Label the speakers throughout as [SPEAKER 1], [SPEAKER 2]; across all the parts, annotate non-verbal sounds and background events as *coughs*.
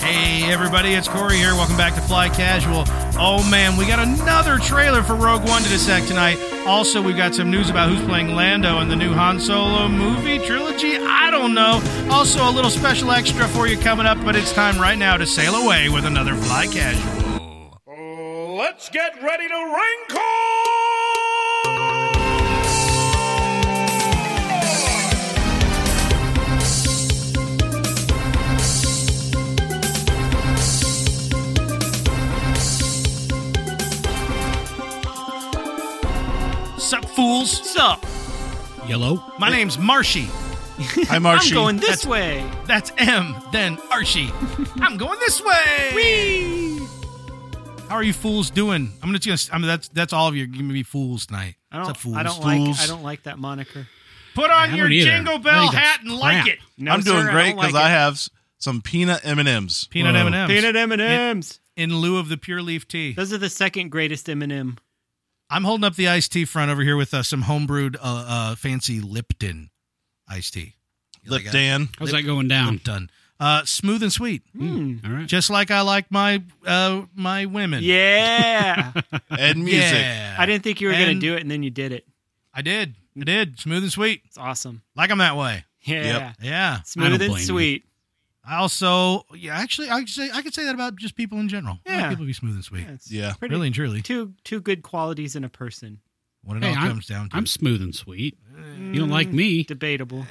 [SPEAKER 1] Hey, everybody, it's Corey here. Welcome back to Fly Casual. Oh, man, we got another trailer for Rogue One to dissect tonight. Also, we've got some news about who's playing Lando in the new Han Solo movie trilogy. I don't know. Also, a little special extra for you coming up, but it's time right now to sail away with another Fly Casual.
[SPEAKER 2] Let's get ready to wrinkle!
[SPEAKER 1] Sup, fools?
[SPEAKER 3] Sup?
[SPEAKER 4] Yellow.
[SPEAKER 1] My name's Marshy. *laughs*
[SPEAKER 4] I'm
[SPEAKER 3] I'm
[SPEAKER 4] Archie.
[SPEAKER 3] going this
[SPEAKER 1] That's-
[SPEAKER 3] way.
[SPEAKER 1] That's M, then Archie. I'm going this way. How are you fools doing? I'm gonna just. I mean, that's that's all of you. You're gonna be fools tonight.
[SPEAKER 3] I don't.
[SPEAKER 1] What's up, fools?
[SPEAKER 3] I don't
[SPEAKER 4] Fools.
[SPEAKER 3] like. I don't like that moniker.
[SPEAKER 1] Put on
[SPEAKER 4] I
[SPEAKER 1] your
[SPEAKER 4] don't either.
[SPEAKER 1] jingle
[SPEAKER 4] I
[SPEAKER 1] bell
[SPEAKER 4] think that's
[SPEAKER 1] hat and like
[SPEAKER 4] crap.
[SPEAKER 1] it.
[SPEAKER 3] No,
[SPEAKER 4] I'm doing
[SPEAKER 3] sir,
[SPEAKER 4] great
[SPEAKER 3] because
[SPEAKER 4] because I, have s- some peanut M and M's.
[SPEAKER 1] Peanut
[SPEAKER 4] Whoa.
[SPEAKER 1] M and M's.
[SPEAKER 3] peanut M and M's.
[SPEAKER 1] in lieu of the pure leaf tea.
[SPEAKER 3] Those are the second greatest M and M.
[SPEAKER 1] I'm holding up the iced tea front over here with uh, some homebrewed uh, uh, fancy Lipton iced tea. You
[SPEAKER 4] Lip
[SPEAKER 1] like that? *laughs*
[SPEAKER 4] Dan.
[SPEAKER 5] How's that going down?
[SPEAKER 1] Lipton. Uh, smooth and sweet, Mm-hmm.
[SPEAKER 5] All right.
[SPEAKER 1] just like I like my uh, my women.
[SPEAKER 3] Yeah,
[SPEAKER 4] and music.
[SPEAKER 1] Yeah.
[SPEAKER 3] I didn't think you were gonna
[SPEAKER 1] And-
[SPEAKER 3] do it, and then you did it.
[SPEAKER 1] I did. I did. Smooth and sweet.
[SPEAKER 3] It's awesome.
[SPEAKER 1] Like them that way.
[SPEAKER 3] Yeah,
[SPEAKER 1] Yeah.
[SPEAKER 5] I
[SPEAKER 3] smooth
[SPEAKER 5] don't
[SPEAKER 3] and
[SPEAKER 5] blame you.
[SPEAKER 3] sweet.
[SPEAKER 1] I also, yeah, actually, I could say I could say that about just people in general. I like
[SPEAKER 3] Yeah.
[SPEAKER 1] people to be smooth and sweet.
[SPEAKER 3] Yeah, it's
[SPEAKER 4] Yeah.
[SPEAKER 3] pretty-
[SPEAKER 1] really and truly,
[SPEAKER 3] two two good qualities in a person.
[SPEAKER 1] what it
[SPEAKER 5] Hey,
[SPEAKER 1] all
[SPEAKER 5] I'm-
[SPEAKER 1] comes down to.
[SPEAKER 5] I'm smooth and sweet. You don't
[SPEAKER 1] Mm.
[SPEAKER 5] like me.
[SPEAKER 3] Mm, Debatable.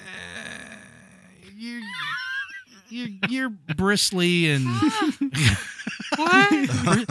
[SPEAKER 1] you're, you're, you're bristly and
[SPEAKER 3] *laughs* Oh,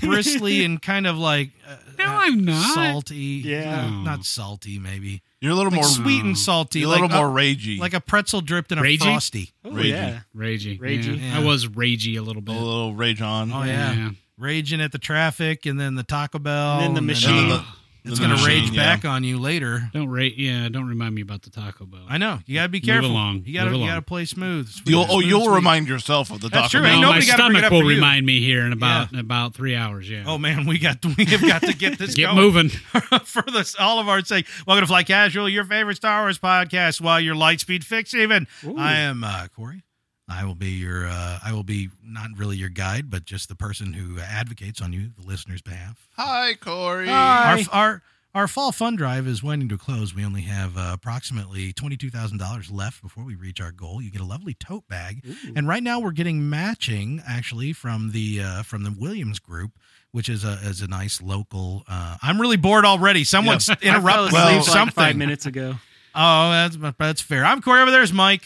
[SPEAKER 1] bristly and kind of like uh,
[SPEAKER 5] No,
[SPEAKER 1] uh,
[SPEAKER 5] I'm not.
[SPEAKER 1] salty.
[SPEAKER 3] Yeah.
[SPEAKER 1] No, not salty. Maybe
[SPEAKER 4] You're a little
[SPEAKER 1] like
[SPEAKER 4] more
[SPEAKER 1] sweet and salty.
[SPEAKER 4] You're a little
[SPEAKER 1] like
[SPEAKER 4] more
[SPEAKER 1] a,
[SPEAKER 4] ragey.
[SPEAKER 1] like a pretzel dripped in a
[SPEAKER 5] Ragey?
[SPEAKER 1] frosty.
[SPEAKER 3] Oh
[SPEAKER 4] Ragey.
[SPEAKER 3] yeah,
[SPEAKER 5] Ragey.
[SPEAKER 3] Ragey.
[SPEAKER 5] Yeah.
[SPEAKER 1] Yeah.
[SPEAKER 5] I was ragey a little
[SPEAKER 4] a
[SPEAKER 5] bit.
[SPEAKER 4] little rage on.
[SPEAKER 1] Oh, yeah. Raging at the traffic and then the Taco Bell uh,
[SPEAKER 3] And then the
[SPEAKER 4] And then
[SPEAKER 3] machine.
[SPEAKER 4] the-
[SPEAKER 1] it's
[SPEAKER 4] then
[SPEAKER 1] gonna
[SPEAKER 4] the
[SPEAKER 1] rage
[SPEAKER 4] machine,
[SPEAKER 1] back on you later.
[SPEAKER 5] Don't rate. Yeah. Don't remind me about the Taco Bell.
[SPEAKER 1] I know. You gotta be
[SPEAKER 5] Move
[SPEAKER 1] careful.
[SPEAKER 5] along.
[SPEAKER 1] You gotta
[SPEAKER 5] Move
[SPEAKER 1] you gotta
[SPEAKER 5] along.
[SPEAKER 1] play smooth. Sweet,
[SPEAKER 4] You'll, oh,
[SPEAKER 1] smooth,
[SPEAKER 4] you'll
[SPEAKER 1] sweet.
[SPEAKER 4] *laughs* remind yourself of the
[SPEAKER 1] That's
[SPEAKER 4] Taco
[SPEAKER 1] true. Ain't
[SPEAKER 4] Bell.
[SPEAKER 5] No, my
[SPEAKER 1] nobody gotta bring it
[SPEAKER 5] stomach
[SPEAKER 1] up
[SPEAKER 5] will
[SPEAKER 1] for you.
[SPEAKER 5] remind me here in about about three hours. Yeah.
[SPEAKER 1] Oh man, we got *laughs* we have got to get this
[SPEAKER 5] Get
[SPEAKER 1] going.
[SPEAKER 5] moving.
[SPEAKER 1] *laughs* for this, all of our sake. Welcome to Fly Casual, your favorite Star Wars podcast. While your light speed fix, even I am uh, Corey. I will be your. Uh, I will be not really your guide, but just the person who advocates on you, the listener's behalf.
[SPEAKER 4] Hi, Corey.
[SPEAKER 1] Our,
[SPEAKER 3] Hi.
[SPEAKER 1] our our fall fund drive is winding to a close. We only have uh, approximately twenty two thousand dollars left before we reach our goal. You get a lovely tote bag, and right now we're getting matching actually from the uh, from the Williams Group, which is a is a nice local. Uh, I'm really bored already. Someone's
[SPEAKER 3] *laughs* I fell
[SPEAKER 1] interrupting
[SPEAKER 3] asleep
[SPEAKER 1] me
[SPEAKER 3] like
[SPEAKER 1] something.
[SPEAKER 3] five minutes ago.
[SPEAKER 1] Oh, that's that's fair. I'm Corey over there's Mike.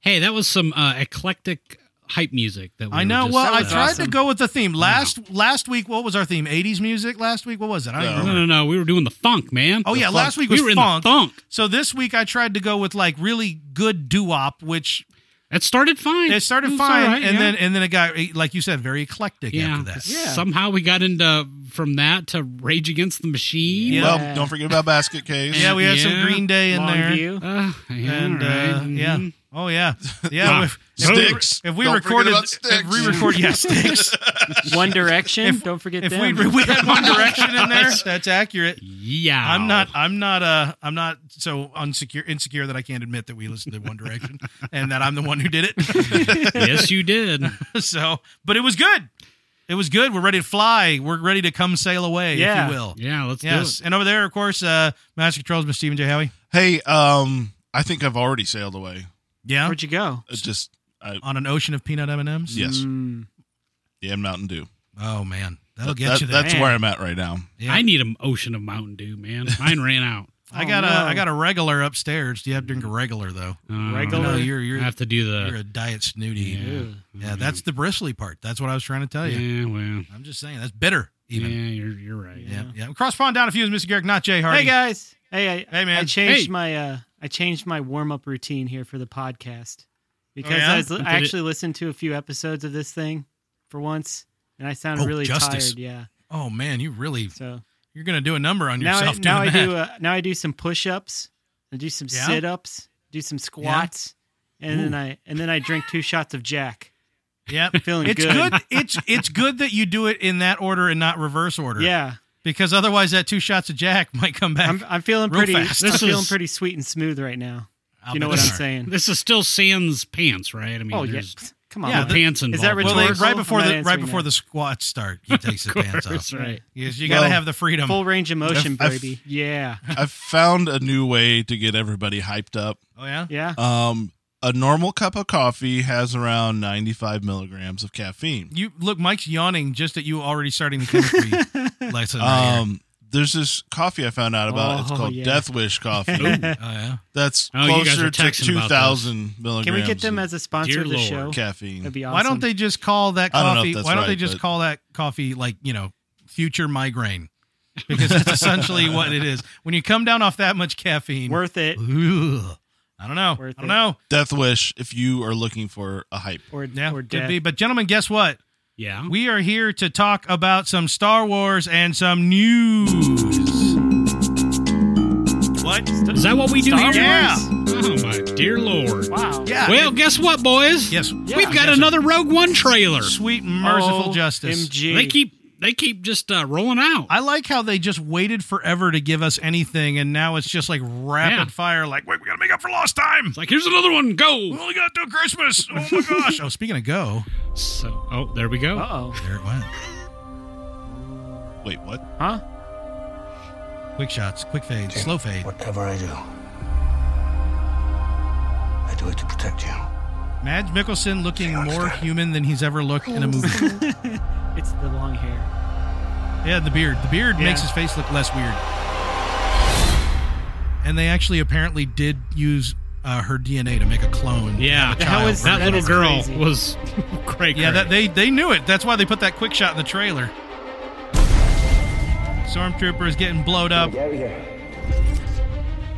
[SPEAKER 5] Hey, that was some uh, eclectic hype music. That we
[SPEAKER 1] I
[SPEAKER 5] were
[SPEAKER 1] know.
[SPEAKER 5] just-
[SPEAKER 1] Well, I
[SPEAKER 3] was
[SPEAKER 1] tried to
[SPEAKER 3] awesome.
[SPEAKER 1] go with the theme last last week. What was our theme? 80s music last week. What was it? I don't even
[SPEAKER 4] No.
[SPEAKER 5] No,
[SPEAKER 1] remember.
[SPEAKER 3] Mm-hmm.
[SPEAKER 5] no, no. We were doing the funk, man.
[SPEAKER 1] Oh
[SPEAKER 5] The
[SPEAKER 1] yeah,
[SPEAKER 5] funk.
[SPEAKER 1] last week was
[SPEAKER 5] we were
[SPEAKER 1] funk.
[SPEAKER 5] in the funk.
[SPEAKER 1] So this week I tried to go with like really good doo-wop, which
[SPEAKER 5] It started fine.
[SPEAKER 1] it started
[SPEAKER 5] was all
[SPEAKER 1] fine,
[SPEAKER 5] right,
[SPEAKER 1] and
[SPEAKER 5] yeah.
[SPEAKER 1] then and then it got eh, like you said, very eclectic
[SPEAKER 5] yeah.
[SPEAKER 1] after that.
[SPEAKER 3] Yeah.
[SPEAKER 5] Somehow we got into from that to Rage Against the Machine.
[SPEAKER 1] Yeah.
[SPEAKER 4] Well, don't forget about basket case.
[SPEAKER 1] Yeah, we had some
[SPEAKER 5] Yeah.
[SPEAKER 1] Green Day in there,
[SPEAKER 5] *laughs*
[SPEAKER 3] Longview.
[SPEAKER 5] Uh, yeah,
[SPEAKER 1] and uh,
[SPEAKER 5] all right, mhm.
[SPEAKER 1] yeah, oh yeah, yeah.
[SPEAKER 5] Wow.
[SPEAKER 1] if- if, we-
[SPEAKER 4] Ah, Sticks.
[SPEAKER 1] If we
[SPEAKER 4] Don't forget
[SPEAKER 1] recorded,
[SPEAKER 4] about
[SPEAKER 1] if we
[SPEAKER 4] sticks.
[SPEAKER 1] recorded, yeah, sticks.
[SPEAKER 3] One Direction. Don't forget
[SPEAKER 1] if we
[SPEAKER 3] them.
[SPEAKER 1] we had One Direction in there, that's accurate.
[SPEAKER 5] Yeah.
[SPEAKER 1] I'm not. I'm not. Uh, I'm not so unsecure, insecure that I can't admit that we listened to One Direction *laughs* and that I'm the one who did it. *laughs*
[SPEAKER 5] *laughs* yes, you did.
[SPEAKER 1] so, but it was good. It was good. We're ready to fly. We're ready to come sail away,
[SPEAKER 3] Yeah.
[SPEAKER 1] if you will.
[SPEAKER 5] Yeah, let's
[SPEAKER 1] Yes.
[SPEAKER 5] do
[SPEAKER 1] And over there, of course, uh, Master Controls, Mr. Stephen J. Howie.
[SPEAKER 4] Hey, um, I think I've already sailed away.
[SPEAKER 1] Yeah.
[SPEAKER 3] Where'd you go?
[SPEAKER 4] It's just, I,
[SPEAKER 1] On an ocean of peanut M&Ms.
[SPEAKER 4] yes.
[SPEAKER 3] Mm.
[SPEAKER 4] Yeah, Mountain Dew.
[SPEAKER 1] Oh, man. That'll
[SPEAKER 4] That-
[SPEAKER 1] get
[SPEAKER 4] that-
[SPEAKER 1] you there.
[SPEAKER 4] That's
[SPEAKER 3] Man.
[SPEAKER 4] where I'm at right now.
[SPEAKER 5] it.
[SPEAKER 1] Yeah.
[SPEAKER 5] I need an ocean of Mountain Dew, man. Mine ran out.
[SPEAKER 1] I got
[SPEAKER 3] Oh,
[SPEAKER 1] a
[SPEAKER 3] no.
[SPEAKER 1] I got a regular upstairs. Do you have to drink a *laughs* regular though?
[SPEAKER 5] Uh,
[SPEAKER 3] Regular.
[SPEAKER 1] No, you're
[SPEAKER 5] I
[SPEAKER 1] you're
[SPEAKER 5] have to do
[SPEAKER 1] you're
[SPEAKER 5] the.
[SPEAKER 1] a diet snooty. Yeah.
[SPEAKER 5] Yeah.
[SPEAKER 3] Ew.
[SPEAKER 1] that's the bristly part. That's what I was trying to tell you.
[SPEAKER 5] Yeah, well.
[SPEAKER 1] I'm just saying that's bitter even.
[SPEAKER 5] Yeah, you're, you're right.
[SPEAKER 1] Yeah. yeah. Cross pond down a few is Mr. Garrick, not Jay Hardy.
[SPEAKER 3] Hey guys. Hey, I,
[SPEAKER 1] Hey, man.
[SPEAKER 3] I changed
[SPEAKER 5] Hey.
[SPEAKER 3] my uh, I changed my warm up routine here for the podcast because
[SPEAKER 1] Oh, yeah?
[SPEAKER 3] I, was,
[SPEAKER 5] Did
[SPEAKER 3] I
[SPEAKER 5] it-
[SPEAKER 3] actually listened to a few episodes of this thing for once, and I sounded
[SPEAKER 1] Oh,
[SPEAKER 3] really
[SPEAKER 1] justice.
[SPEAKER 3] tired. Yeah,
[SPEAKER 1] Oh man, you really
[SPEAKER 3] so
[SPEAKER 1] you're gonna do a number on
[SPEAKER 3] now I,
[SPEAKER 1] yourself doing
[SPEAKER 3] now I
[SPEAKER 1] that.
[SPEAKER 3] do uh, now I do some push ups, I do some
[SPEAKER 1] Yeah?
[SPEAKER 3] sit ups, do some squats, and then I and then I drink two shots of Jack.
[SPEAKER 1] yeah.
[SPEAKER 3] Feeling
[SPEAKER 1] It's
[SPEAKER 3] good.
[SPEAKER 1] good. It's it's good that you do it in that order and not reverse order.
[SPEAKER 3] Yeah,
[SPEAKER 1] Because otherwise, that two shots of Jack *laughs* might come back.
[SPEAKER 3] I'm I'm feeling
[SPEAKER 1] Real
[SPEAKER 3] pretty.
[SPEAKER 1] fast.
[SPEAKER 3] I'm
[SPEAKER 5] This
[SPEAKER 3] feeling
[SPEAKER 5] is-
[SPEAKER 3] pretty sweet and smooth right now.
[SPEAKER 1] I'll be
[SPEAKER 3] you know what I'm
[SPEAKER 1] darned.
[SPEAKER 3] saying?
[SPEAKER 5] This is still sans pants, right? I mean,
[SPEAKER 3] Oh yeah.
[SPEAKER 5] there's-
[SPEAKER 6] Come on.
[SPEAKER 5] Yeah,
[SPEAKER 6] man.
[SPEAKER 5] the pants
[SPEAKER 6] Is
[SPEAKER 5] involved.
[SPEAKER 6] that
[SPEAKER 1] *laughs* Well, they,
[SPEAKER 6] rhetorical?
[SPEAKER 1] right before
[SPEAKER 6] I'm not
[SPEAKER 1] the right
[SPEAKER 6] answering
[SPEAKER 1] before
[SPEAKER 6] that.
[SPEAKER 1] the squats start, he takes his pants
[SPEAKER 5] That's
[SPEAKER 1] off.
[SPEAKER 5] right.
[SPEAKER 1] You, you got to
[SPEAKER 4] Well,
[SPEAKER 1] have the freedom.
[SPEAKER 6] full range of motion,
[SPEAKER 4] I've-
[SPEAKER 6] baby. yeah.
[SPEAKER 4] I found a new way to get everybody hyped up.
[SPEAKER 1] oh yeah,
[SPEAKER 6] Yeah.
[SPEAKER 4] Um, a normal cup of coffee has around 95 milligrams of caffeine.
[SPEAKER 1] you look. Mike's yawning just at you already starting the chemistry lesson. right
[SPEAKER 4] Um, there's this coffee I found out about. it's
[SPEAKER 6] Oh,
[SPEAKER 4] called
[SPEAKER 6] yeah.
[SPEAKER 4] Death Wish
[SPEAKER 5] *laughs*
[SPEAKER 4] coffee.
[SPEAKER 1] here. oh yeah.
[SPEAKER 4] That's
[SPEAKER 5] Oh, you guys
[SPEAKER 4] closer
[SPEAKER 5] are
[SPEAKER 4] to
[SPEAKER 5] texting about
[SPEAKER 4] 2,000 milligrams.
[SPEAKER 6] Can we get them
[SPEAKER 4] of
[SPEAKER 6] as a sponsor
[SPEAKER 5] Dear
[SPEAKER 6] of the
[SPEAKER 5] Lord.
[SPEAKER 6] show?
[SPEAKER 4] caffeine?
[SPEAKER 6] That'd be awesome.
[SPEAKER 1] Why don't they just call that
[SPEAKER 4] I don't know if
[SPEAKER 1] coffee?
[SPEAKER 4] that's
[SPEAKER 1] why don't they
[SPEAKER 4] right,
[SPEAKER 1] just
[SPEAKER 4] but-
[SPEAKER 1] call that coffee like you know future migraine? Because that's essentially what it is. When you come down off that much caffeine,
[SPEAKER 6] worth it?
[SPEAKER 1] Ugh. I don't know.
[SPEAKER 6] Worth
[SPEAKER 1] I don't
[SPEAKER 6] it.
[SPEAKER 1] know.
[SPEAKER 4] Death Wish if you are looking for a hype.
[SPEAKER 6] Or
[SPEAKER 1] Yeah,
[SPEAKER 6] or
[SPEAKER 1] could
[SPEAKER 6] death.
[SPEAKER 1] be. But gentlemen, guess what?
[SPEAKER 5] Yeah.
[SPEAKER 1] Mm-hmm. We are here to talk about some Star Wars and some news.
[SPEAKER 6] What?
[SPEAKER 5] Is that what we do
[SPEAKER 6] Star
[SPEAKER 5] here?
[SPEAKER 1] Yeah.
[SPEAKER 5] Oh my dear lord.
[SPEAKER 6] Wow.
[SPEAKER 1] Yeah.
[SPEAKER 5] Well, guess what, boys?
[SPEAKER 1] Yes.
[SPEAKER 5] We've got another Rogue One trailer.
[SPEAKER 1] Sweet merciful
[SPEAKER 6] Oh,
[SPEAKER 1] justice.
[SPEAKER 6] MG.
[SPEAKER 5] They keep they keep just uh, rolling out.
[SPEAKER 1] I like how they just waited forever to give us anything, and now it's just like rapid
[SPEAKER 5] Yeah.
[SPEAKER 1] fire. Like, wait, we gotta make up for lost time.
[SPEAKER 5] It's like here's another one.
[SPEAKER 1] We
[SPEAKER 5] Go.
[SPEAKER 1] only got to do Christmas. Oh my gosh. oh, speaking of go,
[SPEAKER 5] So, oh, there we go.
[SPEAKER 6] Uh oh.
[SPEAKER 1] there it went.
[SPEAKER 4] Wait, what?
[SPEAKER 6] Huh?
[SPEAKER 1] Quick shots, quick fade, slow fade.
[SPEAKER 7] Whatever I do, I do it to protect you.
[SPEAKER 1] Mads Mikkelsen looking more
[SPEAKER 7] understand.
[SPEAKER 1] human than he's ever looked in a movie.
[SPEAKER 6] It's the long hair.
[SPEAKER 1] Yeah, the beard. The beard
[SPEAKER 6] Yeah.
[SPEAKER 1] makes his face look less weird. And they actually apparently did use uh, her DNA to make a clone.
[SPEAKER 5] Yeah.
[SPEAKER 1] That child.
[SPEAKER 6] was-
[SPEAKER 5] that,
[SPEAKER 6] that
[SPEAKER 5] little
[SPEAKER 6] is
[SPEAKER 5] girl
[SPEAKER 6] crazy.
[SPEAKER 5] was *laughs* cray
[SPEAKER 1] Yeah,
[SPEAKER 5] cray.
[SPEAKER 1] that, they they knew it. That's why they put that quick shot in the trailer. Stormtrooper is getting blowed up.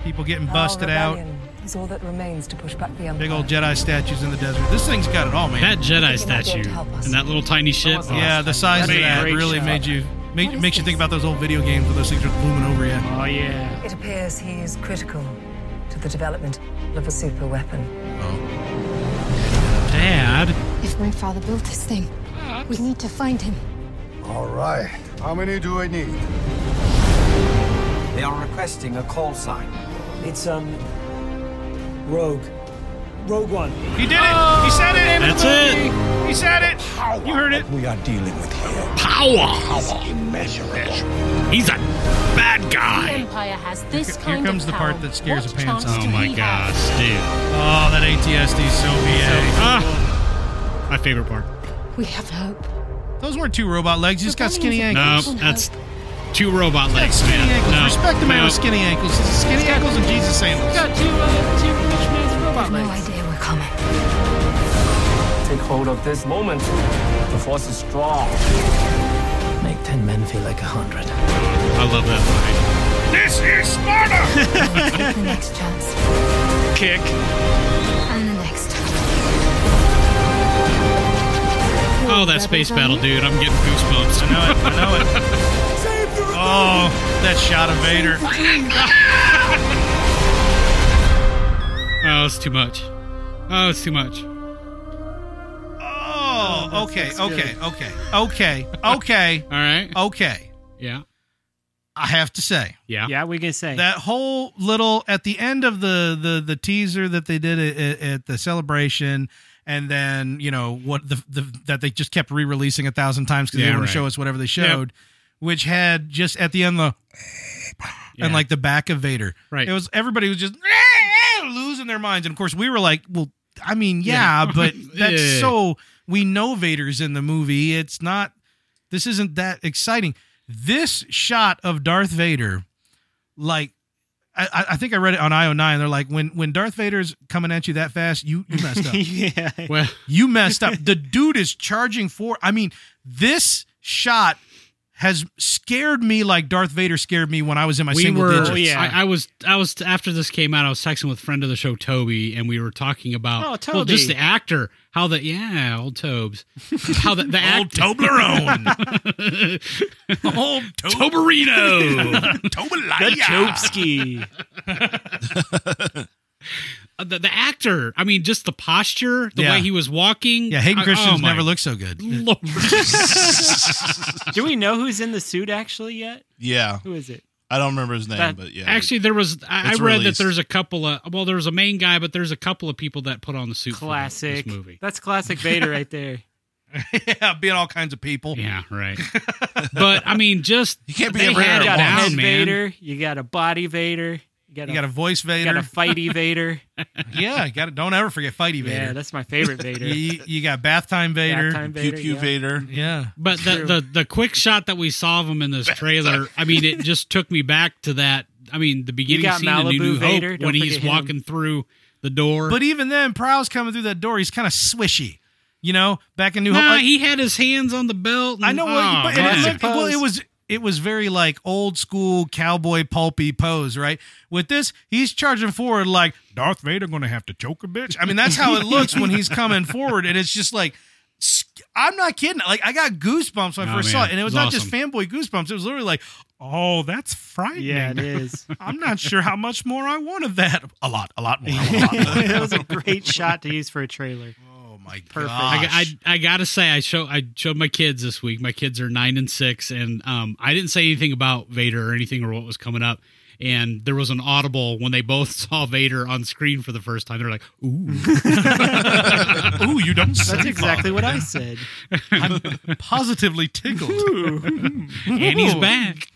[SPEAKER 1] People getting busted
[SPEAKER 8] Our
[SPEAKER 1] out.
[SPEAKER 8] Oh, rebellion Is all that remains to push back the empire.
[SPEAKER 1] Big old Jedi statues in the desert. This thing's got it all, man.
[SPEAKER 5] That Jedi
[SPEAKER 8] Thinking I'd be
[SPEAKER 5] statue
[SPEAKER 8] able to help us.
[SPEAKER 5] and that little tiny ship. Oh,
[SPEAKER 1] yeah, the size of
[SPEAKER 5] Man.
[SPEAKER 1] that
[SPEAKER 6] Great
[SPEAKER 1] really
[SPEAKER 6] shot.
[SPEAKER 1] made you make,
[SPEAKER 8] What is
[SPEAKER 1] makes you
[SPEAKER 8] this?
[SPEAKER 1] think about those old video games where those things are looming over you.
[SPEAKER 6] Oh yeah.
[SPEAKER 8] It appears he is critical to the development of a super weapon.
[SPEAKER 5] Dad.
[SPEAKER 9] If my father built this thing, we need to find him.
[SPEAKER 7] All right. How many do I need?
[SPEAKER 10] They are requesting a call sign. It's um Rogue. Rogue One.
[SPEAKER 1] He did it. he said it.
[SPEAKER 5] That's it.
[SPEAKER 1] He said it. You heard it.
[SPEAKER 7] We are dealing with here.
[SPEAKER 5] Power.
[SPEAKER 7] Immeasurable.
[SPEAKER 5] He's a bad guy.
[SPEAKER 9] Empire has this
[SPEAKER 1] Here- here
[SPEAKER 9] kind
[SPEAKER 1] comes
[SPEAKER 9] of
[SPEAKER 1] the
[SPEAKER 9] power.
[SPEAKER 1] part that scares
[SPEAKER 9] What
[SPEAKER 1] the pants
[SPEAKER 9] chance
[SPEAKER 1] off.
[SPEAKER 5] Oh
[SPEAKER 9] do
[SPEAKER 5] my
[SPEAKER 9] we have?
[SPEAKER 5] gosh, dude.
[SPEAKER 1] Oh, that ATSD so VA.
[SPEAKER 5] Ah, my favorite part.
[SPEAKER 9] We have hope.
[SPEAKER 1] Those weren't two robot legs. He's got skinny
[SPEAKER 9] Rebellion is a-
[SPEAKER 5] No,
[SPEAKER 1] ankles.
[SPEAKER 9] Ankles.
[SPEAKER 5] that's two robot
[SPEAKER 1] He's got
[SPEAKER 5] legs,
[SPEAKER 1] skinny
[SPEAKER 5] man.
[SPEAKER 1] ankles.
[SPEAKER 5] No,
[SPEAKER 1] Respect the man
[SPEAKER 5] no.
[SPEAKER 1] with skinny ankles. This is skinny ankles and Jesus sandals.
[SPEAKER 8] I have no idea we're coming.
[SPEAKER 5] *laughs*
[SPEAKER 10] Take hold of this moment. The force is strong. Make ten men feel like a hundred.
[SPEAKER 5] I love that
[SPEAKER 9] Take the next chance.
[SPEAKER 5] line. Kick.
[SPEAKER 9] And the next.
[SPEAKER 5] Oh, that space battle, dude. I'm getting goosebumps.
[SPEAKER 1] I know it. I know it. Oh, that shot of Vader.
[SPEAKER 5] Oh, it's too much. Oh, it's too much.
[SPEAKER 1] Oh, okay,
[SPEAKER 6] that's
[SPEAKER 1] okay, okay, okay, okay,
[SPEAKER 5] All right.
[SPEAKER 1] okay.
[SPEAKER 5] Yeah.
[SPEAKER 1] I have to say
[SPEAKER 5] Yeah.
[SPEAKER 6] Yeah, we can say
[SPEAKER 1] that whole little at the end of the the the teaser that they did at, at- at the celebration. And then you know what the, the that they just kept re-releasing a thousand times because
[SPEAKER 5] Yeah,
[SPEAKER 1] they wanted
[SPEAKER 5] right.
[SPEAKER 1] to show us whatever they showed, which had just at the end the and
[SPEAKER 5] Yeah.
[SPEAKER 1] like the back of Vader.
[SPEAKER 5] Right.
[SPEAKER 1] It was everybody was just *laughs* "Ah, ah," losing their minds, and of course we were like, "Well, I mean, yeah,
[SPEAKER 5] *laughs* Yeah.
[SPEAKER 1] but that's
[SPEAKER 5] Yeah.
[SPEAKER 1] so we know Vader's in the movie. It's not. This isn't that exciting. This shot of Darth Vader, like." I- I, I think I read it on IO9. They're like, when when Darth Vader's coming at you that fast, you you messed
[SPEAKER 3] *laughs*
[SPEAKER 6] *laughs*
[SPEAKER 1] up.
[SPEAKER 6] yeah.
[SPEAKER 5] Well,
[SPEAKER 1] You messed up. The dude is charging for. I mean, this shot has scared me like Darth Vader scared me when I was in my
[SPEAKER 5] we
[SPEAKER 1] single
[SPEAKER 5] were.
[SPEAKER 1] digits.
[SPEAKER 6] Oh, yeah.
[SPEAKER 5] I, I was. I was after this came out. I was texting with friend of the show Toby, and we were talking about
[SPEAKER 6] Oh,
[SPEAKER 5] well, just
[SPEAKER 6] Toby.
[SPEAKER 5] the actor. How the yeah, old *laughs* Tobes. How the the
[SPEAKER 4] Old
[SPEAKER 5] actor. *laughs*
[SPEAKER 4] Toblerone.
[SPEAKER 1] Oh,
[SPEAKER 5] Toberino. *laughs*
[SPEAKER 6] The
[SPEAKER 4] Tobalaya.
[SPEAKER 6] Chopsky.
[SPEAKER 5] the, the actor. I mean, just the posture, the
[SPEAKER 1] Yeah.
[SPEAKER 5] way he was walking.
[SPEAKER 1] Yeah, Hayden
[SPEAKER 5] I-
[SPEAKER 1] Christian's
[SPEAKER 5] oh my
[SPEAKER 1] never looked so
[SPEAKER 5] *laughs*
[SPEAKER 1] good.
[SPEAKER 5] Lord.
[SPEAKER 6] Do we know who's in the suit actually yet?
[SPEAKER 4] Yeah.
[SPEAKER 6] Who is it?
[SPEAKER 4] I don't remember his name,
[SPEAKER 5] That-
[SPEAKER 4] but yeah.
[SPEAKER 5] Actually, there was. I, I
[SPEAKER 4] It's
[SPEAKER 5] read
[SPEAKER 4] released.
[SPEAKER 5] that there's a couple of. Well, there's a main guy, but there's a couple of people that put on the suit. for this-
[SPEAKER 6] Classic.
[SPEAKER 3] *laughs*
[SPEAKER 5] this movie.
[SPEAKER 6] That's classic Vader right there.
[SPEAKER 1] yeah, being all kinds of people.
[SPEAKER 5] Yeah, right. but I mean, just
[SPEAKER 4] You can't be
[SPEAKER 5] they
[SPEAKER 4] everywhere at
[SPEAKER 5] had it
[SPEAKER 6] You got a head
[SPEAKER 5] down, man.
[SPEAKER 6] Vader. You got a body Vader. You got a,
[SPEAKER 1] You got a voice
[SPEAKER 6] you
[SPEAKER 1] Vader.
[SPEAKER 6] got a fighty Vader.
[SPEAKER 1] *laughs* yeah, you got to don't ever forget Fighty
[SPEAKER 6] Yeah,
[SPEAKER 1] Vader.
[SPEAKER 6] that's my favorite Vader.
[SPEAKER 1] you, you got bath time Vader.
[SPEAKER 6] Halftime
[SPEAKER 4] Pew Pew
[SPEAKER 6] yeah.
[SPEAKER 4] Vader.
[SPEAKER 1] Yeah.
[SPEAKER 5] But the,
[SPEAKER 6] True.
[SPEAKER 5] the the quick shot that we saw of him in this trailer, I mean, it just took me back to that. I mean, the beginning
[SPEAKER 6] got
[SPEAKER 5] scene of New,
[SPEAKER 6] Malibu
[SPEAKER 5] New
[SPEAKER 6] Vader,
[SPEAKER 5] Hope
[SPEAKER 6] don't
[SPEAKER 5] when he's
[SPEAKER 6] forget him.
[SPEAKER 5] walking through the door.
[SPEAKER 1] But even then, Prowl's coming through that door. He's kind of swishy, you know. Back in New Hope,
[SPEAKER 5] nah,
[SPEAKER 1] like-
[SPEAKER 5] he had his hands on the belt. and-
[SPEAKER 1] I know,
[SPEAKER 5] Aw,
[SPEAKER 1] what, but and it
[SPEAKER 5] man.
[SPEAKER 1] looked- well, it was it was very like old school cowboy pulpy pose, right? With this, he's charging forward like Darth Vader going to have to choke a bitch. I mean, that's how it looks when he's coming forward, and it's just like. sc- I'm not kidding. Like I got goosebumps when I
[SPEAKER 5] Oh,
[SPEAKER 1] first saw
[SPEAKER 5] man.
[SPEAKER 1] it, and it was,
[SPEAKER 5] It was
[SPEAKER 1] not just fanboy goosebumps. It was literally like, "Oh, that's frightening."
[SPEAKER 6] Yeah, it is.
[SPEAKER 1] I'm not sure how much more I want of that. A lot,
[SPEAKER 6] *laughs*
[SPEAKER 1] a lot more. I want a lot more.
[SPEAKER 6] that was a great shot to use for a trailer.
[SPEAKER 1] oh my
[SPEAKER 6] Perfect.
[SPEAKER 5] I,
[SPEAKER 1] gosh.
[SPEAKER 5] I, I gotta say I show I showed my kids this week. My kids are nine and six, and um, I didn't say anything about Vader or anything or what was coming up. And there was an audible when they both *laughs* saw Vader on screen for the first time. They're like, "Ooh,
[SPEAKER 1] Ooh, you don't
[SPEAKER 6] That's
[SPEAKER 1] say. Father.
[SPEAKER 6] exactly what I said.
[SPEAKER 1] I'm positively tickled.
[SPEAKER 5] and
[SPEAKER 4] *laughs*
[SPEAKER 5] he's back!"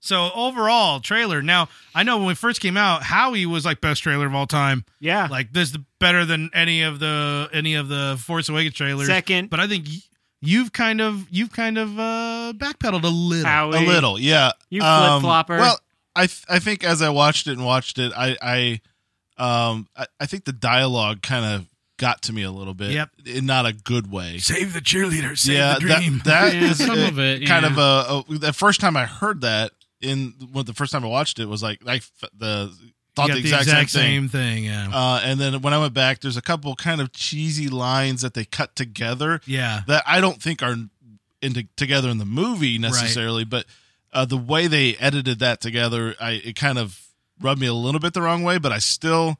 [SPEAKER 1] so overall, trailer. Now I know when we first came out, Howie was like best trailer of all time.
[SPEAKER 6] Yeah.
[SPEAKER 1] Like this is better than any of the any of the Force Awakens trailers.
[SPEAKER 6] Second.
[SPEAKER 1] but I think y- you've kind of you've kind of uh backpedaled a little.
[SPEAKER 6] Howie.
[SPEAKER 4] A little, yeah.
[SPEAKER 6] You
[SPEAKER 4] Um,
[SPEAKER 6] flip-flopper.
[SPEAKER 4] Well, I th- I think as I watched it and watched it, I I um I, I think the dialogue kind of got to me a little bit.
[SPEAKER 1] Yep.
[SPEAKER 4] In not a good way.
[SPEAKER 1] Save the cheerleader. Save
[SPEAKER 4] yeah,
[SPEAKER 1] the dream.
[SPEAKER 4] that that
[SPEAKER 5] Yeah,
[SPEAKER 4] is
[SPEAKER 5] some
[SPEAKER 4] uh,
[SPEAKER 5] of it,
[SPEAKER 4] kind
[SPEAKER 5] yeah.
[SPEAKER 4] of a, a the first time I heard that in when the first time I watched it was like I f- the
[SPEAKER 1] You
[SPEAKER 4] thought
[SPEAKER 1] got
[SPEAKER 4] the exact, same thing.
[SPEAKER 1] same thing. Yeah.
[SPEAKER 4] Uh, and then when I went back, there's a couple kind of cheesy lines that they cut together
[SPEAKER 1] yeah.
[SPEAKER 4] that I don't think are into together in the movie necessarily, but uh, the way they edited that together, I it kind of rubbed me a little bit the wrong way. But I still,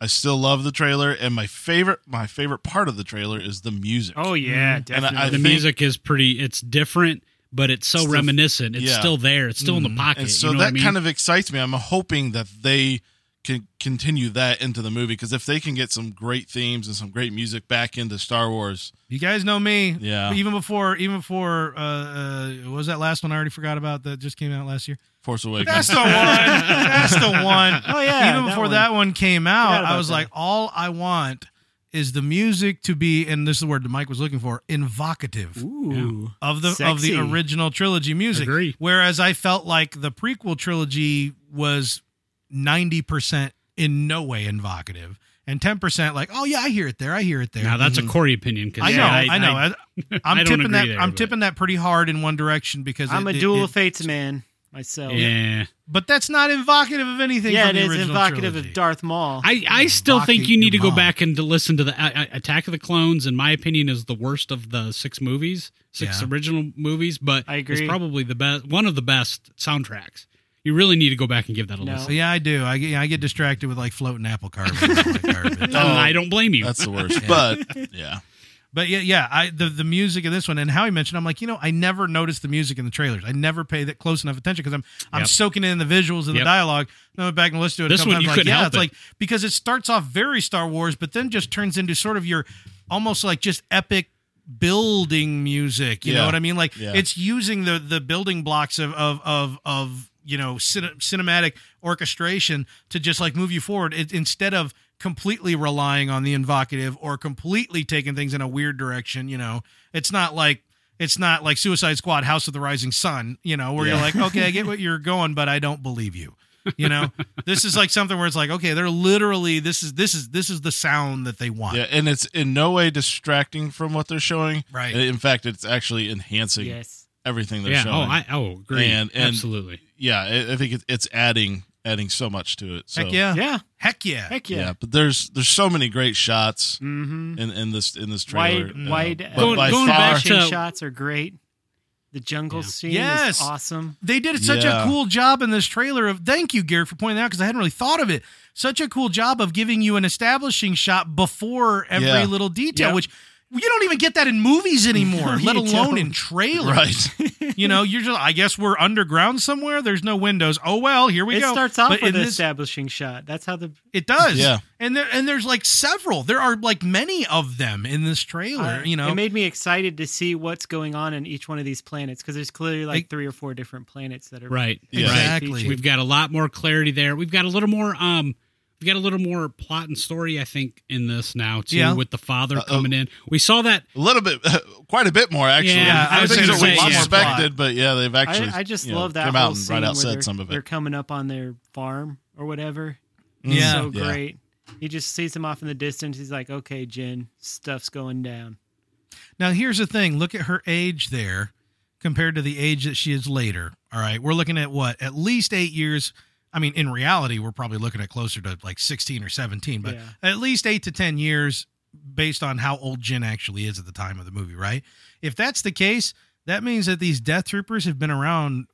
[SPEAKER 4] I still love the trailer, and my favorite, my favorite part of the trailer is the music.
[SPEAKER 6] Oh yeah,
[SPEAKER 4] And I-
[SPEAKER 6] definitely.
[SPEAKER 4] I
[SPEAKER 5] The
[SPEAKER 4] think-
[SPEAKER 5] music is pretty. It's different, but it's so
[SPEAKER 4] It's the-
[SPEAKER 5] reminiscent. It's
[SPEAKER 4] yeah. Mm-hmm.
[SPEAKER 5] still there. It's still in the pocket.
[SPEAKER 4] and so
[SPEAKER 5] you know
[SPEAKER 4] that
[SPEAKER 5] what I mean?
[SPEAKER 4] kind of excites me. I'm hoping that they can continue that into the movie because if they can get some great themes and some great music back into Star Wars,
[SPEAKER 1] You guys know me.
[SPEAKER 4] Yeah.
[SPEAKER 1] Even before, even before, uh, uh, what was that last one I already forgot about that just came out last year?
[SPEAKER 4] Force
[SPEAKER 1] That's
[SPEAKER 4] Awakens.
[SPEAKER 1] the one. That's the one.
[SPEAKER 6] *laughs* Oh, yeah,
[SPEAKER 1] Even
[SPEAKER 6] that
[SPEAKER 1] before
[SPEAKER 6] one.
[SPEAKER 1] that one came out,
[SPEAKER 6] Forgot about
[SPEAKER 1] I was
[SPEAKER 6] that.
[SPEAKER 1] like, all I want is the music to be, and this is the word that Mike was looking for, invocative
[SPEAKER 6] Ooh.
[SPEAKER 1] of the of
[SPEAKER 6] Sexy.
[SPEAKER 1] the original trilogy music.
[SPEAKER 5] Agree.
[SPEAKER 1] Whereas I felt like the prequel trilogy was ninety percent in no way invocative, and ten percent like, oh yeah, I hear it there, I hear it there. Mm-hmm.
[SPEAKER 5] now that's
[SPEAKER 4] Mm-hmm.
[SPEAKER 5] a Corey opinion. 'cause,
[SPEAKER 1] I know,
[SPEAKER 5] yeah,
[SPEAKER 1] I, know. I, I'm
[SPEAKER 5] *laughs* I don't
[SPEAKER 1] tipping
[SPEAKER 5] agree
[SPEAKER 1] that.
[SPEAKER 5] there,
[SPEAKER 1] I'm
[SPEAKER 5] but-
[SPEAKER 1] tipping that pretty hard in one direction because
[SPEAKER 6] I'm
[SPEAKER 1] it-
[SPEAKER 6] a
[SPEAKER 1] it-
[SPEAKER 6] dual
[SPEAKER 1] it-
[SPEAKER 6] fates man myself.
[SPEAKER 5] yeah.
[SPEAKER 1] But that's not invocative of anything.
[SPEAKER 6] Yeah,
[SPEAKER 1] from
[SPEAKER 6] it
[SPEAKER 1] the
[SPEAKER 6] is
[SPEAKER 1] original
[SPEAKER 6] invocative
[SPEAKER 1] trilogy.
[SPEAKER 6] of Darth Maul.
[SPEAKER 5] *laughs* I, I still
[SPEAKER 1] Rocky
[SPEAKER 5] think you need to go
[SPEAKER 1] Umar.
[SPEAKER 5] back and to listen to the uh, Attack of the Clones. In my opinion, is the worst of the six movies, six
[SPEAKER 1] Yeah.
[SPEAKER 5] original movies. But
[SPEAKER 6] I
[SPEAKER 5] it's
[SPEAKER 6] agree.
[SPEAKER 5] probably the best, one of the best soundtracks. You really need to go back and give that a
[SPEAKER 6] No.
[SPEAKER 5] listen.
[SPEAKER 1] So yeah, I do. I get, I get distracted with like floating apple carbon.
[SPEAKER 5] *laughs* And I don't blame you.
[SPEAKER 4] Oh. That's the worst.
[SPEAKER 5] *laughs*
[SPEAKER 4] But yeah,
[SPEAKER 1] uh, but yeah, yeah. I the, the music of this one and how he mentioned, I'm like, you know, I never noticed the music in the trailers. I never pay that close enough attention because I'm I'm
[SPEAKER 5] Yep.
[SPEAKER 1] soaking in the visuals and the
[SPEAKER 5] Yep.
[SPEAKER 1] dialogue. Then I went back and listened to it.
[SPEAKER 5] This
[SPEAKER 1] a couple
[SPEAKER 5] one
[SPEAKER 1] times,
[SPEAKER 5] you
[SPEAKER 1] like,
[SPEAKER 5] couldn't
[SPEAKER 1] yeah,
[SPEAKER 5] help
[SPEAKER 1] it's
[SPEAKER 5] it.
[SPEAKER 1] like because it starts off very Star Wars, but then just turns into sort of your almost like just epic building music. You know
[SPEAKER 4] Yeah.
[SPEAKER 1] what I mean? Like
[SPEAKER 4] Yeah.
[SPEAKER 1] it's using the the building blocks of of of of you know cine, cinematic orchestration to just like move you forward it, instead of completely relying on the invocative or completely taking things in a weird direction. You know, it's not like. It's not like Suicide Squad, House of the Rising Sun, you know, where you're like, okay, I
[SPEAKER 4] *laughs*
[SPEAKER 1] get what you're going, but I don't believe you you know this is like something where it's like okay they're literally this is this is this is the sound that they want
[SPEAKER 4] *laughs* yeah, and it's in no way distracting from what they're showing.
[SPEAKER 1] Right.
[SPEAKER 4] In fact, it's actually enhancing
[SPEAKER 6] yes.
[SPEAKER 4] everything they're
[SPEAKER 5] yeah.
[SPEAKER 4] showing.
[SPEAKER 5] Oh, I oh agree.
[SPEAKER 4] And- and-
[SPEAKER 5] Absolutely.
[SPEAKER 4] yeah, I, I think it, it's adding adding so much to it. So,
[SPEAKER 1] heck yeah
[SPEAKER 6] Yeah.
[SPEAKER 1] heck yeah
[SPEAKER 6] Heck
[SPEAKER 4] yeah,
[SPEAKER 6] yeah.
[SPEAKER 4] But there's there's so many great shots
[SPEAKER 6] Mm-hmm.
[SPEAKER 4] in, in this in this trailer.
[SPEAKER 6] Wide
[SPEAKER 4] Uh,
[SPEAKER 6] wide
[SPEAKER 4] but
[SPEAKER 5] Going-
[SPEAKER 4] by
[SPEAKER 5] going
[SPEAKER 4] far,
[SPEAKER 6] *laughs*
[SPEAKER 5] back to-
[SPEAKER 6] shots are great. The jungle scene
[SPEAKER 1] Yes.
[SPEAKER 6] is awesome.
[SPEAKER 1] they did such
[SPEAKER 4] Yeah.
[SPEAKER 1] a cool job in this trailer of thank you Garrett for pointing that out because I hadn't really thought of it such a cool job of giving you an establishing shot before every
[SPEAKER 4] Yeah.
[SPEAKER 1] little detail
[SPEAKER 6] Yep.
[SPEAKER 1] which you don't even get that in
[SPEAKER 6] *laughs*
[SPEAKER 1] movies anymore,
[SPEAKER 6] you
[SPEAKER 1] let alone
[SPEAKER 6] don't.
[SPEAKER 1] in trailers.
[SPEAKER 4] Right.
[SPEAKER 1] You know, you're just. I guess we're underground somewhere. There's no windows. Oh well, here we
[SPEAKER 6] it
[SPEAKER 1] go.
[SPEAKER 6] starts off
[SPEAKER 1] But
[SPEAKER 6] with
[SPEAKER 1] in
[SPEAKER 6] an
[SPEAKER 1] this-
[SPEAKER 6] establishing shot. That's how the
[SPEAKER 1] It does.
[SPEAKER 4] Yeah.
[SPEAKER 1] And there and there's like several. There are like many of them in this trailer.
[SPEAKER 6] I-
[SPEAKER 1] you know.
[SPEAKER 6] it made me excited to see what's going on in each one of these planets because there's clearly like
[SPEAKER 1] Like-
[SPEAKER 6] three or four different planets that are
[SPEAKER 5] Right.
[SPEAKER 4] Yeah.
[SPEAKER 5] Right.
[SPEAKER 1] Exactly.
[SPEAKER 5] We've got a lot more clarity there. We've got a little more um we've got a little more plot and story I think in this now too
[SPEAKER 1] Yeah.
[SPEAKER 5] with the father coming in. We saw that
[SPEAKER 4] A little bit, *laughs* quite a bit more actually.
[SPEAKER 5] Yeah, I was
[SPEAKER 4] Things
[SPEAKER 5] gonna
[SPEAKER 4] that we
[SPEAKER 5] say, yeah.
[SPEAKER 4] expected, but yeah, they've actually.
[SPEAKER 6] I, I just
[SPEAKER 4] you know,
[SPEAKER 6] love that
[SPEAKER 4] came
[SPEAKER 6] whole
[SPEAKER 4] out and
[SPEAKER 6] scene
[SPEAKER 4] right
[SPEAKER 6] where
[SPEAKER 4] out said
[SPEAKER 6] they're,
[SPEAKER 4] some of
[SPEAKER 6] they're
[SPEAKER 4] it.
[SPEAKER 6] coming up on their farm or whatever.
[SPEAKER 1] yeah.
[SPEAKER 6] So
[SPEAKER 4] Yeah.
[SPEAKER 6] great. He just sees him off in the distance. He's like, "Okay, Jen, stuff's going down."
[SPEAKER 1] Now here's the thing. Look at her age there compared to the age that she is later. All right. We're looking at what? At least eight years. I mean, in reality, we're probably looking at closer to like 16 or 17, but
[SPEAKER 6] Yeah.
[SPEAKER 1] at least eight to 10 years based on how old Jen actually is at the time of the movie, right? If that's the case, that means that these death troopers have been around,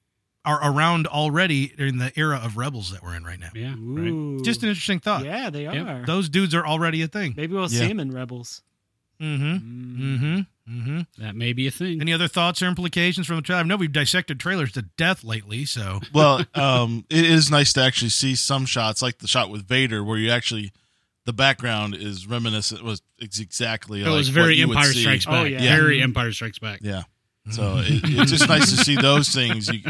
[SPEAKER 1] are around already in the era of rebels that we're in right now.
[SPEAKER 5] Yeah. right.
[SPEAKER 6] Ooh.
[SPEAKER 1] Just an interesting thought.
[SPEAKER 6] yeah, they
[SPEAKER 5] Yep.
[SPEAKER 6] are.
[SPEAKER 1] Those dudes are already a thing.
[SPEAKER 6] Maybe we'll
[SPEAKER 4] Yeah.
[SPEAKER 6] see him in Rebels.
[SPEAKER 4] Mm-hmm.
[SPEAKER 1] Mm hmm. Mm hmm. Mm hmm.
[SPEAKER 5] That may be a thing.
[SPEAKER 1] Any other thoughts or implications from the trailer? I know we've dissected trailers to death lately, so
[SPEAKER 4] well, um, it is nice to actually see some shots, like the shot with Vader, where you actually the background is reminiscent was it's exactly.
[SPEAKER 5] it
[SPEAKER 4] like
[SPEAKER 5] was
[SPEAKER 4] what
[SPEAKER 5] very
[SPEAKER 4] you would
[SPEAKER 5] Empire
[SPEAKER 4] see.
[SPEAKER 5] Strikes Back.
[SPEAKER 6] Oh, yeah.
[SPEAKER 4] Yeah.
[SPEAKER 5] Very Empire Strikes Back.
[SPEAKER 4] Yeah, so it, it's just nice to see those things you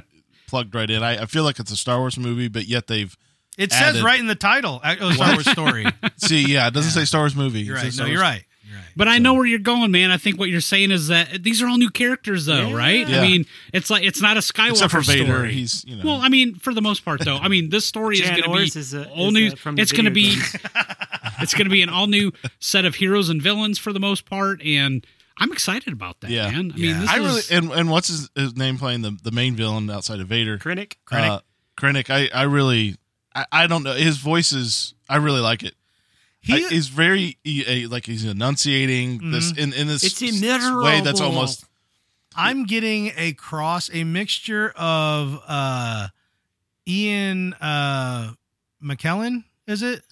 [SPEAKER 4] plugged right in. I, I feel like it's a Star Wars movie, but yet they've
[SPEAKER 1] it says
[SPEAKER 4] Added.
[SPEAKER 1] right in the title, uh, oh, Star Wars
[SPEAKER 4] *laughs*
[SPEAKER 1] story.
[SPEAKER 4] see, yeah, it doesn't say Star Wars
[SPEAKER 1] *laughs*
[SPEAKER 4] movie.
[SPEAKER 1] You're
[SPEAKER 4] It
[SPEAKER 1] right.
[SPEAKER 4] says
[SPEAKER 1] No,
[SPEAKER 4] Star
[SPEAKER 1] you're
[SPEAKER 4] Wars-
[SPEAKER 1] right. You're right.
[SPEAKER 5] But I know where you're going, man. I think what you're saying is that these are all new characters, though,
[SPEAKER 6] Yeah.
[SPEAKER 5] right?
[SPEAKER 4] Yeah.
[SPEAKER 5] I mean, it's like it's not a Skywalker
[SPEAKER 4] Except for Vader,
[SPEAKER 5] story.
[SPEAKER 4] he's you know.
[SPEAKER 5] Well, I mean, for the most part, though, I mean, this story is
[SPEAKER 6] Jan
[SPEAKER 5] going to
[SPEAKER 6] Ors
[SPEAKER 5] be
[SPEAKER 6] is a-
[SPEAKER 5] all
[SPEAKER 6] is
[SPEAKER 5] new.
[SPEAKER 6] a- from the
[SPEAKER 5] it's going to
[SPEAKER 6] video
[SPEAKER 5] be, *laughs* it's going to be an all new set of heroes and villains for the most part, and I'm excited about that,
[SPEAKER 4] Yeah.
[SPEAKER 5] man. I
[SPEAKER 1] Yeah.
[SPEAKER 5] mean, this
[SPEAKER 4] I really
[SPEAKER 5] is,
[SPEAKER 4] and and what's his, his name playing the the main villain outside of Vader?
[SPEAKER 6] Krennic.
[SPEAKER 4] Uh, Krennic, I, I really, I, I don't know. His voice is, I really like it.
[SPEAKER 1] He-
[SPEAKER 4] I- he's very, he, uh, like he's enunciating this
[SPEAKER 1] Mm-hmm.
[SPEAKER 4] in, in this
[SPEAKER 6] It's
[SPEAKER 4] s- way that's almost,
[SPEAKER 1] I'm getting a cross, a mixture of uh, Ian uh, McKellen. Is it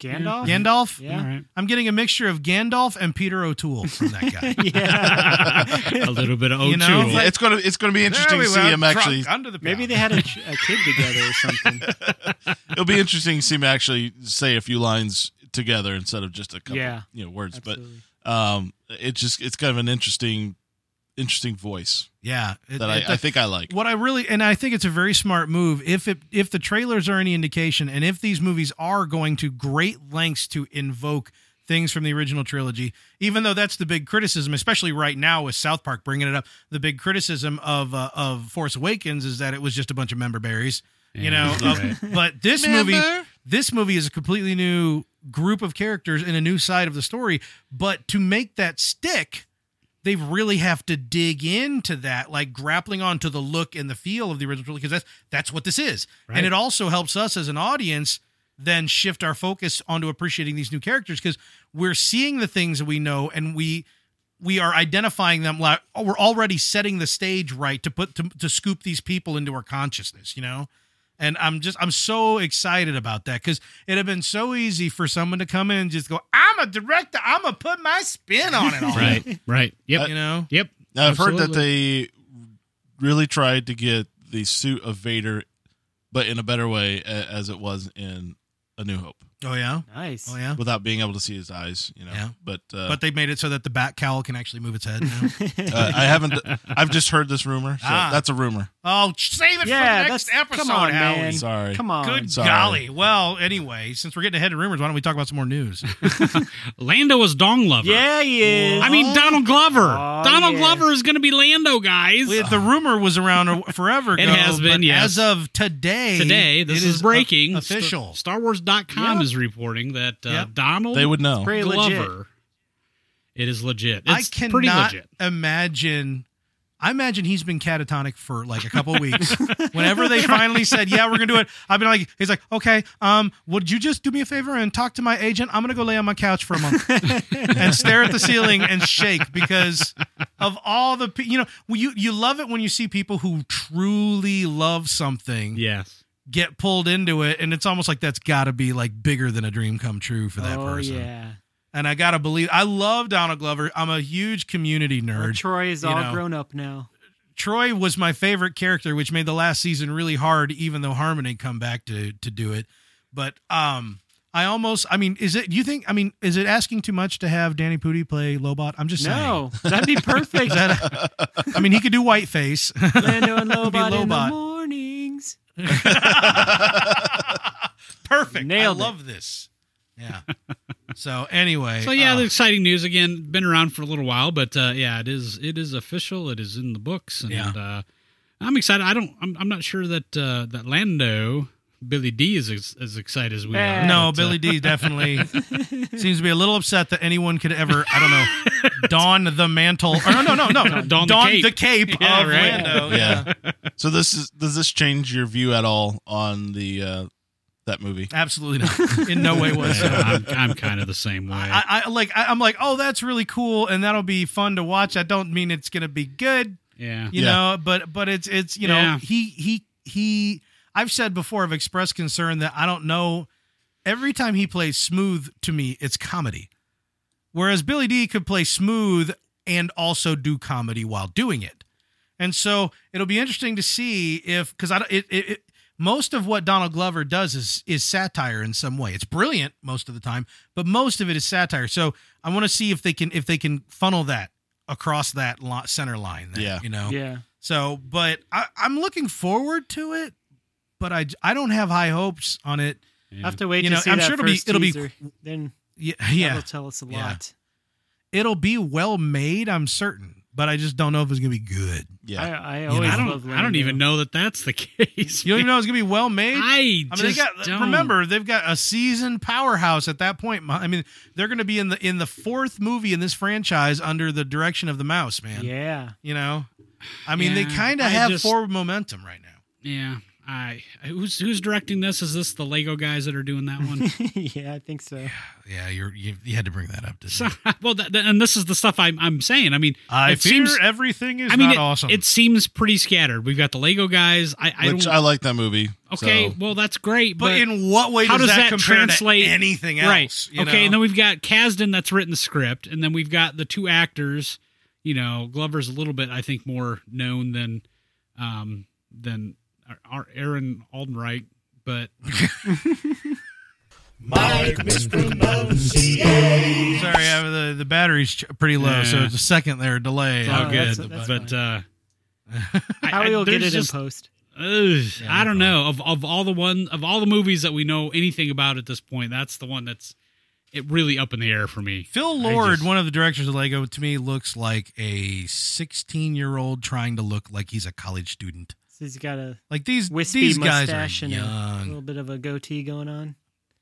[SPEAKER 6] Gandalf.
[SPEAKER 1] Gandalf?
[SPEAKER 6] Yeah.
[SPEAKER 5] All right.
[SPEAKER 1] I'm getting a mixture of Gandalf and Peter O'Toole from that guy.
[SPEAKER 4] *laughs*
[SPEAKER 5] a little bit of O2.
[SPEAKER 1] You know, it's
[SPEAKER 4] Yeah, it's going to, it's going to be interesting to see him actually.
[SPEAKER 1] under the
[SPEAKER 6] Maybe they had a, ch- a kid together or something.
[SPEAKER 4] It'll be interesting to see him actually say a few lines together instead of just a couple,
[SPEAKER 6] Yeah.
[SPEAKER 4] you know, words.
[SPEAKER 6] Absolutely.
[SPEAKER 4] But, um, it just, it's kind of an interesting, interesting voice
[SPEAKER 1] yeah. It-
[SPEAKER 4] that
[SPEAKER 1] it-
[SPEAKER 4] I, I think I like.
[SPEAKER 1] What I really and I think it's a very smart move if it if the trailers are any indication and if these movies are going to great lengths to invoke things from the original trilogy, even though that's the big criticism, especially right now with South Park bringing it up, the big criticism of uh, of Force Awakens is that it was just a bunch of member berries, you know. of- But this movie, this movie is a completely new group of characters and a new side of the story. But to make that stick they really have to dig into that, like grappling onto the look and the feel of the original because that's that's what this is. And it also helps us as an audience then shift our focus onto appreciating these new characters because we're seeing the things that we know and we we are identifying them like oh, we're already setting the stage right to put to, to scoop these people into our consciousness you know and i'm just i'm so excited about that because it had been so easy for someone to come in and just go i'm a director i'm gonna put my spin on it all
[SPEAKER 5] right, right, yep,
[SPEAKER 1] you know
[SPEAKER 5] yep.
[SPEAKER 4] Now, I've heard that they really tried to get the suit of Vader, but in a better way a- as it was in A New Hope,
[SPEAKER 1] Oh yeah.
[SPEAKER 6] Nice.
[SPEAKER 1] Oh yeah.
[SPEAKER 4] without being able to see his eyes. You know,
[SPEAKER 1] Yeah.
[SPEAKER 4] but uh,
[SPEAKER 1] But they made it so that the bat cowl can actually move its
[SPEAKER 6] *laughs*
[SPEAKER 1] head. Now.
[SPEAKER 4] uh, I haven't. I've just heard this rumor. So
[SPEAKER 1] Ah.
[SPEAKER 4] That's a rumor.
[SPEAKER 1] oh, save it
[SPEAKER 6] Yeah,
[SPEAKER 1] for next
[SPEAKER 6] that's-
[SPEAKER 1] episode,
[SPEAKER 6] come on,
[SPEAKER 1] Howie.
[SPEAKER 6] man.
[SPEAKER 4] Sorry.
[SPEAKER 6] Come on.
[SPEAKER 1] Good
[SPEAKER 4] Sorry.
[SPEAKER 1] golly. Well, anyway, since we're getting ahead of rumors, why don't we talk about some more news?
[SPEAKER 5] Lando is dong lover.
[SPEAKER 6] Yeah, he is.
[SPEAKER 5] I mean Donald Glover.
[SPEAKER 6] Oh,
[SPEAKER 5] Donald
[SPEAKER 6] yeah.
[SPEAKER 5] Glover is going to be Lando, guys.
[SPEAKER 1] Well, the rumor was around forever ago.
[SPEAKER 5] It has been,
[SPEAKER 1] but
[SPEAKER 5] yes.
[SPEAKER 1] As of today,
[SPEAKER 5] Uh, Today,
[SPEAKER 1] it
[SPEAKER 5] this is,
[SPEAKER 1] o-
[SPEAKER 5] breaking.
[SPEAKER 1] official.
[SPEAKER 5] Star StarWars.com
[SPEAKER 1] Yep.
[SPEAKER 5] is reporting that uh,
[SPEAKER 1] Yep.
[SPEAKER 5] Donald
[SPEAKER 4] They would know.
[SPEAKER 6] Pretty legit.
[SPEAKER 5] Glover. It is legit.
[SPEAKER 1] I
[SPEAKER 5] It's
[SPEAKER 1] cannot
[SPEAKER 5] pretty legit.
[SPEAKER 1] imagine. I imagine he's been catatonic for like a couple weeks.
[SPEAKER 5] *laughs*
[SPEAKER 1] Whenever they finally said, "Yeah, we're gonna do it," I've been like, "He's like, okay, um, would you just do me a favor and talk to my agent? I'm gonna go lay on my couch for a
[SPEAKER 5] *laughs*
[SPEAKER 1] month and stare at the ceiling and shake because of all the, pe- you know, well, you you love it when you see people who truly love something
[SPEAKER 5] Yes.
[SPEAKER 1] get pulled into it, and it's almost like that's got to be like bigger than a dream come true for that
[SPEAKER 6] oh
[SPEAKER 1] person.
[SPEAKER 6] yeah.
[SPEAKER 1] and I gotta believe I love Donald Glover. I'm a huge community
[SPEAKER 6] Well,
[SPEAKER 1] nerd.
[SPEAKER 6] Troy is
[SPEAKER 1] you
[SPEAKER 6] all
[SPEAKER 1] know.
[SPEAKER 6] grown up now.
[SPEAKER 1] Troy was my favorite character, which made the last season really hard, even though Harmon had come back to to do it. But um I almost I mean, is it do you think I mean, is it asking too much to have Danny Pudi play Lobot? I'm just *laughs*
[SPEAKER 6] No, that'd be perfect.
[SPEAKER 1] saying. *laughs* I mean, he could do whiteface. *laughs*
[SPEAKER 6] Lando and
[SPEAKER 1] It'd be
[SPEAKER 6] Lobot, in the
[SPEAKER 1] Lobot.
[SPEAKER 6] mornings.
[SPEAKER 1] Perfect.
[SPEAKER 6] Nailed it.
[SPEAKER 1] I love this. Yeah. so anyway.
[SPEAKER 5] So yeah,
[SPEAKER 1] uh,
[SPEAKER 5] the exciting news again. Been around for a little while, but uh, yeah, it is it is official. It is in the books, and
[SPEAKER 1] Yeah.
[SPEAKER 5] uh, I'm excited. I don't. I'm, I'm not sure that uh, that Lando Billy D is as, as excited as we are.
[SPEAKER 1] No,
[SPEAKER 5] but, uh,
[SPEAKER 1] Billy D definitely seems to be a little upset that anyone could ever, I don't know, don the mantle. Or no, no, no, no.
[SPEAKER 5] Don the cape. Yeah,
[SPEAKER 1] of
[SPEAKER 5] right.
[SPEAKER 1] Lando. *laughs*
[SPEAKER 4] yeah. So this is does this change your view at all on the uh that movie?
[SPEAKER 1] Absolutely not. In no way was.
[SPEAKER 5] yeah, *laughs* I'm, I'm kind of the same way.
[SPEAKER 1] I, I like. I, I'm like, oh, that's really cool, and that'll be fun to watch. I don't mean it's gonna be good,
[SPEAKER 5] yeah.
[SPEAKER 1] you
[SPEAKER 4] Yeah.
[SPEAKER 1] know, but but it's it's you know
[SPEAKER 5] Yeah.
[SPEAKER 1] he he he. I've said before, I've expressed concern that I don't know. Every time he plays smooth to me, it's comedy. Whereas Billy D could play smooth and also do comedy while doing it. And so it'll be interesting to see if because I don't- it, it, it most of what Donald Glover does is is satire in some way. It's brilliant most of the time, but most of it is satire. So I want to see if they can if they can funnel that across that lo- center line. there,
[SPEAKER 4] Yeah.
[SPEAKER 1] you know.
[SPEAKER 6] Yeah.
[SPEAKER 1] So, but I, I'm looking forward to it, but I I don't have high hopes on it.
[SPEAKER 6] I have to wait
[SPEAKER 1] You
[SPEAKER 6] to
[SPEAKER 1] know,
[SPEAKER 6] see
[SPEAKER 1] I'm
[SPEAKER 6] that
[SPEAKER 1] sure it'll be-
[SPEAKER 6] first
[SPEAKER 1] it'll be-
[SPEAKER 6] teaser. Then
[SPEAKER 1] Yeah,
[SPEAKER 6] that'll
[SPEAKER 1] yeah,
[SPEAKER 6] tell us a
[SPEAKER 1] Yeah.
[SPEAKER 6] lot.
[SPEAKER 1] it'll be well made. I'm certain, but I just don't know if it's gonna be good.
[SPEAKER 4] Yeah.
[SPEAKER 6] I, I
[SPEAKER 1] know,
[SPEAKER 6] always
[SPEAKER 5] I
[SPEAKER 6] love
[SPEAKER 5] don't.
[SPEAKER 6] Lando.
[SPEAKER 5] I don't even know that that's the *laughs* case.
[SPEAKER 1] You don't even know if it's gonna be well made.
[SPEAKER 5] I,
[SPEAKER 1] I
[SPEAKER 5] just
[SPEAKER 1] mean, they got
[SPEAKER 5] don't.
[SPEAKER 1] remember they've got a seasoned powerhouse at that point. I mean, they're going to be in the in the fourth movie in this franchise under the direction of the mouse, man.
[SPEAKER 6] Yeah. *laughs*
[SPEAKER 1] You know, I mean, they
[SPEAKER 5] Yeah,
[SPEAKER 1] kind of
[SPEAKER 5] I
[SPEAKER 1] have
[SPEAKER 5] just-
[SPEAKER 1] forward momentum right now.
[SPEAKER 5] Yeah. I who's who's directing this? Is this the Lego guys that are doing that one? *laughs*
[SPEAKER 6] yeah, I think so.
[SPEAKER 1] Yeah, you're, you you had to bring that up. Didn't
[SPEAKER 5] So- well, that, that- and this is the stuff I'm I'm saying. I mean,
[SPEAKER 1] I
[SPEAKER 5] it
[SPEAKER 1] fear
[SPEAKER 5] seems
[SPEAKER 1] everything is
[SPEAKER 5] I mean,
[SPEAKER 1] not
[SPEAKER 5] it,
[SPEAKER 1] awesome.
[SPEAKER 5] it seems pretty scattered. We've got the Lego guys. I, I
[SPEAKER 4] Which
[SPEAKER 5] don't.
[SPEAKER 4] I like that movie.
[SPEAKER 5] okay,
[SPEAKER 4] so-
[SPEAKER 5] well that's great,
[SPEAKER 1] but,
[SPEAKER 5] but,
[SPEAKER 1] in what way
[SPEAKER 5] how
[SPEAKER 1] does,
[SPEAKER 5] does that,
[SPEAKER 1] compare
[SPEAKER 5] translate
[SPEAKER 1] to anything else?
[SPEAKER 5] Right.
[SPEAKER 1] you
[SPEAKER 5] okay,
[SPEAKER 1] know?
[SPEAKER 5] and then we've got Kasdan that's written the script, and then we've got the two actors. You know, Glover's a little bit, I think, more known than um than our- our Aaron Aldenwright, but
[SPEAKER 1] Oh, Sorry, I have the the battery's ch- pretty low, so
[SPEAKER 5] Yeah.
[SPEAKER 1] it's a second there delay.
[SPEAKER 5] oh,
[SPEAKER 6] Oh,
[SPEAKER 5] good.
[SPEAKER 6] that's- that's
[SPEAKER 5] but uh,
[SPEAKER 6] *laughs*
[SPEAKER 5] I-
[SPEAKER 6] How
[SPEAKER 5] I-
[SPEAKER 6] we'll get
[SPEAKER 5] there's
[SPEAKER 6] it
[SPEAKER 5] just-
[SPEAKER 6] in post.
[SPEAKER 5] Ugh, I don't know. Of of all the one of all the movies that we know anything about at this point, that's the one that's it really up in the air for me.
[SPEAKER 1] Phil
[SPEAKER 5] I
[SPEAKER 1] Lord,
[SPEAKER 5] just-
[SPEAKER 1] one of the directors of Lego, to me looks like a 16 year old trying to look like he's a college student.
[SPEAKER 6] So he's got a
[SPEAKER 1] Like these
[SPEAKER 6] wispy
[SPEAKER 1] these guys
[SPEAKER 6] mustache
[SPEAKER 1] are
[SPEAKER 6] and a
[SPEAKER 1] young.
[SPEAKER 6] little bit of a goatee going on.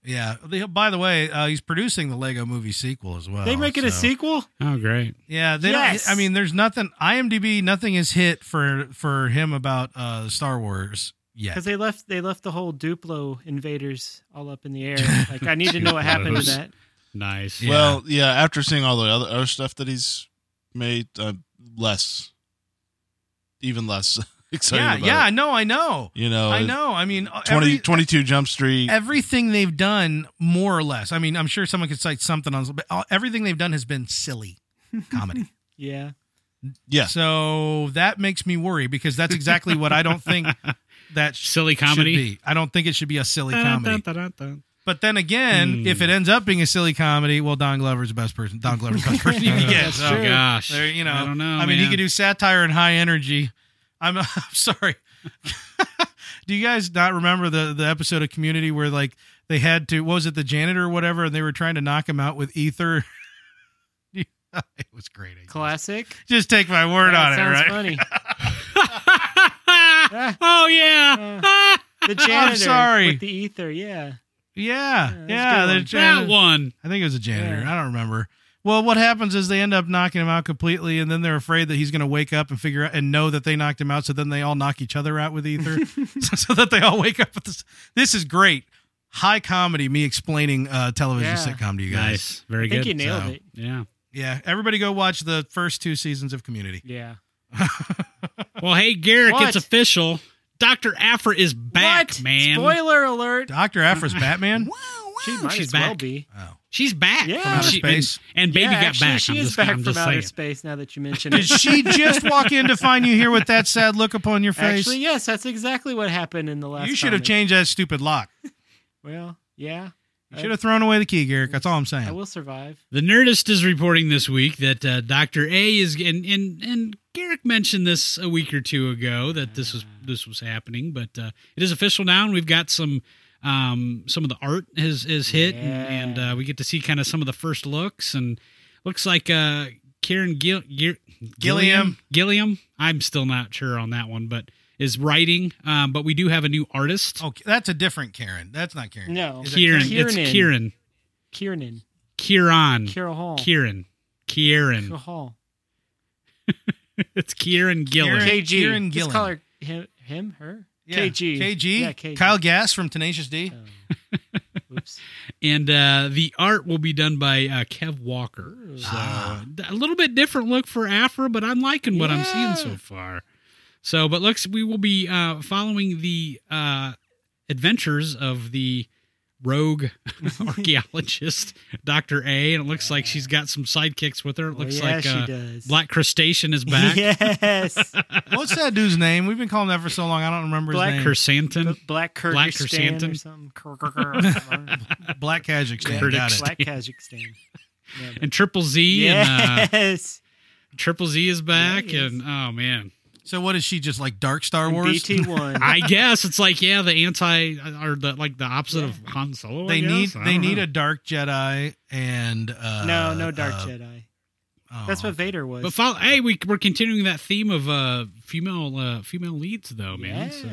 [SPEAKER 1] Yeah. They- by the way, uh, he's producing the Lego Movie sequel as well.
[SPEAKER 6] they make it a
[SPEAKER 1] so-
[SPEAKER 6] sequel?
[SPEAKER 5] Oh, great.
[SPEAKER 1] Yeah. They
[SPEAKER 6] Yes.
[SPEAKER 1] don't. I mean, there's nothing. IMDb, nothing is hit for for him about uh, Star Wars yet.
[SPEAKER 6] Because they left they left the whole Duplo invaders all up in the air.
[SPEAKER 1] *laughs*
[SPEAKER 6] Like I need to know what happened to
[SPEAKER 5] Duplos.
[SPEAKER 6] that.
[SPEAKER 5] Nice.
[SPEAKER 1] Yeah.
[SPEAKER 4] Well, yeah. After seeing all the other, other stuff that he's made, uh, less, even less *laughs* excited
[SPEAKER 1] yeah.
[SPEAKER 4] about.
[SPEAKER 1] Yeah.
[SPEAKER 4] it.
[SPEAKER 1] I know. I know.
[SPEAKER 4] You know,
[SPEAKER 1] I know. I mean, uh,
[SPEAKER 4] 20,
[SPEAKER 1] every-
[SPEAKER 4] 22 Jump Street.
[SPEAKER 1] everything they've done, more or less. I mean, I'm sure someone could cite something on, but all- everything they've done has been silly comedy.
[SPEAKER 6] Yeah.
[SPEAKER 4] yeah.
[SPEAKER 1] so that makes me worry because that's exactly what I don't think that sh-
[SPEAKER 5] Silly comedy.
[SPEAKER 1] should be. I don't think it should be a silly comedy.
[SPEAKER 5] Da-da-da-da-da.
[SPEAKER 1] But then again,
[SPEAKER 5] Hmm.
[SPEAKER 1] if it ends up being a silly comedy, well, Don Glover's the best person. Don Glover's the best person you
[SPEAKER 5] *laughs*
[SPEAKER 1] can get.
[SPEAKER 5] That's
[SPEAKER 1] So,
[SPEAKER 5] true. Gosh.
[SPEAKER 1] there- you know,
[SPEAKER 5] I don't know.
[SPEAKER 1] I mean, he
[SPEAKER 5] man.
[SPEAKER 1] could do satire and high energy. I'm, *laughs* I'm sorry. do you guys not remember the the episode of Community where like they had to what was it the janitor or whatever, and they were trying to knock him out with ether? *laughs* it was great. I guess.
[SPEAKER 6] Classic.
[SPEAKER 1] Just take my word
[SPEAKER 6] Yeah,
[SPEAKER 1] on
[SPEAKER 6] that
[SPEAKER 1] it, right?
[SPEAKER 5] *laughs*
[SPEAKER 6] Sounds funny.
[SPEAKER 5] oh yeah. *laughs*
[SPEAKER 6] The janitor
[SPEAKER 1] sorry.
[SPEAKER 6] with the ether, yeah.
[SPEAKER 1] Yeah,
[SPEAKER 6] that's a good
[SPEAKER 1] yeah. they're
[SPEAKER 6] one.
[SPEAKER 1] trying
[SPEAKER 5] that
[SPEAKER 1] to-
[SPEAKER 5] one.
[SPEAKER 1] I think it was a janitor.
[SPEAKER 6] Yeah.
[SPEAKER 1] I don't remember. Well, what happens is they end up knocking him out completely, and then they're afraid that he's going to wake up and figure out and know that they knocked him out. So then they all knock each other out with ether,
[SPEAKER 6] *laughs*
[SPEAKER 1] *laughs* so, so that they all wake up. With this. this is great, high comedy. Me explaining uh, television
[SPEAKER 6] Yeah.
[SPEAKER 1] sitcom to you guys.
[SPEAKER 5] Nice. Very
[SPEAKER 6] I think
[SPEAKER 5] good.
[SPEAKER 6] you nailed
[SPEAKER 1] so.
[SPEAKER 6] it.
[SPEAKER 5] yeah.
[SPEAKER 1] Yeah, everybody go watch the first two seasons of Community.
[SPEAKER 6] Yeah.
[SPEAKER 5] Well, hey Garrick,
[SPEAKER 6] What?
[SPEAKER 5] it's official. Doctor Afra is back,
[SPEAKER 6] what?
[SPEAKER 5] man.
[SPEAKER 6] Spoiler alert. *laughs*
[SPEAKER 1] Doctor Afra's Batman.
[SPEAKER 6] She might
[SPEAKER 5] she's
[SPEAKER 6] as well
[SPEAKER 5] back.
[SPEAKER 6] be.
[SPEAKER 1] Oh,
[SPEAKER 5] She's back.
[SPEAKER 6] Yeah.
[SPEAKER 5] From
[SPEAKER 6] outer
[SPEAKER 5] she-
[SPEAKER 1] space.
[SPEAKER 5] And, and baby
[SPEAKER 6] yeah,
[SPEAKER 5] got
[SPEAKER 6] actually,
[SPEAKER 5] back.
[SPEAKER 6] She
[SPEAKER 5] I'm
[SPEAKER 6] is
[SPEAKER 5] just,
[SPEAKER 6] back
[SPEAKER 5] I'm
[SPEAKER 6] from
[SPEAKER 5] just
[SPEAKER 6] outer
[SPEAKER 5] saying.
[SPEAKER 6] space. Now
[SPEAKER 5] *laughs*
[SPEAKER 6] that you mention
[SPEAKER 1] Did
[SPEAKER 6] it,
[SPEAKER 1] she just walk in to find you here with that sad look upon your face?
[SPEAKER 6] actually, yes, that's exactly what happened in the last.
[SPEAKER 1] you should have
[SPEAKER 6] comic.
[SPEAKER 1] changed that stupid lock.
[SPEAKER 6] Well, yeah,
[SPEAKER 1] You should have thrown away the key, Garrick. That's all I'm saying.
[SPEAKER 6] I will survive.
[SPEAKER 5] The Nerdist is reporting this week that uh, Doctor A is and and and Garrick mentioned this a week or two ago that this was this was happening, but uh, it is official now, and we've got some um, some of the art has has hit, and, and uh, we get to see kind of some of the first looks, and looks like uh, Karen Gil- Gil-
[SPEAKER 11] Gilliam.
[SPEAKER 5] Gilliam. I'm still not sure on that one, but is writing, um, but we do have a new artist.
[SPEAKER 1] Okay, Oh, that's a different Karen. That's not Karen.
[SPEAKER 3] Oh,
[SPEAKER 6] No,
[SPEAKER 1] Is it
[SPEAKER 5] Kieran, it's
[SPEAKER 6] Kieran.
[SPEAKER 5] Kieran,
[SPEAKER 6] Kieran,
[SPEAKER 5] Kieran,
[SPEAKER 6] Carol Hall,
[SPEAKER 5] Kieran, Kieran.
[SPEAKER 6] Carol Hall,
[SPEAKER 5] It's Kieran Gillen.
[SPEAKER 1] Kieran-
[SPEAKER 6] KG.
[SPEAKER 1] Kieran
[SPEAKER 6] Just call
[SPEAKER 1] Gillen.
[SPEAKER 6] her him, him her.
[SPEAKER 1] Yeah.
[SPEAKER 6] KG.
[SPEAKER 1] KG.
[SPEAKER 6] Yeah, KG.
[SPEAKER 1] Kyle Gass from Tenacious D.
[SPEAKER 6] Oops.
[SPEAKER 5] And uh, the art will be done by uh, Kev Walker. So
[SPEAKER 6] Ah.
[SPEAKER 5] a little bit different look for Afra, but I'm liking what I'm seeing so far. So, but looks we will be uh, following the uh, adventures of the
[SPEAKER 6] *laughs*
[SPEAKER 5] rogue *laughs* archaeologist Dr. A, and it looks like she's got some sidekicks with her. It
[SPEAKER 6] Well,
[SPEAKER 5] looks
[SPEAKER 6] yeah,
[SPEAKER 5] like
[SPEAKER 6] she
[SPEAKER 5] uh,
[SPEAKER 6] does.
[SPEAKER 5] Black Crustacean
[SPEAKER 6] *laughs*
[SPEAKER 5] is back. *laughs*
[SPEAKER 6] Yes.
[SPEAKER 1] What's that dude's name? We've been calling that for so long. I don't remember his
[SPEAKER 6] Black
[SPEAKER 1] name.
[SPEAKER 5] Chrysanthemum.
[SPEAKER 6] Black Kyrgyzstan
[SPEAKER 5] Black
[SPEAKER 6] or
[SPEAKER 5] chrysanthemum.
[SPEAKER 6] something. Kyrgyz- Kyrgyz-
[SPEAKER 1] *laughs* Black Kajik. Stan.
[SPEAKER 5] Kurdish.
[SPEAKER 1] Got it.
[SPEAKER 6] Black Kazakhstan. Yeah, but-
[SPEAKER 5] And Triple Z
[SPEAKER 1] uh,
[SPEAKER 5] and
[SPEAKER 6] Yes.
[SPEAKER 5] uh, Triple Z is back,
[SPEAKER 6] he is.
[SPEAKER 5] and oh man,
[SPEAKER 1] So what is she just like dark Star Wars?
[SPEAKER 6] BT one.
[SPEAKER 5] I guess it's like yeah, the anti or the like the opposite of Han Solo.
[SPEAKER 1] they need they need a dark Jedi and uh,
[SPEAKER 6] No, no Dark
[SPEAKER 1] uh,
[SPEAKER 6] Jedi.
[SPEAKER 1] oh.
[SPEAKER 6] That's what Vader was.
[SPEAKER 5] But follow, hey, we we're continuing that theme of uh female uh female leads though, man. So
[SPEAKER 1] *laughs*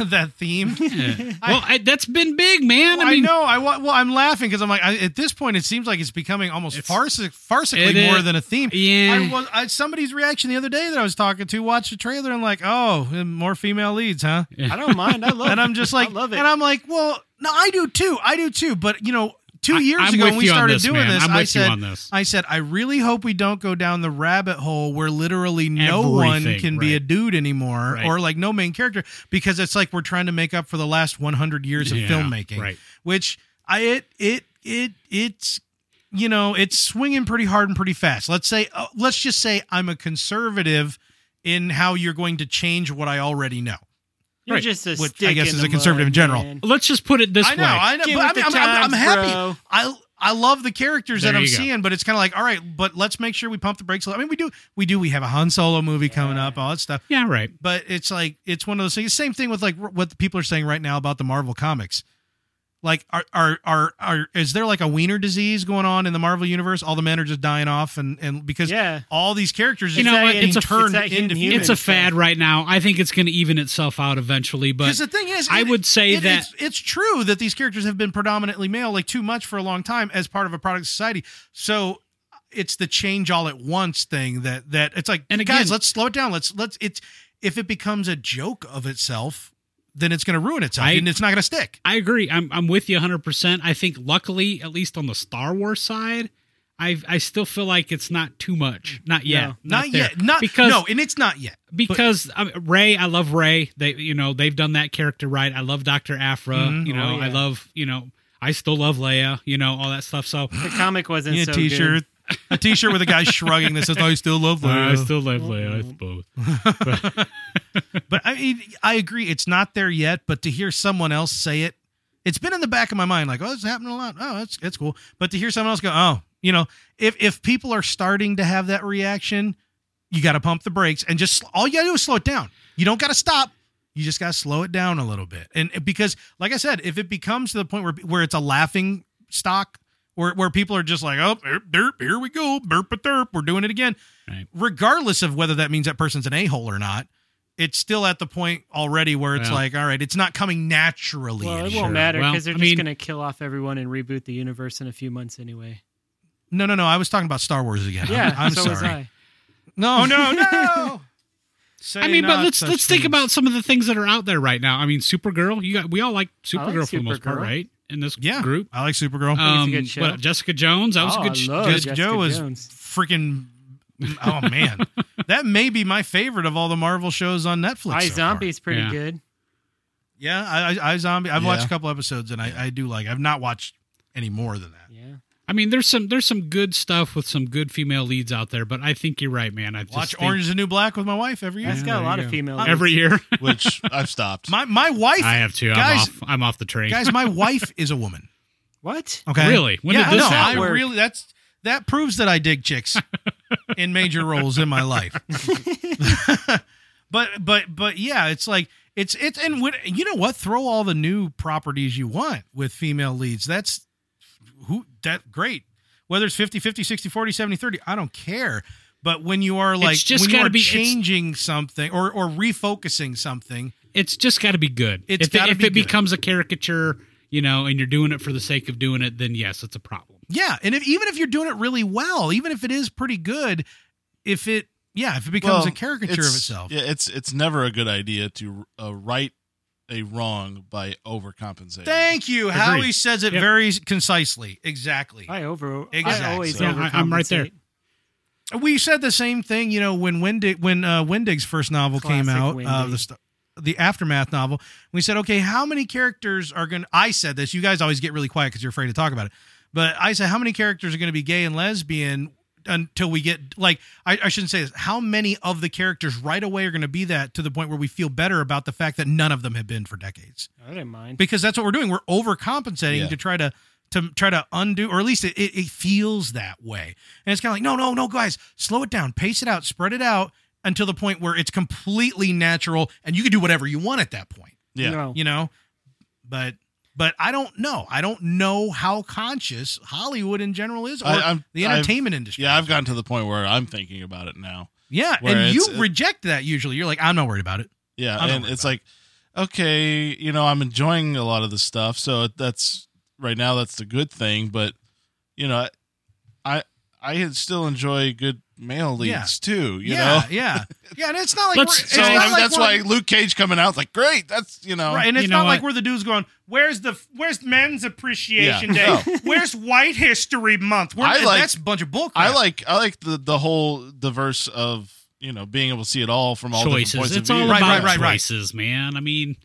[SPEAKER 6] Yeah.
[SPEAKER 1] that theme.
[SPEAKER 5] Yeah. well, I, that's been big, man. I mean,
[SPEAKER 1] know. Oh, I wa- well, I'm laughing because I'm like I, at this point, it seems like it's becoming almost farcic-
[SPEAKER 5] It
[SPEAKER 1] farcically
[SPEAKER 5] is.
[SPEAKER 1] more than a theme.
[SPEAKER 5] Yeah.
[SPEAKER 1] I was I, somebody's reaction the other day that I was talking to watched the trailer and like, oh, more female leads, huh?
[SPEAKER 6] I don't
[SPEAKER 1] *laughs*
[SPEAKER 6] mind. I love
[SPEAKER 1] And I'm just like,
[SPEAKER 6] I love it.
[SPEAKER 1] and I'm like, well, no, I do too. I do too. But you know, two
[SPEAKER 5] I-
[SPEAKER 1] years
[SPEAKER 5] I'm
[SPEAKER 1] ago
[SPEAKER 5] with
[SPEAKER 1] when we
[SPEAKER 5] you on
[SPEAKER 1] started
[SPEAKER 5] this,
[SPEAKER 1] doing
[SPEAKER 5] man.
[SPEAKER 1] this,
[SPEAKER 5] I'm
[SPEAKER 1] I
[SPEAKER 5] with you
[SPEAKER 1] said,
[SPEAKER 5] on this.
[SPEAKER 1] I said, I really hope we don't go down the rabbit hole where literally no one
[SPEAKER 5] Everything,
[SPEAKER 1] can be
[SPEAKER 5] right.
[SPEAKER 1] a dude anymore,
[SPEAKER 5] Right.
[SPEAKER 1] or like no main character, because it's like we're trying to make up for the last 100 years of
[SPEAKER 5] Yeah,
[SPEAKER 1] filmmaking,
[SPEAKER 5] right.
[SPEAKER 1] Which I it it it it's you know it's swinging pretty hard and pretty fast. Let's say uh, let's just say I'm a conservative in how you're going to change what I already know.
[SPEAKER 6] You're
[SPEAKER 5] Right.
[SPEAKER 6] just a
[SPEAKER 1] Which I
[SPEAKER 6] stick
[SPEAKER 1] guess
[SPEAKER 6] in
[SPEAKER 1] is
[SPEAKER 6] the
[SPEAKER 1] a conservative
[SPEAKER 6] mud,
[SPEAKER 1] in general.
[SPEAKER 6] man.
[SPEAKER 5] let's just put it this
[SPEAKER 1] I know,
[SPEAKER 5] way.
[SPEAKER 1] I know.
[SPEAKER 6] Get
[SPEAKER 1] But
[SPEAKER 6] with
[SPEAKER 1] I mean,
[SPEAKER 6] the
[SPEAKER 1] I'm, I'm, I'm
[SPEAKER 6] times,
[SPEAKER 1] happy.
[SPEAKER 6] bro.
[SPEAKER 1] I I love the characters
[SPEAKER 5] There
[SPEAKER 1] that I'm
[SPEAKER 5] you go.
[SPEAKER 1] seeing, but it's kind of like, all right, but let's make sure we pump the brakes. a little. I mean, we do, we do. We have a Han Solo movie coming up, all that stuff.
[SPEAKER 5] yeah, right.
[SPEAKER 1] But it's like it's one of those things. Same thing with like what the people are saying right now about the Marvel comics. Like, are are are are is there like a wiener disease going on in the Marvel universe? All the men are just dying off, and and because
[SPEAKER 6] Yeah.
[SPEAKER 1] all these characters
[SPEAKER 5] You
[SPEAKER 1] are
[SPEAKER 5] know what?
[SPEAKER 1] being
[SPEAKER 5] It's a-
[SPEAKER 1] turned
[SPEAKER 6] it's a
[SPEAKER 1] into
[SPEAKER 6] human-
[SPEAKER 1] humans.
[SPEAKER 5] It's a
[SPEAKER 6] so-
[SPEAKER 5] fad right now. I think it's going to even itself out eventually. But
[SPEAKER 1] Because the thing is,
[SPEAKER 5] I
[SPEAKER 1] it-
[SPEAKER 5] would say
[SPEAKER 1] it-
[SPEAKER 5] that-
[SPEAKER 1] it's, it's true that these characters have been predominantly male, like too much for a long time, as part of a product of society. So it's the change all at once thing that that it's like, and
[SPEAKER 5] And again-
[SPEAKER 1] guys, let's slow it down. Let's let's it's if it becomes a joke of itself, then it's going to ruin itself
[SPEAKER 5] I-
[SPEAKER 1] and it's not going to stick.
[SPEAKER 5] I agree. I'm I'm with you 100%. I think luckily, at least on the Star Wars side, I I still feel like it's not too much. Not yet.
[SPEAKER 1] Not,
[SPEAKER 5] there.
[SPEAKER 1] yet. Not
[SPEAKER 5] because
[SPEAKER 1] no, and it's not yet.
[SPEAKER 5] because um, Ray, I love Ray. They, you know, they've done that character right. I love Doctor Afra.
[SPEAKER 1] Mm-hmm.
[SPEAKER 5] You know,
[SPEAKER 6] Oh, yeah.
[SPEAKER 5] I love, you know, I still love Leia. You know, all that stuff. So
[SPEAKER 6] The
[SPEAKER 1] *laughs*
[SPEAKER 6] comic wasn't
[SPEAKER 1] Yeah,
[SPEAKER 6] so
[SPEAKER 1] t-shirt,
[SPEAKER 6] good.
[SPEAKER 1] a t-shirt with a guy shrugging that says, "I still love Leia."
[SPEAKER 5] I still love Leia. I suppose.
[SPEAKER 1] But I mean, I agree, it's not there yet. But to hear someone else say it, it's been in the back of my mind, like, oh, it's happening a lot. Oh, that's that's cool. But to hear someone else go, oh, you know, if if people are starting to have that reaction, you got to pump the brakes and just all you got to do is slow it down. You don't got to stop. You just got to slow it down a little bit. And because, like I said, if it becomes to the point where where it's a laughing stock. Where, where people are just like, oh, derp, derp, here we go, burp a derp, we're doing it again.
[SPEAKER 5] Right.
[SPEAKER 1] Regardless of whether that means that person's an a hole or not, it's still at the point already where it's
[SPEAKER 5] Well.
[SPEAKER 1] like, all right, it's not coming naturally.
[SPEAKER 6] Well, it
[SPEAKER 1] anymore.
[SPEAKER 6] won't matter
[SPEAKER 5] Well,
[SPEAKER 6] because they're
[SPEAKER 5] I
[SPEAKER 6] just
[SPEAKER 5] mean-
[SPEAKER 6] going to kill off everyone and reboot the universe in a few months anyway.
[SPEAKER 1] No, no, no. I was talking about Star Wars again.
[SPEAKER 6] Yeah,
[SPEAKER 1] *laughs* I'm, I'm
[SPEAKER 6] so
[SPEAKER 1] sorry.
[SPEAKER 6] was I. Oh,
[SPEAKER 1] No, no, *laughs* no.
[SPEAKER 5] I mean, but
[SPEAKER 1] not
[SPEAKER 5] let's
[SPEAKER 1] such
[SPEAKER 5] let's think
[SPEAKER 1] things.
[SPEAKER 5] about some of the things that are out there right now. I mean, Supergirl. You got we all like Supergirl for the most part,
[SPEAKER 6] Supergirl.
[SPEAKER 5] right? In this
[SPEAKER 1] yeah.
[SPEAKER 5] group.
[SPEAKER 1] I like Supergirl.
[SPEAKER 5] Um,
[SPEAKER 6] good show.
[SPEAKER 5] what- Jessica Jones. That was
[SPEAKER 6] Oh,
[SPEAKER 5] a
[SPEAKER 6] I
[SPEAKER 5] good. sh-
[SPEAKER 6] love
[SPEAKER 5] good-
[SPEAKER 6] Jessica
[SPEAKER 1] Joe is
[SPEAKER 6] Jones.
[SPEAKER 1] freaking.
[SPEAKER 6] *laughs*
[SPEAKER 1] Oh man, that may be my favorite of all the Marvel shows on Netflix.
[SPEAKER 6] I
[SPEAKER 1] so far.
[SPEAKER 6] Zombie's pretty
[SPEAKER 5] Yeah.
[SPEAKER 6] good.
[SPEAKER 1] Yeah, I, I, I Zombie. I've
[SPEAKER 4] Yeah.
[SPEAKER 1] watched a couple episodes and I, I do like. I've not watched any more than that.
[SPEAKER 6] Yeah.
[SPEAKER 5] I mean, there's some there's some good stuff with some good female leads out there, but I think you're right, man. I just
[SPEAKER 1] Watch
[SPEAKER 5] think-
[SPEAKER 1] Orange is the New Black with my wife every year.
[SPEAKER 6] That's got a lot of female.
[SPEAKER 5] every year.
[SPEAKER 4] which I've
[SPEAKER 1] *laughs*
[SPEAKER 4] stopped.
[SPEAKER 1] My my *laughs* wife.
[SPEAKER 5] I have to. I'm
[SPEAKER 1] Guys,
[SPEAKER 5] off. I'm off the train.
[SPEAKER 1] guys, my wife is a woman.
[SPEAKER 6] what?
[SPEAKER 1] Okay.
[SPEAKER 5] Really? When
[SPEAKER 1] yeah,
[SPEAKER 5] did this
[SPEAKER 1] no, I
[SPEAKER 5] happen?
[SPEAKER 1] really that's that proves that I dig
[SPEAKER 5] *laughs*
[SPEAKER 1] chicks in major roles in my life. *laughs* but but but yeah, it's like it's it's and when you know what? Throw all the new properties you want with female leads. That's who that great. Whether it's 50, 50, 60, 40, 70, 30, I don't care. But when you are like
[SPEAKER 5] just
[SPEAKER 1] when you
[SPEAKER 5] gotta
[SPEAKER 1] are
[SPEAKER 5] be- it's-
[SPEAKER 1] changing something or or refocusing something,
[SPEAKER 5] it's just got to be good.
[SPEAKER 1] It's
[SPEAKER 5] if it,
[SPEAKER 1] gotta
[SPEAKER 5] if
[SPEAKER 1] be
[SPEAKER 5] it
[SPEAKER 1] good.
[SPEAKER 5] becomes a caricature, you know, and you're doing it for the sake of doing it, then yes, it's a problem.
[SPEAKER 1] Yeah, and if, even if you're doing it really well, even if it is pretty good, if it yeah, if it becomes
[SPEAKER 4] Well,
[SPEAKER 1] a caricature of
[SPEAKER 4] it's-
[SPEAKER 1] itself,
[SPEAKER 4] Yeah, it's it's never a good idea to uh, right a wrong by overcompensating.
[SPEAKER 1] Thank you. Howie says it
[SPEAKER 5] Yep.
[SPEAKER 1] very concisely. Exactly.
[SPEAKER 6] I over.
[SPEAKER 1] Exactly.
[SPEAKER 6] I always
[SPEAKER 4] Yeah,
[SPEAKER 5] I- I'm right there.
[SPEAKER 6] overcompensate.
[SPEAKER 1] we said the same thing, you know, when Wendig when uh, Wendig's first novel came
[SPEAKER 6] Classic
[SPEAKER 1] out, uh,
[SPEAKER 6] Wendig.
[SPEAKER 1] the st- the aftermath novel. We said, okay, how many characters are going? to I said this. You guys always get really quiet because you're afraid to talk about it. But I said, how many characters are going to be gay and lesbian until we get like I, I shouldn't say this. How many of the characters right away are going to be that to the point where we feel better about the fact that none of them have been for decades?
[SPEAKER 6] I didn't mind.
[SPEAKER 1] because that's what we're doing. We're overcompensating
[SPEAKER 4] Yeah.
[SPEAKER 1] to try to to try to undo, or at least it, it, it feels that way. And it's kind of like, no, no, no, guys, slow it down, pace it out, spread it out until the point where it's completely natural, and you can do whatever you want at that point.
[SPEAKER 4] Yeah.
[SPEAKER 6] No.
[SPEAKER 1] You know, but but I don't know. I don't know how conscious Hollywood in general is, or
[SPEAKER 4] I- I'm-
[SPEAKER 1] the
[SPEAKER 4] I've-
[SPEAKER 1] entertainment industry.
[SPEAKER 4] Yeah, I've gotten to the point where I'm thinking about it now.
[SPEAKER 1] yeah.
[SPEAKER 4] where
[SPEAKER 1] And you
[SPEAKER 4] it's- uh,
[SPEAKER 1] reject that usually. You're like, I'm not worried about it.
[SPEAKER 4] Yeah,
[SPEAKER 1] I'm not
[SPEAKER 4] and
[SPEAKER 1] worried
[SPEAKER 4] it's like, okay, you know, I'm enjoying a lot of the stuff, so that's right now that's the good thing. But you know, I I still enjoy good male leads
[SPEAKER 1] Yeah.
[SPEAKER 4] too. You
[SPEAKER 1] yeah,
[SPEAKER 4] know, *laughs*
[SPEAKER 1] yeah, yeah. And it's not like
[SPEAKER 5] Let's-
[SPEAKER 1] we're- it's
[SPEAKER 4] so
[SPEAKER 5] I mean,
[SPEAKER 1] not
[SPEAKER 4] I mean,
[SPEAKER 1] like
[SPEAKER 4] that's
[SPEAKER 1] we're-
[SPEAKER 4] why Luke Cage coming out like, great, that's you know,
[SPEAKER 1] Right, and it's
[SPEAKER 5] You know
[SPEAKER 1] not like
[SPEAKER 5] what?
[SPEAKER 1] we're the dudes going, "Where's the where's men's appreciation
[SPEAKER 4] Yeah,
[SPEAKER 1] day? *laughs* Where's White History Month?" We're,
[SPEAKER 4] I like-
[SPEAKER 1] that's a bunch of bullcrap.
[SPEAKER 4] I like I like the the whole diverse of you know being able to see it all from all different
[SPEAKER 5] choices.
[SPEAKER 4] points
[SPEAKER 5] It's
[SPEAKER 4] of view.
[SPEAKER 5] all
[SPEAKER 1] Right,
[SPEAKER 5] about
[SPEAKER 1] right, right, right.
[SPEAKER 5] choices, man. I mean,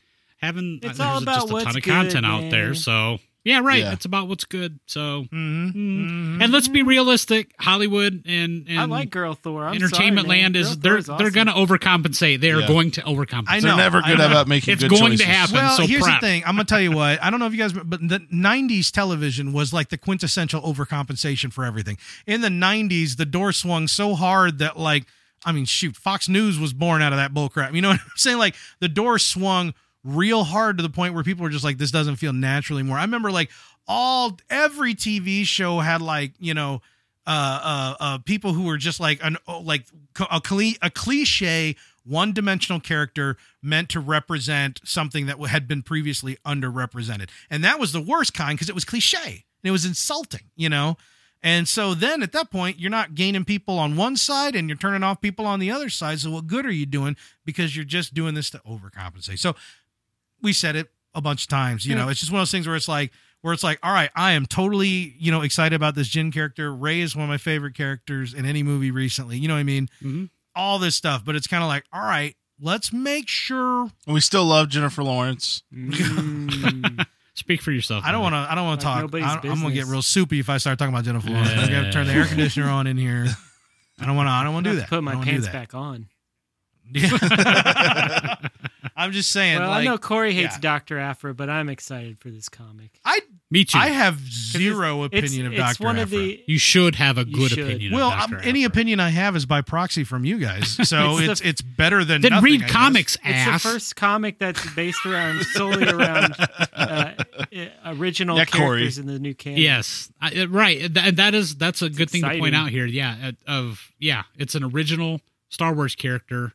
[SPEAKER 5] having uh,
[SPEAKER 6] It's
[SPEAKER 5] there's
[SPEAKER 6] all about
[SPEAKER 5] just a
[SPEAKER 6] what's
[SPEAKER 5] ton of
[SPEAKER 6] good,
[SPEAKER 5] content out there.
[SPEAKER 6] man. Mm-hmm.
[SPEAKER 5] So yeah, right.
[SPEAKER 4] Yeah.
[SPEAKER 5] It's about what's good. So
[SPEAKER 1] Mhm.
[SPEAKER 5] mm. and let's be realistic. Hollywood and and
[SPEAKER 6] I like Girl Thor. I'm
[SPEAKER 5] entertainment
[SPEAKER 6] sorry, man.
[SPEAKER 5] land
[SPEAKER 6] Girl
[SPEAKER 5] is they're
[SPEAKER 6] Thor awesome.
[SPEAKER 5] they're going to overcompensate. They are
[SPEAKER 4] Yeah.
[SPEAKER 5] going to overcompensate.
[SPEAKER 1] I
[SPEAKER 4] They're
[SPEAKER 1] know.
[SPEAKER 4] never
[SPEAKER 1] I
[SPEAKER 4] good
[SPEAKER 1] know.
[SPEAKER 4] about making
[SPEAKER 5] It's
[SPEAKER 4] good
[SPEAKER 5] going to
[SPEAKER 4] choices.
[SPEAKER 5] happen.
[SPEAKER 1] Well,
[SPEAKER 5] so
[SPEAKER 1] here's
[SPEAKER 5] prep.
[SPEAKER 1] the thing. I'm gonna tell you what. I don't know if you guys, but the '90s television was like the quintessential overcompensation for everything. In the '90s, the door swung so hard that, like, I mean, shoot, Fox News was born out of that bullcrap. You know *laughs* what I'm saying? Like, the door swung real hard to the point where people were just like, "This doesn't feel natural anymore." I remember like all every TV show had like you know. Uh, uh, uh, people who were just like an oh, like a, cli- a cliche one dimensional character meant to represent something that had been previously underrepresented. And that was the worst kind because it was cliche and it was insulting, you know? And so then at that point, you're not gaining people on one side and you're turning off people on the other side. So what good are you doing? Because you're just doing this to overcompensate. So we said it a bunch of times, you know, it's just one of those things where it's like, where it's like, all right, I am totally, you know, excited about this Jin character. Ray is one of my favorite characters in any movie recently. You know what I mean?
[SPEAKER 6] Mm-hmm.
[SPEAKER 5] Mhm.
[SPEAKER 1] All this stuff, but it's kind of like, all right, let's make sure.
[SPEAKER 4] And we still love Jennifer Lawrence.
[SPEAKER 1] *laughs*
[SPEAKER 6] Mm.
[SPEAKER 5] Speak for yourself.
[SPEAKER 1] I don't want to. I don't want
[SPEAKER 6] Like
[SPEAKER 1] to talk.
[SPEAKER 6] nobody's
[SPEAKER 1] I, am gonna get
[SPEAKER 6] business.
[SPEAKER 1] real soupy if I start talking about Jennifer Lawrence. I'm gonna
[SPEAKER 5] Yeah.
[SPEAKER 1] turn the air conditioner on in here. I don't want to. I don't want to do
[SPEAKER 6] Have to
[SPEAKER 1] that.
[SPEAKER 6] Put my
[SPEAKER 1] I don't wanna
[SPEAKER 6] pants
[SPEAKER 1] do that.
[SPEAKER 6] back on.
[SPEAKER 1] *laughs* I'm just saying.
[SPEAKER 6] well,
[SPEAKER 1] like,
[SPEAKER 6] I know Corey hates
[SPEAKER 1] yeah.
[SPEAKER 6] Doctor Afra, but I'm excited for this comic.
[SPEAKER 1] I
[SPEAKER 5] Me too.
[SPEAKER 1] I have zero
[SPEAKER 6] It's-
[SPEAKER 1] opinion
[SPEAKER 6] it's
[SPEAKER 1] of Doctor
[SPEAKER 6] one of the.
[SPEAKER 5] you should have a
[SPEAKER 6] You
[SPEAKER 5] good
[SPEAKER 6] should.
[SPEAKER 5] opinion.
[SPEAKER 1] well,
[SPEAKER 5] of Dr.
[SPEAKER 1] um, any
[SPEAKER 5] Aphra.
[SPEAKER 1] opinion I have is by proxy from you
[SPEAKER 5] *laughs*
[SPEAKER 1] guys, so
[SPEAKER 6] It's the-
[SPEAKER 1] it's it's better than
[SPEAKER 5] Then
[SPEAKER 1] nothing, I
[SPEAKER 5] read
[SPEAKER 1] guess.
[SPEAKER 5] comics, ass.
[SPEAKER 6] It's the first comic that's based around solely
[SPEAKER 1] *laughs*
[SPEAKER 6] around uh, i- original
[SPEAKER 4] Yeah, Corey.
[SPEAKER 6] characters in the new canon.
[SPEAKER 5] Yes, I, uh, right. Th- and that is that's a good thing to point
[SPEAKER 6] exciting.
[SPEAKER 5] out here. Yeah, uh, of yeah, it's an original Star Wars character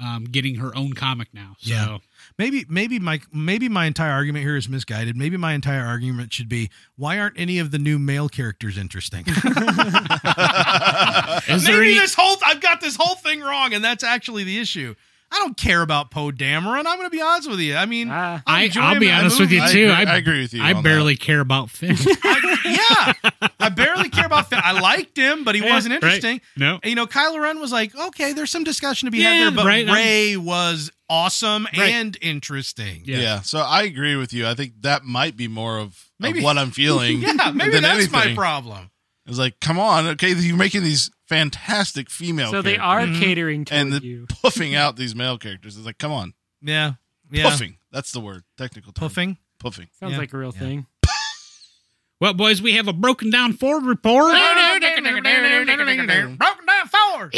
[SPEAKER 5] um, getting her own comic now. So
[SPEAKER 1] Yeah. Maybe maybe my maybe my entire argument here is misguided. Maybe my entire argument should be why aren't any of the new male characters
[SPEAKER 5] *laughs*
[SPEAKER 1] interesting?
[SPEAKER 5] is there
[SPEAKER 1] maybe
[SPEAKER 5] any,
[SPEAKER 1] this whole I've got this whole thing wrong, and that's actually the issue. I don't care about Poe Dameron. I'm going to be honest with you. I mean,
[SPEAKER 6] Ah.
[SPEAKER 5] I,
[SPEAKER 1] enjoy
[SPEAKER 5] I'll be
[SPEAKER 1] him in the
[SPEAKER 5] honest with you
[SPEAKER 1] movie.
[SPEAKER 5] too.
[SPEAKER 4] I agree- I agree with you
[SPEAKER 5] I
[SPEAKER 4] on
[SPEAKER 5] barely care
[SPEAKER 1] *laughs*
[SPEAKER 5] about Finn.
[SPEAKER 1] I- yeah, I barely care about. Finn. I liked him, but he wasn't
[SPEAKER 5] Right.
[SPEAKER 1] interesting.
[SPEAKER 5] No.
[SPEAKER 1] *laughs* You know, Kylo Ren was like, okay, there's some discussion to be
[SPEAKER 5] Yeah,
[SPEAKER 1] had there, but
[SPEAKER 5] right, I'm-
[SPEAKER 1] Ray was awesome and interesting.
[SPEAKER 4] Yeah. So I agree with you. I think that might be more of, of
[SPEAKER 1] Maybe- *laughs*
[SPEAKER 4] what I'm feeling.
[SPEAKER 1] Yeah, maybe
[SPEAKER 4] than
[SPEAKER 1] that's my
[SPEAKER 4] anything.
[SPEAKER 1] problem.
[SPEAKER 4] It's like, come on, okay, you're making these fantastic female
[SPEAKER 3] So they
[SPEAKER 4] characters
[SPEAKER 3] are
[SPEAKER 1] Mm-hmm.
[SPEAKER 3] catering to
[SPEAKER 4] and the
[SPEAKER 3] you.
[SPEAKER 4] puffing out these male characters. It's like, come on.
[SPEAKER 1] Yeah. Yeah.
[SPEAKER 4] Puffing. That's the word. Technical
[SPEAKER 1] *laughs*
[SPEAKER 4] term.
[SPEAKER 1] Puffing.
[SPEAKER 4] Puffing.
[SPEAKER 3] Sounds like a real thing.
[SPEAKER 5] Well, boys, we have a broken down Ford report.
[SPEAKER 1] Broken down forward.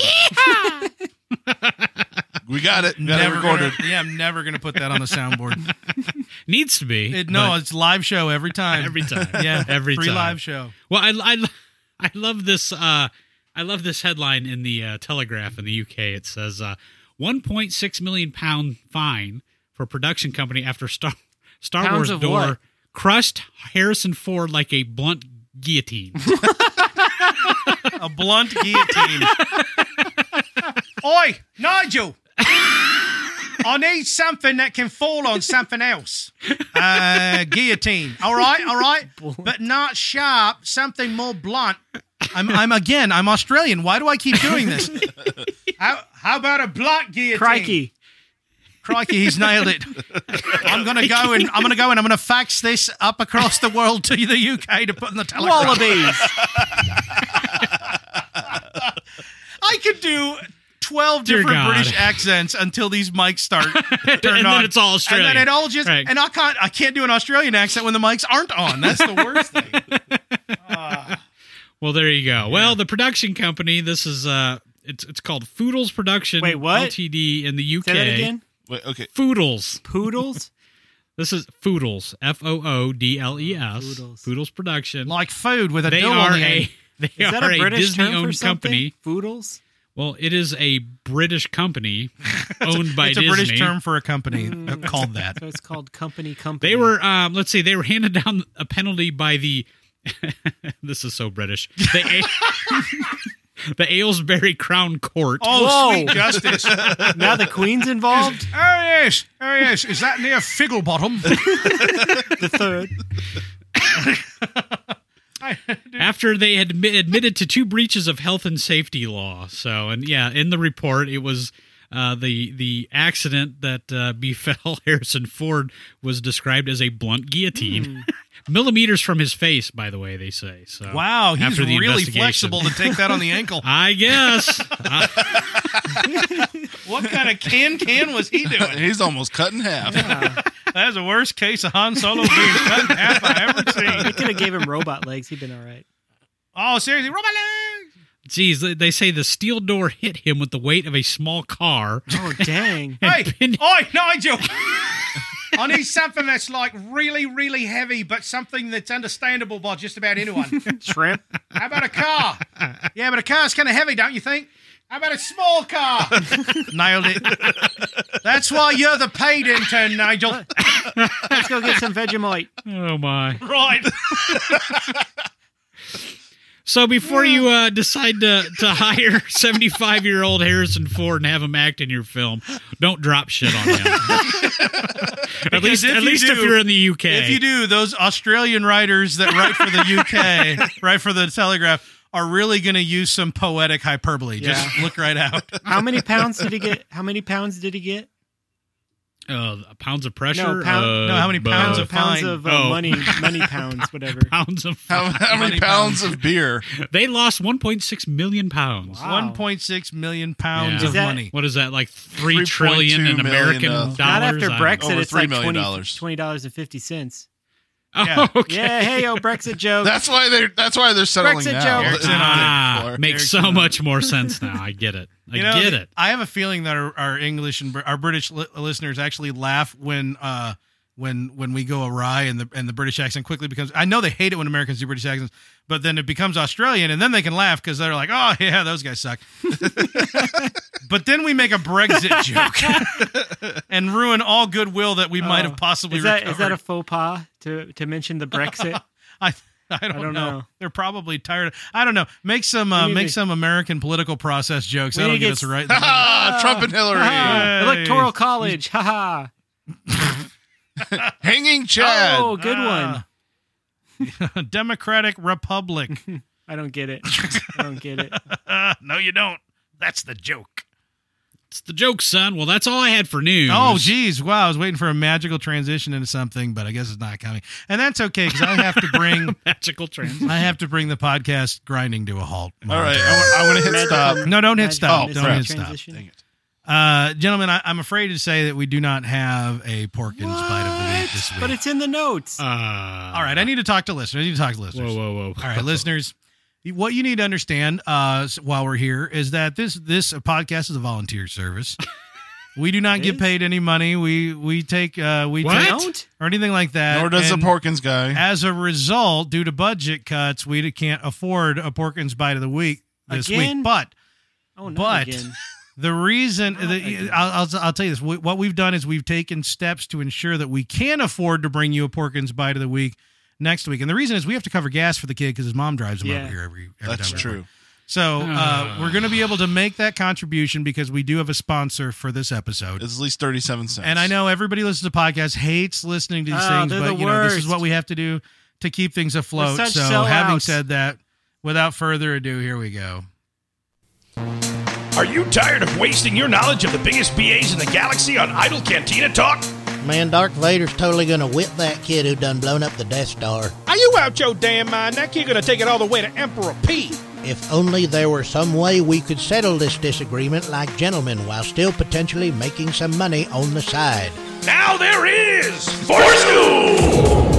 [SPEAKER 4] We got it. We got it
[SPEAKER 1] Never
[SPEAKER 4] recorded.
[SPEAKER 1] gonna, yeah, I'm never gonna put that *laughs* on the soundboard.
[SPEAKER 5] *laughs* Needs to be.
[SPEAKER 1] It- *laughs* no,
[SPEAKER 5] but
[SPEAKER 1] it's live show every time.
[SPEAKER 5] every time.
[SPEAKER 1] *laughs* Yeah,
[SPEAKER 5] every
[SPEAKER 1] free
[SPEAKER 5] time.
[SPEAKER 1] live show.
[SPEAKER 5] Well, I, I, I love this. Uh, I love this headline in the uh, Telegraph in the UK. It says uh, 1.6 million pound fine for production company after Star Star
[SPEAKER 3] Pounds
[SPEAKER 5] Wars
[SPEAKER 3] of
[SPEAKER 5] door
[SPEAKER 3] what?
[SPEAKER 5] crushed Harrison Ford like a blunt
[SPEAKER 3] *laughs*
[SPEAKER 5] guillotine.
[SPEAKER 1] A blunt guillotine. *laughs* Oi, Nigel! I need something that can fall on something else. Uh, guillotine. All right, all right, but not sharp. Something more blunt. I'm, I'm again. I'm Australian. Why do I keep doing this? How, how about a blunt guillotine?
[SPEAKER 3] Crikey.
[SPEAKER 1] Crikey, he's nailed it. I'm gonna go and I'm gonna go and I'm gonna fax this up across the world to the UK to put in the telegraph.
[SPEAKER 3] Wallabies.
[SPEAKER 1] I could do twelve
[SPEAKER 5] Dear
[SPEAKER 1] different
[SPEAKER 5] God.
[SPEAKER 1] British accents until these mics
[SPEAKER 5] *laughs*
[SPEAKER 1] start turned
[SPEAKER 5] then
[SPEAKER 1] on.
[SPEAKER 5] it's all Australian.
[SPEAKER 1] and then it all just
[SPEAKER 5] Right.
[SPEAKER 1] and I can't I can't do an Australian accent when the mics aren't on. That's the worst thing.
[SPEAKER 5] *laughs* well, there you go. Well, the production company. This is uh, it's it's called Foodles Production.
[SPEAKER 3] Wait, what?
[SPEAKER 5] Ltd. in the UK.
[SPEAKER 3] Say that again.
[SPEAKER 4] Wait, okay.
[SPEAKER 5] Foodles. *laughs*
[SPEAKER 3] Poodles.
[SPEAKER 5] This is Foodles. F O O D L E S.
[SPEAKER 3] Foodles.
[SPEAKER 5] Foodles Production.
[SPEAKER 1] Like food with a
[SPEAKER 5] they
[SPEAKER 1] dill
[SPEAKER 5] are
[SPEAKER 1] on the end.
[SPEAKER 5] a *laughs* they
[SPEAKER 3] Is
[SPEAKER 5] are
[SPEAKER 3] that a British
[SPEAKER 5] Disney
[SPEAKER 3] term for
[SPEAKER 5] owned
[SPEAKER 3] something?
[SPEAKER 5] company.
[SPEAKER 3] Poodles.
[SPEAKER 5] Well, it is a
[SPEAKER 1] *laughs*
[SPEAKER 5] British company owned by
[SPEAKER 1] it's
[SPEAKER 5] Disney.
[SPEAKER 1] a British term for a
[SPEAKER 5] *laughs*
[SPEAKER 1] company called that.
[SPEAKER 3] So it's called company company.
[SPEAKER 5] They were um, let's see, they were handed down a penalty by the *laughs* this is so British. The, A- *laughs* the Aylesbury Crown Court.
[SPEAKER 1] Oh, *laughs*
[SPEAKER 3] Whoa.
[SPEAKER 1] sweet justice! oh
[SPEAKER 3] now the Queen's *laughs* involved.
[SPEAKER 1] yes, oh yes. Is that near
[SPEAKER 5] *laughs*
[SPEAKER 1] Figglebottom?
[SPEAKER 3] the third.
[SPEAKER 5] after they had admi- admitted to two breaches of health and safety law. So, and yeah, in the report, it was uh, the the accident that uh, *laughs* befell Harrison Ford was described as a blunt guillotine, *laughs* millimeters from his face. By the way, they say. So
[SPEAKER 1] Hmm. Wow, he's
[SPEAKER 5] after the
[SPEAKER 1] really
[SPEAKER 5] investigation.
[SPEAKER 1] flexible to take that on the ankle.
[SPEAKER 5] *laughs* I guess. *laughs* Uh,
[SPEAKER 1] what kind of can can was he doing?
[SPEAKER 4] He's almost cut in half.
[SPEAKER 1] That's the worst case of Han Solo being cut in half I ever
[SPEAKER 3] They
[SPEAKER 1] seen.
[SPEAKER 5] *laughs*
[SPEAKER 3] could have gave him robot legs. He'd been all right.
[SPEAKER 1] Oh, seriously, roll my legs.
[SPEAKER 5] geez, they- they say the steel door hit him with the weight of a
[SPEAKER 1] *laughs*
[SPEAKER 5] small car.
[SPEAKER 3] Oh *laughs* dang.
[SPEAKER 5] and
[SPEAKER 1] Hey,
[SPEAKER 5] pinned-
[SPEAKER 1] oi, Nigel. *laughs* I need something that's like really, really heavy, but something that's understandable by just about *laughs* anyone.
[SPEAKER 3] Shrimp.
[SPEAKER 1] How about a car? Yeah, but a car's kind of heavy, don't you think? How about a small car? *laughs* Nailed it. *laughs* That's why you're the paid intern, *laughs* Nigel.
[SPEAKER 3] Let's go get some Vegemite.
[SPEAKER 5] oh my.
[SPEAKER 1] Right.
[SPEAKER 5] So before you uh, decide to,
[SPEAKER 1] *laughs*
[SPEAKER 5] to hire 75 year old Harrison Ford and have him act in your film, don't drop shit on
[SPEAKER 1] *laughs*
[SPEAKER 5] him. at least,
[SPEAKER 1] if
[SPEAKER 5] at
[SPEAKER 1] you
[SPEAKER 5] least if
[SPEAKER 1] do-
[SPEAKER 5] you're in the UK.
[SPEAKER 1] If you do, those Australian writers that write for *laughs* the UK, write for the Telegraph, are really going to use some poetic hyperbole. Just look right out.
[SPEAKER 3] How many pounds did he get? How many pounds did he get?
[SPEAKER 5] uh, pounds of pressure.
[SPEAKER 3] No, pound-
[SPEAKER 5] uh,
[SPEAKER 1] no, how many pounds
[SPEAKER 5] uh,
[SPEAKER 1] of-
[SPEAKER 3] pounds
[SPEAKER 1] fine.
[SPEAKER 3] of uh,
[SPEAKER 5] Oh.
[SPEAKER 3] money, money pounds, whatever.
[SPEAKER 5] *laughs* pounds of?
[SPEAKER 4] How, how many pounds of beer?
[SPEAKER 5] They lost 1.6 million pounds.
[SPEAKER 3] Wow.
[SPEAKER 1] 1.6 million pounds
[SPEAKER 5] Yeah.
[SPEAKER 1] of
[SPEAKER 3] Is that-
[SPEAKER 1] money.
[SPEAKER 5] What is that like? Three
[SPEAKER 4] 3.2
[SPEAKER 5] trillion in
[SPEAKER 4] million,
[SPEAKER 5] American
[SPEAKER 4] uh,
[SPEAKER 5] dollars.
[SPEAKER 3] Not after
[SPEAKER 5] I-
[SPEAKER 3] Brexit,
[SPEAKER 4] Over
[SPEAKER 3] it's
[SPEAKER 4] $3
[SPEAKER 3] like
[SPEAKER 4] million
[SPEAKER 3] $20 dollars 50
[SPEAKER 5] Oh,
[SPEAKER 1] Yeah.
[SPEAKER 5] *laughs* okay.
[SPEAKER 3] Yeah, hey, yo, Brexit joke.
[SPEAKER 4] That's why they're. That's why they're settling
[SPEAKER 3] Brexit
[SPEAKER 4] now.
[SPEAKER 3] joke.
[SPEAKER 4] That's what
[SPEAKER 5] Ah,
[SPEAKER 4] they're for.
[SPEAKER 5] makes so much more sense now. I get it. I
[SPEAKER 1] You know,
[SPEAKER 5] get it.
[SPEAKER 1] I have a feeling that our, our English and Br- our British li- listeners actually laugh when uh, when when we go awry and the and the British accent quickly becomes. I know they hate it when Americans do British accents, but then it becomes Australian, and then they can laugh because they're like, "Oh *laughs* yeah, those guys
[SPEAKER 3] *laughs*
[SPEAKER 1] suck." but then we make a Brexit *laughs* joke
[SPEAKER 3] *laughs*
[SPEAKER 1] and ruin all goodwill that we might
[SPEAKER 3] Oh.
[SPEAKER 1] have possibly.
[SPEAKER 3] is that
[SPEAKER 1] recovered.
[SPEAKER 3] is that a faux pas to to mention the Brexit?
[SPEAKER 1] I I don't,
[SPEAKER 3] don't
[SPEAKER 1] know.
[SPEAKER 3] know.
[SPEAKER 1] They're probably tired. Of, I don't know. Make some uh,
[SPEAKER 3] need
[SPEAKER 1] make
[SPEAKER 3] to-
[SPEAKER 1] some American political process jokes.
[SPEAKER 3] We
[SPEAKER 1] That'll
[SPEAKER 3] need to
[SPEAKER 1] get us
[SPEAKER 3] get s- *laughs*
[SPEAKER 1] right.
[SPEAKER 4] *laughs* Ah, Trump and Hillary
[SPEAKER 3] Ah,
[SPEAKER 1] Hey.
[SPEAKER 3] Electoral college, haha!
[SPEAKER 4] hanging Chad.
[SPEAKER 3] Oh, good one.
[SPEAKER 1] *laughs* Democratic *laughs* Republic.
[SPEAKER 3] I don't get it. I don't get it.
[SPEAKER 1] no, you don't. That's the joke.
[SPEAKER 5] It's the joke, son. Well, that's all I had for news. *laughs*
[SPEAKER 1] Oh, geez. Wow. I was waiting for a magical transition into something, but I guess it's not coming. And that's okay because I have to bring
[SPEAKER 5] magical transition.
[SPEAKER 1] I have to bring the podcast grinding to a halt.
[SPEAKER 4] All right. I want, I want to hit stop.
[SPEAKER 1] No, don't hit stop.
[SPEAKER 4] Oh,
[SPEAKER 1] don't
[SPEAKER 4] crap.
[SPEAKER 1] hit stop. Uh, gentlemen, I, I'm afraid to say that we do not have a pork and spite of the week this week.
[SPEAKER 3] But it's in the notes.
[SPEAKER 1] Uh, All right, I need to talk to listeners. I need to talk to listeners.
[SPEAKER 5] Uh, Whoa, whoa, whoa.
[SPEAKER 1] All right, listeners, what you need to understand uh, s- while we're here is that this this uh, podcast is a volunteer
[SPEAKER 4] *laughs*
[SPEAKER 1] service. We do not get paid any money. We we take uh, we
[SPEAKER 5] What?
[SPEAKER 1] take-
[SPEAKER 5] Don't?
[SPEAKER 1] or anything like that.
[SPEAKER 4] Nor does
[SPEAKER 1] And
[SPEAKER 4] the Porkins guy.
[SPEAKER 1] As a result, due to budget cuts, we can't afford a Porkins bite of the week this
[SPEAKER 3] Again?
[SPEAKER 1] week. But
[SPEAKER 3] Oh, not
[SPEAKER 1] but *laughs*
[SPEAKER 3] again.
[SPEAKER 1] the reason the,
[SPEAKER 3] again.
[SPEAKER 1] I'll, I'll, I'll tell you this Wh- what we've done is we've taken steps to ensure that we can afford to bring you a porkins bite of the week next week and the reason is we have to cover gas for the kid because his mom drives him
[SPEAKER 3] Yeah.
[SPEAKER 1] over here every, every
[SPEAKER 4] That's
[SPEAKER 1] time we
[SPEAKER 4] true.
[SPEAKER 1] record. so uh, we're going to be able to make that contribution because we do have a sponsor for this episode
[SPEAKER 4] It's at least thirty-seven cents.
[SPEAKER 1] and I know everybody listens to podcasts hates listening to these
[SPEAKER 3] Oh,
[SPEAKER 1] things,
[SPEAKER 3] they're
[SPEAKER 1] but
[SPEAKER 3] the
[SPEAKER 1] you know this is
[SPEAKER 3] worst.
[SPEAKER 1] what we have to do to keep things afloat. So,
[SPEAKER 3] such
[SPEAKER 1] having
[SPEAKER 3] sellouts.
[SPEAKER 1] said that, without further ado, here we go.
[SPEAKER 12] Are you tired of wasting your knowledge of the biggest BAs in the galaxy on idle cantina talk?
[SPEAKER 13] Man, Darth Vader's totally gonna whip that kid who done blown up the Death Star.
[SPEAKER 14] Are you out your damn mind? That kid gonna take it all the way to Emperor P.
[SPEAKER 13] If only there were some way we could settle this disagreement like gentlemen while still potentially making some money on the side.
[SPEAKER 12] Now there is Force School!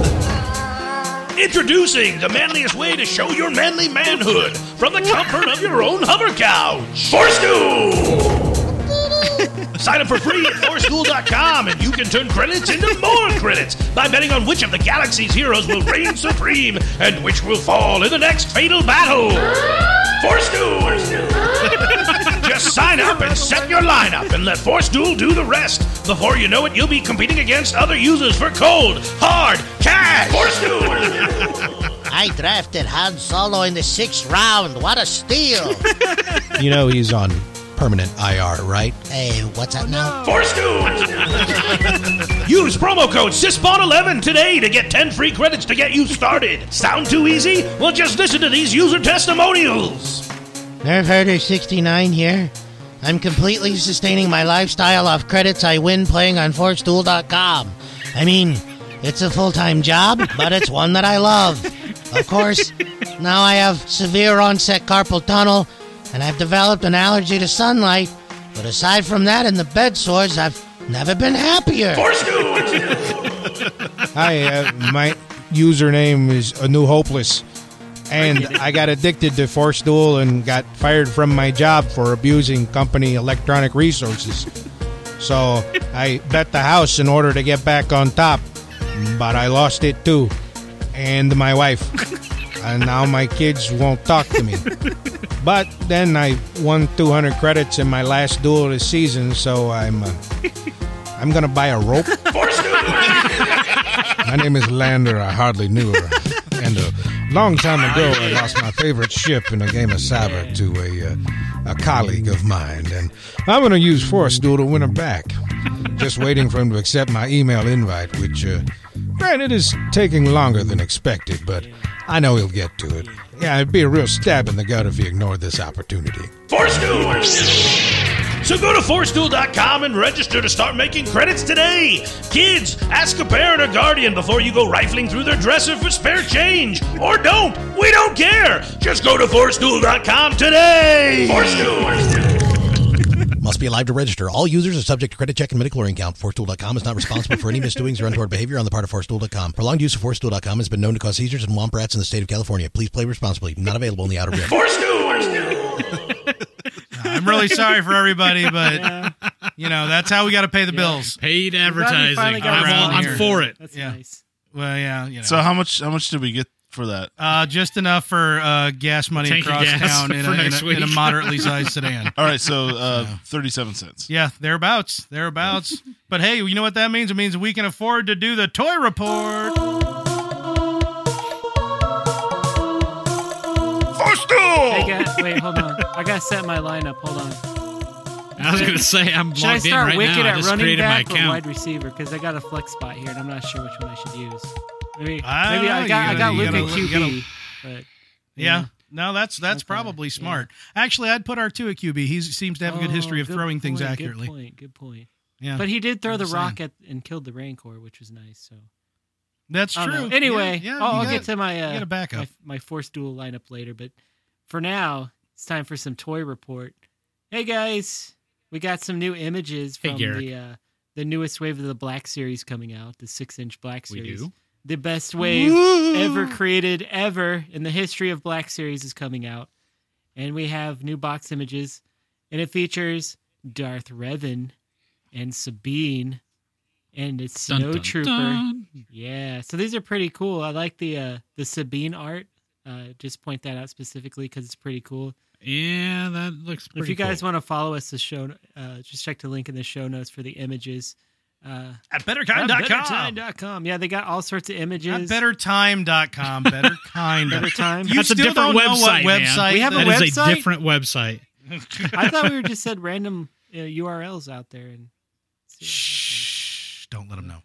[SPEAKER 12] Introducing the manliest way to show your manly manhood from the comfort of your own hover couch. Force School! Sign up for free at foreschool.com and you can turn credits into more credits by betting on which of the galaxy's heroes will reign supreme and which will fall in the next fatal battle. Force Duel! Just sign up and set your lineup and let Force Duel do the rest. Before you know it, you'll be competing against other users for cold, hard cash. Force Duel!
[SPEAKER 13] I drafted Han Solo in the sixth round. What a steal!
[SPEAKER 14] You know he's on permanent IR, right?
[SPEAKER 13] hey, what's that now?
[SPEAKER 12] Force Duel! Use promo code SysBot11 today to get 10 free credits to get you started. Sound too easy? Well, just listen to these user testimonials.
[SPEAKER 13] Nerf Herder 69 here. I'm completely sustaining my lifestyle off credits I win playing on Forstool.com. I mean, it's a full time job, but it's one that I love. Of course, now I have severe onset carpal tunnel, and I've developed an allergy to sunlight, but aside from that and the bed sores, I've never been happier.
[SPEAKER 12] Force Duel!
[SPEAKER 14] Hi, uh, my username is a new hopeless, and I got addicted to Force Duel and got fired from my job for abusing company electronic resources. So I bet the house in order to get back on top, but I lost it too, and my wife, and now my kids won't talk to me. But then I won 200 credits in my last duel of the season, so I'm uh, I'm gonna buy a rope.
[SPEAKER 12] Force Duel!
[SPEAKER 14] My name is Lander. I hardly knew her. And a long time ago, I lost my favorite ship in a game of cyber to a, uh, a colleague of mine. And I'm going to use Force Duel to win her back. Just waiting for him to accept my email invite, which, uh, granted, is taking longer than expected, but I know he'll get to it. Yeah, it'd be a real stab in the gut if he ignored this opportunity.
[SPEAKER 12] Force Duel! So go to forceduel.com and register to start making credits today. Kids, ask a parent or guardian before you go rifling through their dresser for spare change. Or don't. We don't care. Just go to forceduel.com today. Force Duel!
[SPEAKER 15] Must be alive to register. All users are subject to credit check and medical account. Forstool.com is not responsible for any misdoings or untoward behavior on the part of Forstool.com. Prolonged use of Forstool.com has been known to cause seizures in womp rats in the state of California. Please play responsibly. Not available in the outer rim.
[SPEAKER 12] Force Duel!
[SPEAKER 1] I'm really sorry
[SPEAKER 14] *laughs*
[SPEAKER 1] for everybody, but you know that's how we got to pay the bills.
[SPEAKER 5] Paid
[SPEAKER 1] finally
[SPEAKER 5] advertising. I'm,
[SPEAKER 1] got around
[SPEAKER 5] all, I'm
[SPEAKER 1] here.
[SPEAKER 5] for it.
[SPEAKER 1] That's yeah. nice. Well, yeah, you know.
[SPEAKER 4] So how much? How much did we get for that?
[SPEAKER 1] uh, just enough for uh, gas money
[SPEAKER 4] Tank of
[SPEAKER 1] across
[SPEAKER 4] gas *laughs*
[SPEAKER 1] town in
[SPEAKER 4] for
[SPEAKER 1] a, in,
[SPEAKER 4] next
[SPEAKER 1] a, in a
[SPEAKER 4] week.
[SPEAKER 1] moderately sized sedan.
[SPEAKER 4] All right, so
[SPEAKER 1] *laughs*
[SPEAKER 4] uh, thirty-seven cents.
[SPEAKER 1] Yeah, thereabouts,
[SPEAKER 4] *laughs*
[SPEAKER 1] thereabouts. but hey, you know what that means? It means we can afford to do the toy report.
[SPEAKER 12] Force Duel!
[SPEAKER 3] I got, wait, hold on. I gotta set my lineup. Hold on.
[SPEAKER 5] I was gonna say, I'm
[SPEAKER 3] Should I
[SPEAKER 5] logged in
[SPEAKER 3] start
[SPEAKER 5] right
[SPEAKER 3] wicked
[SPEAKER 5] now. I
[SPEAKER 3] at
[SPEAKER 5] just
[SPEAKER 3] running
[SPEAKER 5] created my
[SPEAKER 3] back or
[SPEAKER 5] account.
[SPEAKER 3] wide receiver? Because I got a flex spot here, and I'm not sure which one I should use. Maybe,
[SPEAKER 1] I
[SPEAKER 3] maybe
[SPEAKER 1] don't
[SPEAKER 3] I
[SPEAKER 1] know,
[SPEAKER 3] got
[SPEAKER 1] Ah, you
[SPEAKER 3] I got
[SPEAKER 1] gotta- you
[SPEAKER 3] Luke at
[SPEAKER 1] gotta- you
[SPEAKER 3] QB,
[SPEAKER 1] gotta-
[SPEAKER 3] but
[SPEAKER 1] Yeah. No, that's that's probably smart. Actually, I'd put Artua QB. He seems to have a good history
[SPEAKER 3] Oh,
[SPEAKER 1] of throwing things
[SPEAKER 3] point,
[SPEAKER 1] accurately.
[SPEAKER 3] Good point. Good point.
[SPEAKER 1] Yeah,
[SPEAKER 3] But he did throw
[SPEAKER 1] I'm
[SPEAKER 3] the
[SPEAKER 1] just
[SPEAKER 3] rock at, and killed the Rancor, which was nice. So
[SPEAKER 1] That's
[SPEAKER 3] I don't know.
[SPEAKER 1] true.
[SPEAKER 3] Anyway,
[SPEAKER 1] Yeah, yeah,
[SPEAKER 3] I'll,
[SPEAKER 1] you
[SPEAKER 3] I'll
[SPEAKER 1] got-
[SPEAKER 3] get to my
[SPEAKER 1] you got
[SPEAKER 3] uh,
[SPEAKER 1] a backup.
[SPEAKER 3] my, my force duel lineup later. But for now, it's time for some toy report. Hey guys, we got some new images
[SPEAKER 5] Hey,
[SPEAKER 3] from
[SPEAKER 5] Garrick.
[SPEAKER 3] the uh, the newest wave of the Black Series coming out, the six inch Black
[SPEAKER 5] We
[SPEAKER 3] Series.
[SPEAKER 5] do?
[SPEAKER 3] The best wave
[SPEAKER 5] Woo!
[SPEAKER 3] ever created ever in the history of Black Series is coming out, and we have new box images, and it features Darth Revan and Sabine, and it's
[SPEAKER 5] Dun,
[SPEAKER 3] Snow
[SPEAKER 5] dun,
[SPEAKER 3] Trooper.
[SPEAKER 5] dun.
[SPEAKER 3] Yeah, so these are pretty cool. I like the uh, the Sabine art. Uh, just point that out specifically because it's pretty cool.
[SPEAKER 5] Yeah, that looks pretty
[SPEAKER 3] if you guys want to follow us, the show, uh, just check the link in the show notes for the images. Uh,
[SPEAKER 1] at betterkind.com.
[SPEAKER 3] betterkind.com. Yeah, they got all sorts of
[SPEAKER 1] Not
[SPEAKER 3] images. *laughs*
[SPEAKER 1] bettertime.com, better kind.
[SPEAKER 3] Better time.
[SPEAKER 1] You
[SPEAKER 3] That's a
[SPEAKER 1] still don't
[SPEAKER 3] different
[SPEAKER 1] know
[SPEAKER 3] website,
[SPEAKER 1] what
[SPEAKER 3] man.
[SPEAKER 1] website.
[SPEAKER 3] We have a
[SPEAKER 1] that
[SPEAKER 5] That
[SPEAKER 1] is.
[SPEAKER 5] is a
[SPEAKER 3] website?
[SPEAKER 5] different website.
[SPEAKER 3] I thought we were just said random uh, URLs out there. And
[SPEAKER 1] Don't let them know.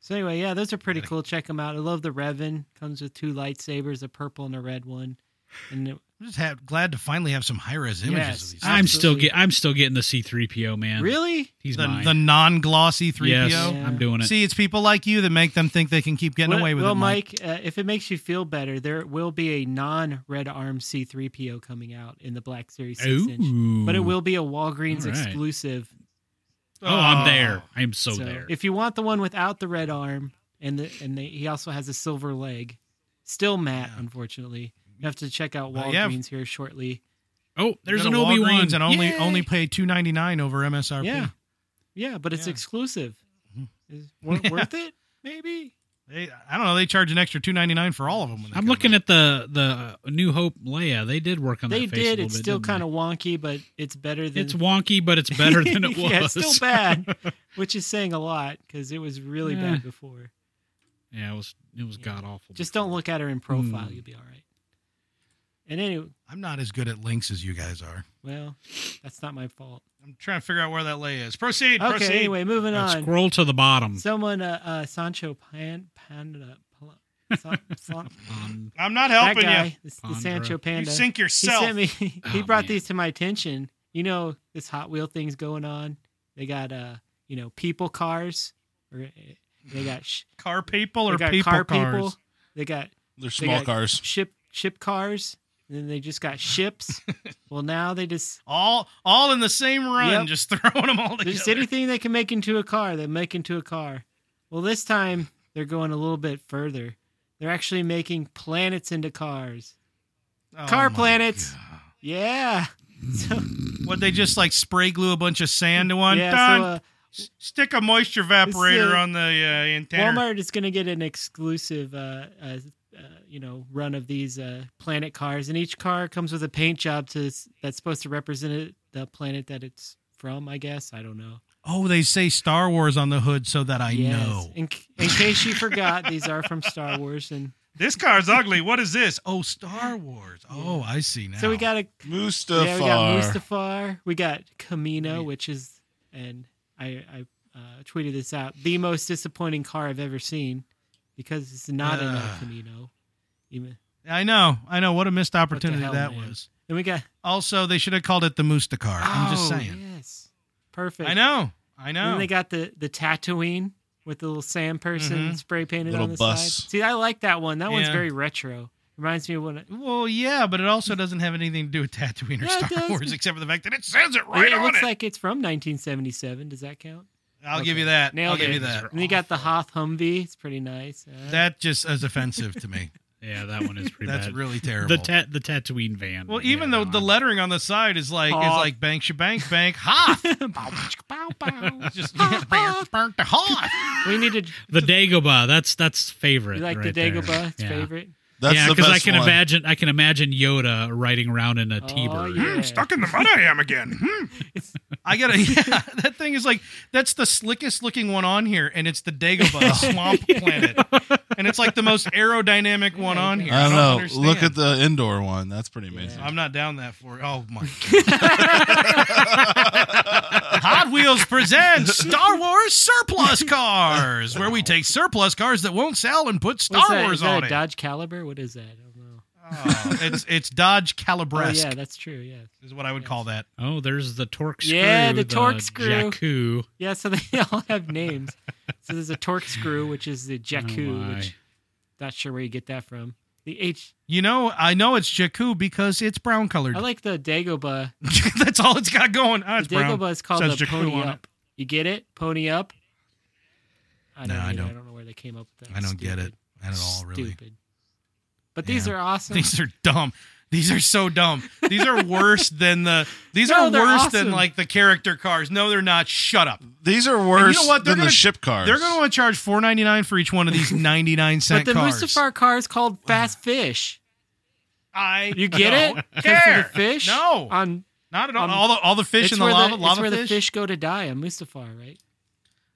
[SPEAKER 3] so anyway, yeah, those are pretty cool. Check them out. I love the Revan. Comes with two lightsabers, a purple and a red one. And it,
[SPEAKER 1] I'm just ha- glad to finally have some high res images of these.
[SPEAKER 5] I'm still get I'm still getting the C3PO man.
[SPEAKER 3] Really?
[SPEAKER 5] He's
[SPEAKER 1] the,
[SPEAKER 5] mine.
[SPEAKER 1] the non glossy 3PO.
[SPEAKER 5] Yes, Yeah. I'm doing it.
[SPEAKER 1] See, it's people like you that make them think they can keep getting
[SPEAKER 3] Well-
[SPEAKER 1] away with
[SPEAKER 3] well,
[SPEAKER 1] it.
[SPEAKER 3] Mike, uh, if it makes you feel better, there will be a non-red arm C-3PO coming out in the Black Series 6
[SPEAKER 5] Ooh.
[SPEAKER 3] inch, but it will be a Walgreens
[SPEAKER 5] All right.
[SPEAKER 3] exclusive.
[SPEAKER 5] Oh, I'm there. I am so,
[SPEAKER 3] So,
[SPEAKER 5] there.
[SPEAKER 3] If you want the one without the red arm, and the and the, he also has a silver leg, still Matt, unfortunately, you have to check out
[SPEAKER 1] Well,
[SPEAKER 3] Walgreens
[SPEAKER 1] yeah.
[SPEAKER 3] here shortly.
[SPEAKER 5] Oh,
[SPEAKER 3] there's
[SPEAKER 1] Go to
[SPEAKER 3] an Obi-Wan.
[SPEAKER 1] Walgreens and only
[SPEAKER 3] Yay.
[SPEAKER 1] only pay 2.99 over MSRP.
[SPEAKER 3] Yeah, yeah, but it's exclusive.
[SPEAKER 5] Mm-hmm.
[SPEAKER 3] Is wor-
[SPEAKER 1] Yeah.
[SPEAKER 5] *laughs*
[SPEAKER 3] worth it? Maybe.
[SPEAKER 1] They, I don't know. They charge an extra 2.99 for all of them.
[SPEAKER 5] I'm looking at the the New Hope Leia. They did work on
[SPEAKER 3] They
[SPEAKER 5] that face a
[SPEAKER 3] did.
[SPEAKER 5] little
[SPEAKER 3] It's
[SPEAKER 5] bit,
[SPEAKER 3] still
[SPEAKER 5] didn't
[SPEAKER 3] kind of wonky, but it's better than
[SPEAKER 5] they? it's wonky, but it's
[SPEAKER 3] *laughs*
[SPEAKER 5] better than it was.
[SPEAKER 3] yeah, it's still bad, which is saying a lot because it was really
[SPEAKER 5] Yeah.
[SPEAKER 3] bad before.
[SPEAKER 5] yeah, it was it was god awful.
[SPEAKER 3] Just don't look at her in profile;
[SPEAKER 1] Hmm.
[SPEAKER 3] you'll be all right. And anyway,
[SPEAKER 1] I'm not as good at links as you guys are.
[SPEAKER 3] well, that's not my fault.
[SPEAKER 1] I'm trying to figure out where that lay is. Proceed.
[SPEAKER 3] Okay,
[SPEAKER 1] proceed.
[SPEAKER 3] anyway, moving
[SPEAKER 5] Now
[SPEAKER 3] on.
[SPEAKER 5] Scroll to the bottom.
[SPEAKER 3] Someone, uh, uh, Sancho Pan, Panda, Pala, San,
[SPEAKER 1] *laughs*
[SPEAKER 3] San,
[SPEAKER 5] Um,
[SPEAKER 1] I'm not
[SPEAKER 3] that
[SPEAKER 1] helping
[SPEAKER 3] guy,
[SPEAKER 1] you.
[SPEAKER 3] the- The,
[SPEAKER 1] Panda.
[SPEAKER 3] Sancho
[SPEAKER 1] You
[SPEAKER 3] Panda.
[SPEAKER 1] sink yourself.
[SPEAKER 3] He sent me. *laughs* he
[SPEAKER 1] Oh,
[SPEAKER 3] brought these to my attention. You know this Hot Wheel thing's going on. They got uh, you know, people cars, or uh, they got sh-
[SPEAKER 1] Car people
[SPEAKER 3] They
[SPEAKER 1] or
[SPEAKER 3] got
[SPEAKER 1] people
[SPEAKER 3] car
[SPEAKER 1] cars?
[SPEAKER 3] people. They got
[SPEAKER 4] They're
[SPEAKER 3] they
[SPEAKER 4] small
[SPEAKER 3] got
[SPEAKER 4] cars.
[SPEAKER 3] Ship ship cars. And then they just
[SPEAKER 1] *laughs*
[SPEAKER 3] got ships. well, now they just
[SPEAKER 1] all all in the same run,
[SPEAKER 3] Yep.
[SPEAKER 1] just *laughs* throwing them all together.
[SPEAKER 3] Just anything they can make into a car, they make into a car. Well, this time they're going a little bit further. They're actually making planets into cars.
[SPEAKER 1] Oh
[SPEAKER 3] car
[SPEAKER 1] my
[SPEAKER 3] planets. Yeah. *laughs* So,
[SPEAKER 1] What they just like spray glue a bunch of sand to one?
[SPEAKER 3] Yeah, so,
[SPEAKER 1] Done.
[SPEAKER 3] uh,
[SPEAKER 1] S- stick a moisture evaporator
[SPEAKER 3] uh,
[SPEAKER 1] on the uh, antenna.
[SPEAKER 3] Walmart is going to get an exclusive, uh, uh, uh, you know, run of these uh, planet cars, and each car comes with a paint job to that's supposed to represent it, the planet that it's from. I guess I don't know.
[SPEAKER 1] Oh, they say Star Wars on the hood so that I
[SPEAKER 3] Yes.
[SPEAKER 1] know.
[SPEAKER 3] In, in case you forgot, these are from Star
[SPEAKER 1] *laughs*
[SPEAKER 3] Wars, and
[SPEAKER 1] This car's ugly. What is this? Oh, Star Wars. Oh, I see now.
[SPEAKER 3] so we got a
[SPEAKER 4] Mustafar.
[SPEAKER 3] Yeah, we got Mustafar. We got Camino, which is, and I I uh, tweeted this out the most disappointing car I've ever seen because it's not an El
[SPEAKER 1] Ugh.
[SPEAKER 3] Camino. Even
[SPEAKER 1] I know. I know. What a missed
[SPEAKER 3] what the
[SPEAKER 1] opportunity
[SPEAKER 3] hell,
[SPEAKER 1] that
[SPEAKER 3] man.
[SPEAKER 1] was.
[SPEAKER 3] And we got
[SPEAKER 1] Also, they should have called it the Musta car. I'm just
[SPEAKER 3] Oh,
[SPEAKER 1] saying.
[SPEAKER 3] Yes. Perfect.
[SPEAKER 1] I know. I
[SPEAKER 3] And
[SPEAKER 1] know.
[SPEAKER 3] then they got the the Tatooine with the little sand person
[SPEAKER 1] Mhm.
[SPEAKER 3] spray painted
[SPEAKER 4] Little
[SPEAKER 3] on the
[SPEAKER 4] bus.
[SPEAKER 3] side. See, I like that one. That one's
[SPEAKER 1] Yeah.
[SPEAKER 3] very retro. Reminds me of when it,
[SPEAKER 1] well, yeah, but it also doesn't have anything to do with Tatooine or
[SPEAKER 3] Yeah, it
[SPEAKER 1] Star
[SPEAKER 3] does.
[SPEAKER 1] Wars, except for the fact that it says it right
[SPEAKER 3] it
[SPEAKER 1] on
[SPEAKER 3] looks
[SPEAKER 1] it.
[SPEAKER 3] like it's from 1977. Does that count?
[SPEAKER 1] I'll give you that.
[SPEAKER 3] Nailed
[SPEAKER 1] I'll give
[SPEAKER 3] it.
[SPEAKER 1] you that.
[SPEAKER 3] And you got the Hoth Humvee. It's pretty nice.
[SPEAKER 1] *laughs*
[SPEAKER 3] Uh,
[SPEAKER 1] That just is offensive to
[SPEAKER 3] *laughs*
[SPEAKER 1] me.
[SPEAKER 5] Yeah, that one is pretty
[SPEAKER 1] That's
[SPEAKER 5] bad.
[SPEAKER 1] really
[SPEAKER 5] The
[SPEAKER 1] terrible.
[SPEAKER 5] ta- the Tatooine van.
[SPEAKER 1] Well, even though the lettering on the side is like is
[SPEAKER 5] Hoth.
[SPEAKER 1] like bank shabank bank
[SPEAKER 3] *laughs*
[SPEAKER 1] ha. just burnt the ha.
[SPEAKER 3] we need to
[SPEAKER 5] the Dagobah. That's that's favorite.
[SPEAKER 3] you like
[SPEAKER 5] right
[SPEAKER 3] the
[SPEAKER 5] there.
[SPEAKER 3] Dagobah. It's
[SPEAKER 5] Yeah.
[SPEAKER 3] favorite.
[SPEAKER 4] That's
[SPEAKER 5] yeah,
[SPEAKER 4] the
[SPEAKER 5] because I
[SPEAKER 4] best
[SPEAKER 5] can
[SPEAKER 4] one.
[SPEAKER 5] imagine I can imagine Yoda riding around in
[SPEAKER 3] Oh,
[SPEAKER 5] a T-bird.
[SPEAKER 1] Stuck in the mud I am again. *laughs* Hmm. I gotta. *laughs* Yeah, that thing is like that's the slickest looking one on here, and it's the
[SPEAKER 3] *laughs*
[SPEAKER 1] Dagobah
[SPEAKER 3] Oh,
[SPEAKER 1] swamp planet, and it's like the most
[SPEAKER 3] *laughs*
[SPEAKER 1] aerodynamic
[SPEAKER 3] Oh
[SPEAKER 1] one on here.
[SPEAKER 4] I
[SPEAKER 1] I
[SPEAKER 4] don't
[SPEAKER 1] don't
[SPEAKER 4] know.
[SPEAKER 1] understand.
[SPEAKER 4] Look at the indoor one. That's pretty amazing.
[SPEAKER 1] I'm not down that for. Oh
[SPEAKER 3] *laughs*
[SPEAKER 1] my! Hot Wheels presents Star Wars
[SPEAKER 3] *laughs*
[SPEAKER 1] surplus cars, where we take surplus cars that won't sell and put Star
[SPEAKER 3] What's that? Is
[SPEAKER 1] Wars
[SPEAKER 3] that
[SPEAKER 1] on
[SPEAKER 3] a
[SPEAKER 1] it. Oh,
[SPEAKER 3] Dodge Caliber? What is that? I don't know. Oh,
[SPEAKER 1] it's it's Dodge Calibresque.
[SPEAKER 3] yeah, that's true. Yeah,
[SPEAKER 1] is what I would call that.
[SPEAKER 5] Oh, there's the torque screw.
[SPEAKER 3] yeah, the torque screw.
[SPEAKER 5] Jakku.
[SPEAKER 3] Yeah, so they *laughs* all have names. so there's a torque screw, which is
[SPEAKER 1] Oh,
[SPEAKER 3] the Jakku,
[SPEAKER 5] my.
[SPEAKER 3] which not sure where you get that from. The H.
[SPEAKER 1] You know, I know it's Jakku because it's brown colored.
[SPEAKER 3] I like the Dagobah.
[SPEAKER 1] *laughs* That's all it's got going. Ah, it's
[SPEAKER 3] the
[SPEAKER 1] brown.
[SPEAKER 3] Dagobah is called
[SPEAKER 1] Says
[SPEAKER 3] the
[SPEAKER 1] Jakku
[SPEAKER 3] Pony
[SPEAKER 1] on it.
[SPEAKER 3] Up. You get it? Pony Up. I
[SPEAKER 1] No,
[SPEAKER 3] don't,
[SPEAKER 1] I
[SPEAKER 3] get it.
[SPEAKER 1] don't.
[SPEAKER 3] I don't know where they came up with that.
[SPEAKER 1] I don't get it
[SPEAKER 3] Stupid.
[SPEAKER 1] at all, really.
[SPEAKER 3] Stupid. But these
[SPEAKER 1] Yeah.
[SPEAKER 3] are awesome.
[SPEAKER 1] *laughs* These are dumb. These are so dumb. These are worse than the. These
[SPEAKER 3] No,
[SPEAKER 1] are
[SPEAKER 3] they're
[SPEAKER 1] worse
[SPEAKER 3] awesome.
[SPEAKER 1] than like the character cars. No, they're not. Shut up.
[SPEAKER 4] These are
[SPEAKER 1] And
[SPEAKER 4] worse
[SPEAKER 1] you know what? They're
[SPEAKER 4] than
[SPEAKER 1] gonna-
[SPEAKER 4] the ship cars.
[SPEAKER 1] They're going to want to charge four ninety nine for each one of
[SPEAKER 4] *laughs*
[SPEAKER 1] these ninety nine
[SPEAKER 3] but
[SPEAKER 1] cent
[SPEAKER 3] the
[SPEAKER 1] cars.
[SPEAKER 3] Mustafar car is called Fast Fish.
[SPEAKER 1] I
[SPEAKER 3] You get it?
[SPEAKER 1] don't
[SPEAKER 3] 'Cause of
[SPEAKER 1] Care.
[SPEAKER 3] the fish?
[SPEAKER 1] No.
[SPEAKER 3] On
[SPEAKER 1] not at all.
[SPEAKER 3] on-
[SPEAKER 1] all the all the fish
[SPEAKER 3] it's
[SPEAKER 1] in the
[SPEAKER 3] where
[SPEAKER 1] lava.
[SPEAKER 3] it's
[SPEAKER 1] lava
[SPEAKER 3] where
[SPEAKER 1] fish.
[SPEAKER 3] the fish go to die. A Mustafar, right?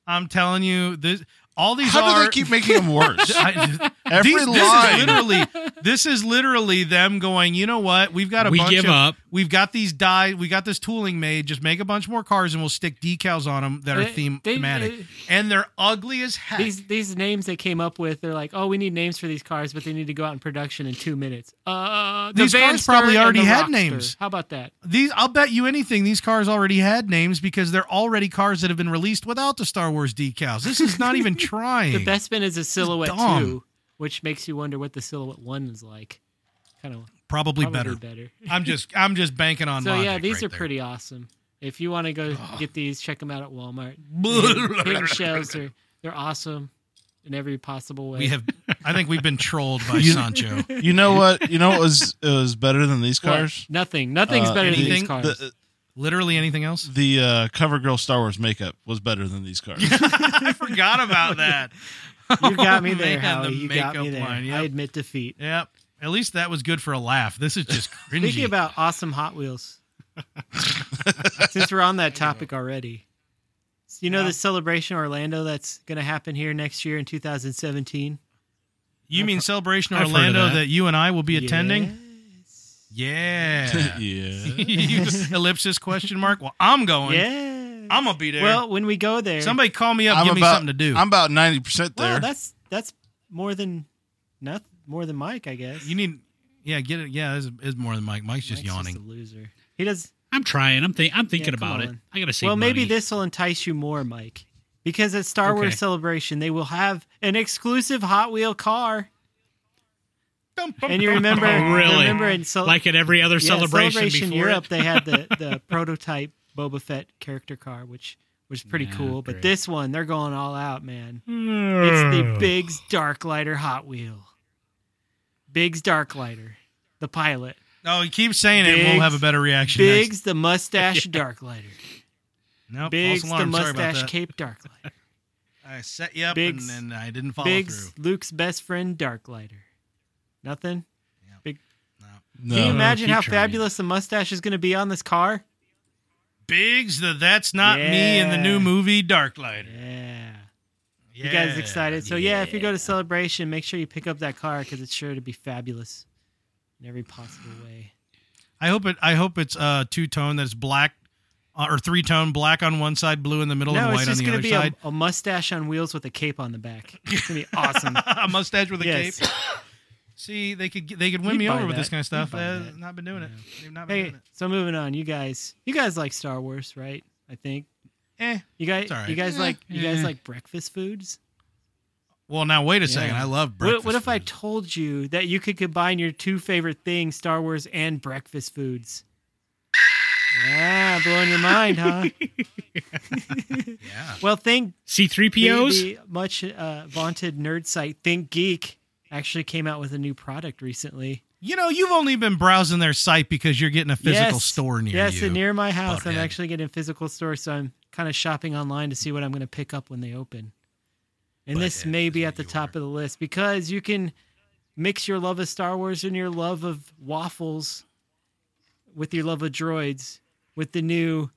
[SPEAKER 1] I'm telling you, this all these.
[SPEAKER 4] How do they
[SPEAKER 1] are-
[SPEAKER 4] keep
[SPEAKER 1] *laughs*
[SPEAKER 4] making them worse?
[SPEAKER 3] *laughs*
[SPEAKER 1] I-
[SPEAKER 4] Every
[SPEAKER 1] these-
[SPEAKER 4] line.
[SPEAKER 1] This is literally, this is literally them going. You know what? We've got a
[SPEAKER 5] We
[SPEAKER 1] bunch
[SPEAKER 5] give
[SPEAKER 1] of,
[SPEAKER 5] up.
[SPEAKER 1] We've got these die. We got this tooling made. Just make a bunch more cars, and we'll stick decals on them that are
[SPEAKER 3] They-
[SPEAKER 1] theme-
[SPEAKER 3] they-
[SPEAKER 1] thematic.
[SPEAKER 3] they-
[SPEAKER 1] and they're ugly as heck.
[SPEAKER 3] *laughs* These these names they came up with, they're like, oh, we need names for these cars, but they need to go out in production in two minutes. Uh, the
[SPEAKER 1] These cars
[SPEAKER 3] Vanster
[SPEAKER 1] probably
[SPEAKER 3] and
[SPEAKER 1] already
[SPEAKER 3] the
[SPEAKER 1] had
[SPEAKER 3] Rockster.
[SPEAKER 1] names.
[SPEAKER 3] How about that?
[SPEAKER 1] These, I'll bet you anything, these cars already had names because they're already cars that have been released without the Star Wars decals. This is not
[SPEAKER 3] *laughs*
[SPEAKER 1] even trying.
[SPEAKER 3] The Bespin is a silhouette
[SPEAKER 1] dumb.
[SPEAKER 3] two, which makes you wonder what the silhouette one is like. Kind of
[SPEAKER 1] Probably, better.
[SPEAKER 3] better.
[SPEAKER 1] I'm just, I'm just banking on.
[SPEAKER 3] so
[SPEAKER 1] logic
[SPEAKER 3] yeah, these
[SPEAKER 1] right
[SPEAKER 3] are
[SPEAKER 1] there.
[SPEAKER 3] pretty awesome. If you want to go get these, check them out at
[SPEAKER 1] *laughs*
[SPEAKER 3] Walmart.
[SPEAKER 1] Blah.
[SPEAKER 3] Hidden shelves are they're awesome in every possible way.
[SPEAKER 1] We have, I think we've been trolled by
[SPEAKER 4] You-
[SPEAKER 1] Sancho.
[SPEAKER 4] You know what? You know what was it was better than these
[SPEAKER 3] What?
[SPEAKER 4] cars? Uh,
[SPEAKER 3] Nothing. Nothing's better than these
[SPEAKER 1] Uh, anything-
[SPEAKER 3] cars.
[SPEAKER 4] the-
[SPEAKER 1] Literally anything else?
[SPEAKER 4] The uh, CoverGirl Star Wars makeup was better than these cars.
[SPEAKER 1] I forgot about that.
[SPEAKER 3] you got
[SPEAKER 1] *laughs*
[SPEAKER 3] me
[SPEAKER 1] Oh, man,
[SPEAKER 3] there, Howie.
[SPEAKER 1] the
[SPEAKER 3] you got me
[SPEAKER 1] makeup
[SPEAKER 3] there.
[SPEAKER 1] line,
[SPEAKER 3] I
[SPEAKER 1] Yep.
[SPEAKER 3] admit defeat.
[SPEAKER 1] Yep. At least that was good for a laugh. This is
[SPEAKER 3] *laughs*
[SPEAKER 1] just cringy.
[SPEAKER 3] Thinking about awesome Hot Wheels. Since we're on that topic already, So you know the celebration Orlando that's going to happen here next year in 2017.
[SPEAKER 1] you mean Celebration
[SPEAKER 5] I've heard of
[SPEAKER 1] Orlando
[SPEAKER 5] that.
[SPEAKER 1] that. you and I will be attending? *laughs*
[SPEAKER 3] *laughs*
[SPEAKER 1] Yeah. *laughs*
[SPEAKER 4] *laughs* yeah.
[SPEAKER 1] Ellipsis question mark. Well, I'm going.
[SPEAKER 3] Yeah.
[SPEAKER 1] I'm gonna be there.
[SPEAKER 3] Well, when we go there,
[SPEAKER 1] Somebody call *laughs* me up.
[SPEAKER 4] I'm
[SPEAKER 1] give me
[SPEAKER 4] about-
[SPEAKER 1] something to do.
[SPEAKER 4] I'm about ninety percent
[SPEAKER 3] Well,
[SPEAKER 4] there.
[SPEAKER 3] that's that's more than nothing. More than Mike, I guess.
[SPEAKER 1] you need. Yeah, get it. Yeah, this is- is more than Mike. Mike's just
[SPEAKER 3] Mike's
[SPEAKER 1] yawning.
[SPEAKER 3] Just a loser. He does.
[SPEAKER 5] I'm trying. I'm think. I'm thinking
[SPEAKER 3] Yeah, come
[SPEAKER 5] about it.
[SPEAKER 3] on.
[SPEAKER 5] I gotta say.
[SPEAKER 3] Well, maybe this will entice you more, Mike, because at Star
[SPEAKER 5] Okay.
[SPEAKER 3] Wars Celebration they will have an exclusive Hot Wheel car. And
[SPEAKER 1] *laughs*
[SPEAKER 3] you remember,
[SPEAKER 5] really?
[SPEAKER 3] remember in Cel-
[SPEAKER 5] like at every other
[SPEAKER 3] yeah,
[SPEAKER 5] celebration,
[SPEAKER 3] Celebration
[SPEAKER 5] before
[SPEAKER 3] Europe,
[SPEAKER 5] it?
[SPEAKER 3] they
[SPEAKER 1] *laughs*
[SPEAKER 3] had the the prototype Boba Fett character car, which was pretty
[SPEAKER 5] Yeah,
[SPEAKER 3] cool. But
[SPEAKER 5] great.
[SPEAKER 3] this one, they're going all out, man. It's
[SPEAKER 1] Hmm.
[SPEAKER 3] the Biggs Darklighter Hot Wheel. Biggs Darklighter, the pilot.
[SPEAKER 1] No, he keeps Oh, saying it. We'll
[SPEAKER 3] Biggs-
[SPEAKER 1] have a better reaction.
[SPEAKER 3] Biggs
[SPEAKER 1] *laughs*
[SPEAKER 3] the mustache Darklighter.
[SPEAKER 1] Next. Nope,
[SPEAKER 3] Biggs
[SPEAKER 1] Oh, false
[SPEAKER 3] the
[SPEAKER 1] alarm. Sorry about
[SPEAKER 3] mustache
[SPEAKER 1] that.
[SPEAKER 3] cape Darklighter.
[SPEAKER 1] I set you up
[SPEAKER 3] Biggs-
[SPEAKER 1] and then I didn't *laughs* follow
[SPEAKER 3] Biggs
[SPEAKER 1] through.
[SPEAKER 3] Luke's best friend Darklighter. Nothing. Big.
[SPEAKER 4] no.
[SPEAKER 3] Can you imagine
[SPEAKER 5] keep
[SPEAKER 3] how
[SPEAKER 5] trying.
[SPEAKER 3] fabulous the mustache is going to be on this car?
[SPEAKER 1] Biggs, the that's not me in the new
[SPEAKER 3] Yeah.
[SPEAKER 1] movie Darklighter.
[SPEAKER 3] Yeah.
[SPEAKER 1] Yeah.
[SPEAKER 3] You guys excited? So yeah, if you go to Celebration, make sure you pick up that car because it's sure to be fabulous in every possible way.
[SPEAKER 1] I hope it. I hope it's uh two tone. That's black uh, or three tone. Black on one side, blue in the middle,
[SPEAKER 3] no,
[SPEAKER 1] and
[SPEAKER 3] it's
[SPEAKER 1] white on
[SPEAKER 3] just
[SPEAKER 1] the
[SPEAKER 3] going
[SPEAKER 1] other
[SPEAKER 3] to be
[SPEAKER 1] side. *laughs*
[SPEAKER 3] a, a mustache on wheels with a cape on the back. It's going to
[SPEAKER 1] *laughs*
[SPEAKER 3] be awesome.
[SPEAKER 1] A, mustache with a
[SPEAKER 3] yes.
[SPEAKER 1] cape. *coughs* See, they could they could win
[SPEAKER 3] You'd
[SPEAKER 1] me
[SPEAKER 3] buy
[SPEAKER 1] over with
[SPEAKER 3] that.
[SPEAKER 1] this kind of
[SPEAKER 3] You'd
[SPEAKER 1] stuff.
[SPEAKER 3] buy
[SPEAKER 1] Uh,
[SPEAKER 3] that.
[SPEAKER 1] not been doing it. They've not been
[SPEAKER 3] Hey,
[SPEAKER 1] doing it.
[SPEAKER 3] so moving on. You guys, you guys like Star Wars, right? I think
[SPEAKER 1] Eh.
[SPEAKER 3] you guys,
[SPEAKER 1] It's all right.
[SPEAKER 3] you guys
[SPEAKER 1] Eh,
[SPEAKER 3] like you guys
[SPEAKER 1] eh.
[SPEAKER 3] like breakfast foods.
[SPEAKER 1] Well, now wait a second. I love
[SPEAKER 3] What,
[SPEAKER 1] breakfast.
[SPEAKER 3] what if I
[SPEAKER 1] food.
[SPEAKER 3] told you that you could combine your two favorite things, Star Wars and breakfast foods?
[SPEAKER 1] *laughs*
[SPEAKER 3] Yeah, blowing your mind, huh?
[SPEAKER 1] *laughs* Yeah.
[SPEAKER 3] Well, think
[SPEAKER 5] C-3POs.
[SPEAKER 3] The, the much uh, vaunted nerd site Think Geek actually came out with a new product recently.
[SPEAKER 1] You know, you've only been browsing their site because you're getting a physical
[SPEAKER 3] Yes.
[SPEAKER 1] store near
[SPEAKER 3] yes,
[SPEAKER 1] you.
[SPEAKER 3] and near my house, I'm
[SPEAKER 1] butthead.
[SPEAKER 3] actually getting a physical store, so I'm kind of shopping online to see what I'm going to pick up when they open. And this may be at the top of the list because you can mix your love of Star Wars and your love of waffles with your love of droids with the
[SPEAKER 1] *laughs*
[SPEAKER 3] new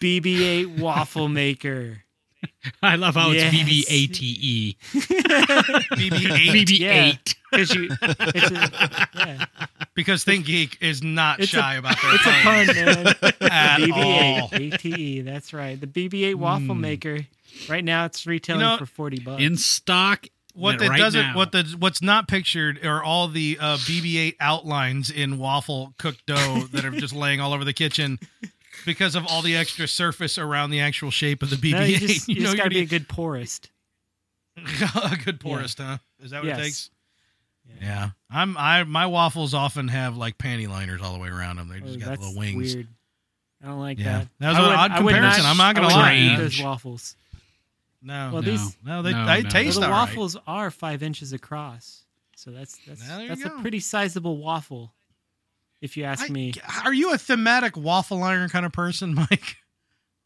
[SPEAKER 3] BB-8 waffle maker.
[SPEAKER 5] *laughs* I love how
[SPEAKER 3] Yes.
[SPEAKER 5] it's
[SPEAKER 3] *laughs*
[SPEAKER 5] BB-ATE.
[SPEAKER 1] BB8
[SPEAKER 5] BB-8.
[SPEAKER 3] Yeah, because you, it's a, yeah,
[SPEAKER 1] because Think Geek is not
[SPEAKER 3] It's a-
[SPEAKER 1] shy about their
[SPEAKER 3] it's a
[SPEAKER 1] puns.
[SPEAKER 3] pun, man.
[SPEAKER 1] at all.
[SPEAKER 3] BB-8 ATE. That's right. The BB-8 waffle maker. Right now, it's retailing
[SPEAKER 1] You Hmm. know,
[SPEAKER 3] for forty bucks.
[SPEAKER 5] In stock
[SPEAKER 1] What that
[SPEAKER 5] right
[SPEAKER 1] doesn't
[SPEAKER 5] now.
[SPEAKER 1] what the what's not pictured are all the uh, BB-8 outlines in waffle cooked dough that are just laying all over the kitchen because of all the extra surface around the actual shape of the BB-8.
[SPEAKER 3] No, you just, you
[SPEAKER 1] know, *laughs*
[SPEAKER 3] just
[SPEAKER 1] you
[SPEAKER 3] gotta be a
[SPEAKER 1] need-
[SPEAKER 3] good porist.
[SPEAKER 1] *laughs* a good porist, huh? Is that what
[SPEAKER 3] Yes.
[SPEAKER 1] it takes? Yeah, I'm. I my waffles often have like panty liners all the way around them. They just
[SPEAKER 3] Oh,
[SPEAKER 1] got
[SPEAKER 3] that's
[SPEAKER 1] little wings.
[SPEAKER 3] Weird. I don't like
[SPEAKER 1] Yeah.
[SPEAKER 3] that.
[SPEAKER 1] That was
[SPEAKER 3] I
[SPEAKER 1] an
[SPEAKER 3] would-
[SPEAKER 1] odd
[SPEAKER 3] I would
[SPEAKER 1] comparison.
[SPEAKER 3] Not,
[SPEAKER 1] I'm not gonna
[SPEAKER 3] I would
[SPEAKER 1] lie.
[SPEAKER 3] eat
[SPEAKER 1] Yeah.
[SPEAKER 3] those waffles.
[SPEAKER 1] No,
[SPEAKER 3] Well,
[SPEAKER 1] No.
[SPEAKER 3] these
[SPEAKER 1] No, they- No, they no. taste
[SPEAKER 3] Well, the
[SPEAKER 1] all right.
[SPEAKER 3] waffles are five inches across, so that's that's
[SPEAKER 1] Now there you
[SPEAKER 3] that's a
[SPEAKER 1] go.
[SPEAKER 3] pretty sizable waffle, if you ask me.
[SPEAKER 1] Are you a thematic waffle iron kind of person, *laughs* Mike?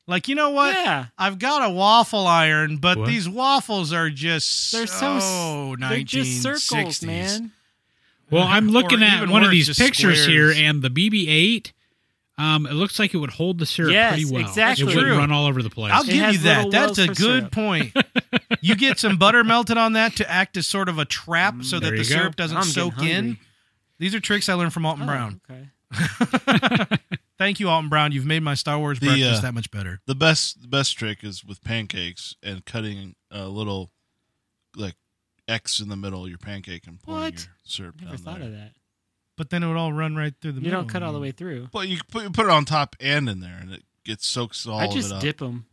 [SPEAKER 1] Like you know what?
[SPEAKER 3] Yeah.
[SPEAKER 1] I've got a waffle iron, but
[SPEAKER 3] What?
[SPEAKER 1] they're these waffles are just
[SPEAKER 3] They're so
[SPEAKER 1] so
[SPEAKER 3] s- they're just circles,
[SPEAKER 1] 1960s.
[SPEAKER 3] man.
[SPEAKER 5] Well, I'm looking
[SPEAKER 1] Or
[SPEAKER 5] at
[SPEAKER 1] even
[SPEAKER 5] one of
[SPEAKER 1] worse,
[SPEAKER 5] these
[SPEAKER 1] just
[SPEAKER 5] pictures here,
[SPEAKER 1] squares.
[SPEAKER 5] and the BB-8. Um, it looks like it would hold the syrup
[SPEAKER 1] Yes,
[SPEAKER 5] pretty well.
[SPEAKER 1] exactly.
[SPEAKER 5] It wouldn't
[SPEAKER 1] True.
[SPEAKER 5] run all over the place.
[SPEAKER 1] I'll give you that. That's a good point.
[SPEAKER 3] *laughs*
[SPEAKER 1] you get some butter melted on that to act as sort of a trap so that
[SPEAKER 5] Mm, there
[SPEAKER 1] the
[SPEAKER 5] you go.
[SPEAKER 1] syrup doesn't
[SPEAKER 5] I'm getting
[SPEAKER 1] soak in.
[SPEAKER 5] hungry.
[SPEAKER 1] These are tricks I learned from
[SPEAKER 3] Oh.
[SPEAKER 1] Alton Brown. *laughs*
[SPEAKER 3] Okay.
[SPEAKER 1] Thank you, Alton Brown. You've made my Star Wars
[SPEAKER 4] The,
[SPEAKER 1] breakfast
[SPEAKER 4] uh,
[SPEAKER 1] that much better.
[SPEAKER 4] The best the best trick is with pancakes and cutting a little like X in the middle of your pancake and pouring
[SPEAKER 3] What?
[SPEAKER 4] your syrup
[SPEAKER 3] Never
[SPEAKER 4] down
[SPEAKER 3] thought
[SPEAKER 4] there.
[SPEAKER 3] of that.
[SPEAKER 1] But then it would all run right through the
[SPEAKER 3] You
[SPEAKER 1] middle.
[SPEAKER 3] don't cut all the way through.
[SPEAKER 4] But you can put, you put it on top and in there, and it gets soaks all.
[SPEAKER 3] I
[SPEAKER 4] of
[SPEAKER 3] just
[SPEAKER 4] it up.
[SPEAKER 3] dip 'em.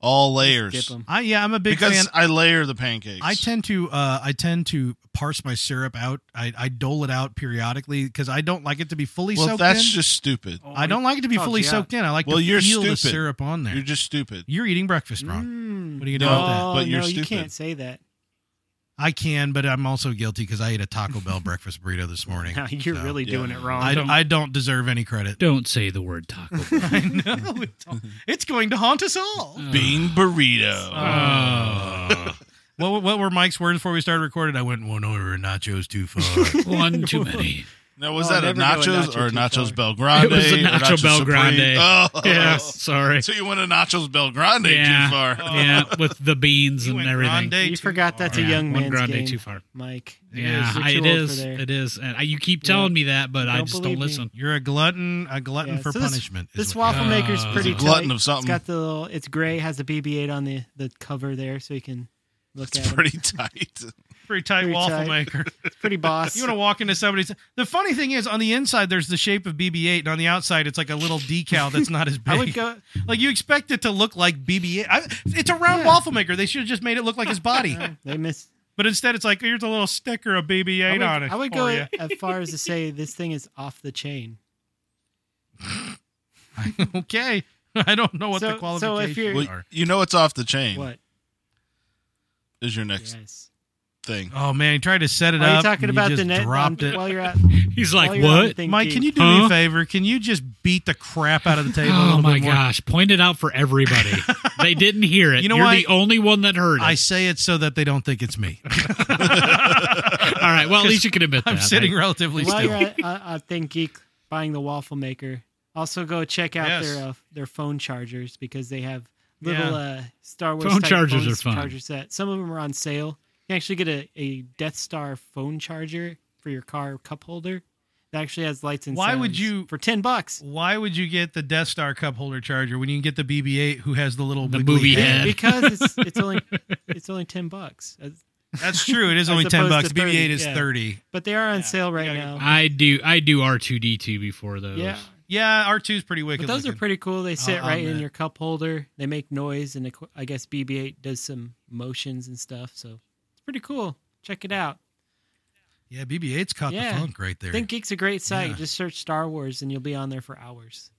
[SPEAKER 4] All
[SPEAKER 3] I just
[SPEAKER 4] layers.
[SPEAKER 3] dip 'em.
[SPEAKER 1] I, yeah, I'm a big
[SPEAKER 4] because
[SPEAKER 1] fan.
[SPEAKER 4] I layer the pancakes.
[SPEAKER 1] I tend to uh, I tend to parse my syrup out. I, I dole it out periodically because I don't like it to be fully
[SPEAKER 4] well,
[SPEAKER 1] soaked
[SPEAKER 4] that's
[SPEAKER 1] in.
[SPEAKER 4] just stupid.
[SPEAKER 1] I don't like it to be
[SPEAKER 4] Oh,
[SPEAKER 1] fully
[SPEAKER 4] yeah.
[SPEAKER 1] soaked in. I like
[SPEAKER 4] Well,
[SPEAKER 1] to
[SPEAKER 4] you're
[SPEAKER 1] feel the
[SPEAKER 4] stupid.
[SPEAKER 1] syrup on there.
[SPEAKER 4] You're just stupid.
[SPEAKER 1] You're eating breakfast wrong. What are you doing
[SPEAKER 4] No,
[SPEAKER 1] with that?
[SPEAKER 3] Oh,
[SPEAKER 4] but you're
[SPEAKER 3] Mm. no, you
[SPEAKER 4] stupid.
[SPEAKER 3] can't say that.
[SPEAKER 1] I can, but I'm also guilty because I ate a Taco Bell *laughs* breakfast burrito this morning.
[SPEAKER 3] *laughs* You're really doing it wrong.
[SPEAKER 1] I,
[SPEAKER 3] *laughs*
[SPEAKER 1] I don't deserve any credit.
[SPEAKER 5] Don't say the word taco.
[SPEAKER 1] I know. It's, it's going to haunt us all.
[SPEAKER 4] Bean burrito.
[SPEAKER 1] Oh. what, what were Mike's words before we started recording? I went one over and nachos too
[SPEAKER 3] *laughs*
[SPEAKER 1] far. *laughs*
[SPEAKER 5] One too many.
[SPEAKER 4] Now was
[SPEAKER 1] Oh,
[SPEAKER 4] that a
[SPEAKER 1] never go a
[SPEAKER 4] nachos
[SPEAKER 1] nacho
[SPEAKER 4] or a
[SPEAKER 1] too
[SPEAKER 4] nachos
[SPEAKER 1] far.
[SPEAKER 4] Bel Grande?
[SPEAKER 5] It was a
[SPEAKER 4] or
[SPEAKER 5] Nacho
[SPEAKER 4] Nacho
[SPEAKER 5] Bel
[SPEAKER 4] Supreme?
[SPEAKER 5] Grande.
[SPEAKER 4] Oh,
[SPEAKER 5] Yeah,
[SPEAKER 4] *laughs*
[SPEAKER 5] sorry.
[SPEAKER 4] So you went to nachos Bel Grande
[SPEAKER 5] yeah,
[SPEAKER 4] too far.
[SPEAKER 5] Yeah, with
[SPEAKER 1] *laughs*
[SPEAKER 5] the beans and everything.
[SPEAKER 3] you forgot that's a
[SPEAKER 5] Yeah,
[SPEAKER 3] young
[SPEAKER 5] one
[SPEAKER 3] man's
[SPEAKER 5] grande
[SPEAKER 3] game,
[SPEAKER 5] too far.
[SPEAKER 3] Mike.
[SPEAKER 5] Yeah, I-
[SPEAKER 3] You're
[SPEAKER 5] it
[SPEAKER 3] too old for
[SPEAKER 5] is.
[SPEAKER 3] there.
[SPEAKER 5] It is. And I, you keep telling me that, but I
[SPEAKER 3] Don't
[SPEAKER 5] just
[SPEAKER 3] believe
[SPEAKER 5] don't
[SPEAKER 3] me.
[SPEAKER 5] listen.
[SPEAKER 1] You're a glutton, a glutton
[SPEAKER 3] Yeah,
[SPEAKER 1] for
[SPEAKER 3] so this-
[SPEAKER 1] punishment.
[SPEAKER 3] This,
[SPEAKER 1] is what
[SPEAKER 3] waffle
[SPEAKER 1] you are.
[SPEAKER 3] maker's
[SPEAKER 5] Uh,
[SPEAKER 3] pretty
[SPEAKER 5] He's a glutton
[SPEAKER 3] tight.
[SPEAKER 5] of
[SPEAKER 3] It's
[SPEAKER 5] something.
[SPEAKER 3] got the little. It's gray. Has the BB-8 on the the cover there, so you can look
[SPEAKER 4] It's
[SPEAKER 3] at. 'em.
[SPEAKER 4] pretty
[SPEAKER 3] *laughs*
[SPEAKER 4] tight.
[SPEAKER 1] Pretty tight
[SPEAKER 3] Pretty
[SPEAKER 1] waffle
[SPEAKER 3] tight.
[SPEAKER 1] maker.
[SPEAKER 3] It's pretty boss.
[SPEAKER 1] You want to walk into somebody's. The funny thing is, on the inside, there's the shape of BB-8, and on the outside, it's like a little decal that's not as big.
[SPEAKER 3] *laughs* I would go.
[SPEAKER 1] like you expect it to look like BB-8. I, it's a round waffle maker. They should have just made it look like his
[SPEAKER 3] *laughs*
[SPEAKER 1] body.
[SPEAKER 3] They miss.
[SPEAKER 1] But instead, it's like here's a little sticker of BB-8
[SPEAKER 3] I would,
[SPEAKER 1] on it.
[SPEAKER 3] I would
[SPEAKER 1] for
[SPEAKER 3] go *laughs*
[SPEAKER 1] ya. *laughs*
[SPEAKER 3] as far as to say this thing is off the chain.
[SPEAKER 1] okay. I don't know what
[SPEAKER 3] So-
[SPEAKER 1] the
[SPEAKER 3] so
[SPEAKER 1] qualifications
[SPEAKER 3] if you're-
[SPEAKER 1] are.
[SPEAKER 4] Well, you know it's off the chain.
[SPEAKER 3] What?
[SPEAKER 4] is your next
[SPEAKER 3] Yes.
[SPEAKER 4] thing?
[SPEAKER 1] Oh man, he tried to set it
[SPEAKER 3] Are
[SPEAKER 1] up.
[SPEAKER 3] you talking
[SPEAKER 1] and
[SPEAKER 3] about
[SPEAKER 1] he
[SPEAKER 3] the
[SPEAKER 1] just
[SPEAKER 3] net?
[SPEAKER 1] dropped
[SPEAKER 3] on-
[SPEAKER 1] it.
[SPEAKER 3] While
[SPEAKER 1] *laughs*
[SPEAKER 3] you're at,
[SPEAKER 5] He's
[SPEAKER 3] while
[SPEAKER 5] like,
[SPEAKER 3] you're on the
[SPEAKER 5] "What?"
[SPEAKER 3] thing,
[SPEAKER 1] Mike,
[SPEAKER 3] Keith.
[SPEAKER 1] can you do me
[SPEAKER 5] Huh?
[SPEAKER 1] a favor? Can you just beat the crap out of the table? a
[SPEAKER 5] Oh
[SPEAKER 1] little
[SPEAKER 5] my
[SPEAKER 1] bit more?
[SPEAKER 5] gosh! Point it out for
[SPEAKER 1] *laughs*
[SPEAKER 5] everybody. they didn't hear it.
[SPEAKER 1] You know
[SPEAKER 5] You're
[SPEAKER 1] what?
[SPEAKER 5] the only one that heard it.
[SPEAKER 1] I say it so that they don't think it's me.
[SPEAKER 5] All right.
[SPEAKER 1] *laughs*
[SPEAKER 5] Well, at least you can admit
[SPEAKER 1] I'm
[SPEAKER 5] that.
[SPEAKER 1] sitting
[SPEAKER 5] I-
[SPEAKER 1] relatively
[SPEAKER 3] While
[SPEAKER 1] still.
[SPEAKER 3] you're at uh, uh, Think Geek buying the waffle maker, also go check out
[SPEAKER 1] Yes.
[SPEAKER 3] their uh, their phone chargers because they have little
[SPEAKER 5] Yeah.
[SPEAKER 3] uh, Star Wars
[SPEAKER 5] Phone
[SPEAKER 3] type
[SPEAKER 5] chargers
[SPEAKER 3] phone
[SPEAKER 5] are fun.
[SPEAKER 3] Charger set. Some of them are on sale. You can actually get a, a Death Star phone charger for your car cup holder that actually has lights and
[SPEAKER 1] Why would
[SPEAKER 3] sounds
[SPEAKER 1] you-
[SPEAKER 3] for ten bucks?
[SPEAKER 1] Why would you get the Death Star cup holder charger when you can get the BB-8 who has the little
[SPEAKER 5] The
[SPEAKER 1] wiggly
[SPEAKER 5] movie head.
[SPEAKER 3] Because it's it's only it's only ten bucks. As-
[SPEAKER 1] *laughs* That's true. It is
[SPEAKER 3] as
[SPEAKER 1] only ten
[SPEAKER 3] opposed
[SPEAKER 1] bucks.
[SPEAKER 3] to
[SPEAKER 1] The BB-8 is
[SPEAKER 3] 30, yeah.
[SPEAKER 1] thirty.
[SPEAKER 3] But they are on sale right now.
[SPEAKER 5] I do. I do R two D two before those.
[SPEAKER 3] Yeah.
[SPEAKER 1] Yeah, R 2s pretty wicked.
[SPEAKER 3] But those are
[SPEAKER 1] looking.
[SPEAKER 3] pretty cool. They sit
[SPEAKER 1] I'll- I'll
[SPEAKER 3] right in
[SPEAKER 1] admit.
[SPEAKER 3] your cup holder. They make noise, and equ- I guess BB-8 does some motions and stuff. So it's pretty cool. Check it out.
[SPEAKER 1] Yeah, BB-8's caught
[SPEAKER 3] yeah,
[SPEAKER 1] the funk right there.
[SPEAKER 3] Think Geek's a great site.
[SPEAKER 1] Yeah.
[SPEAKER 3] Just search Star Wars, and you'll be on there for hours.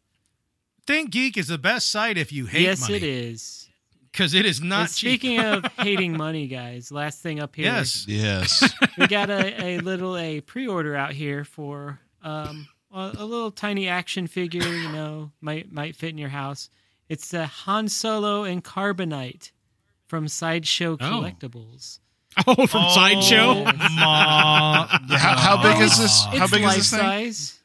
[SPEAKER 1] Think Geek is the best site if you hate
[SPEAKER 3] yes,
[SPEAKER 1] money.
[SPEAKER 3] it is.
[SPEAKER 1] Because it is not
[SPEAKER 3] and
[SPEAKER 1] cheap. *laughs*
[SPEAKER 3] speaking of hating money, guys, last thing up here.
[SPEAKER 1] Yes.
[SPEAKER 3] *laughs*
[SPEAKER 4] Yes.
[SPEAKER 3] we got a, a little a pre-order out here for um a, a little tiny action figure you know might might fit in your house it's a han solo and carbonite from
[SPEAKER 4] Oh.
[SPEAKER 3] sideshow collectibles
[SPEAKER 5] *laughs* Oh, from sideshow. *laughs*
[SPEAKER 1] Ma-
[SPEAKER 4] how, how big is this?
[SPEAKER 3] it's
[SPEAKER 4] How big
[SPEAKER 3] life
[SPEAKER 4] is this thing?
[SPEAKER 3] size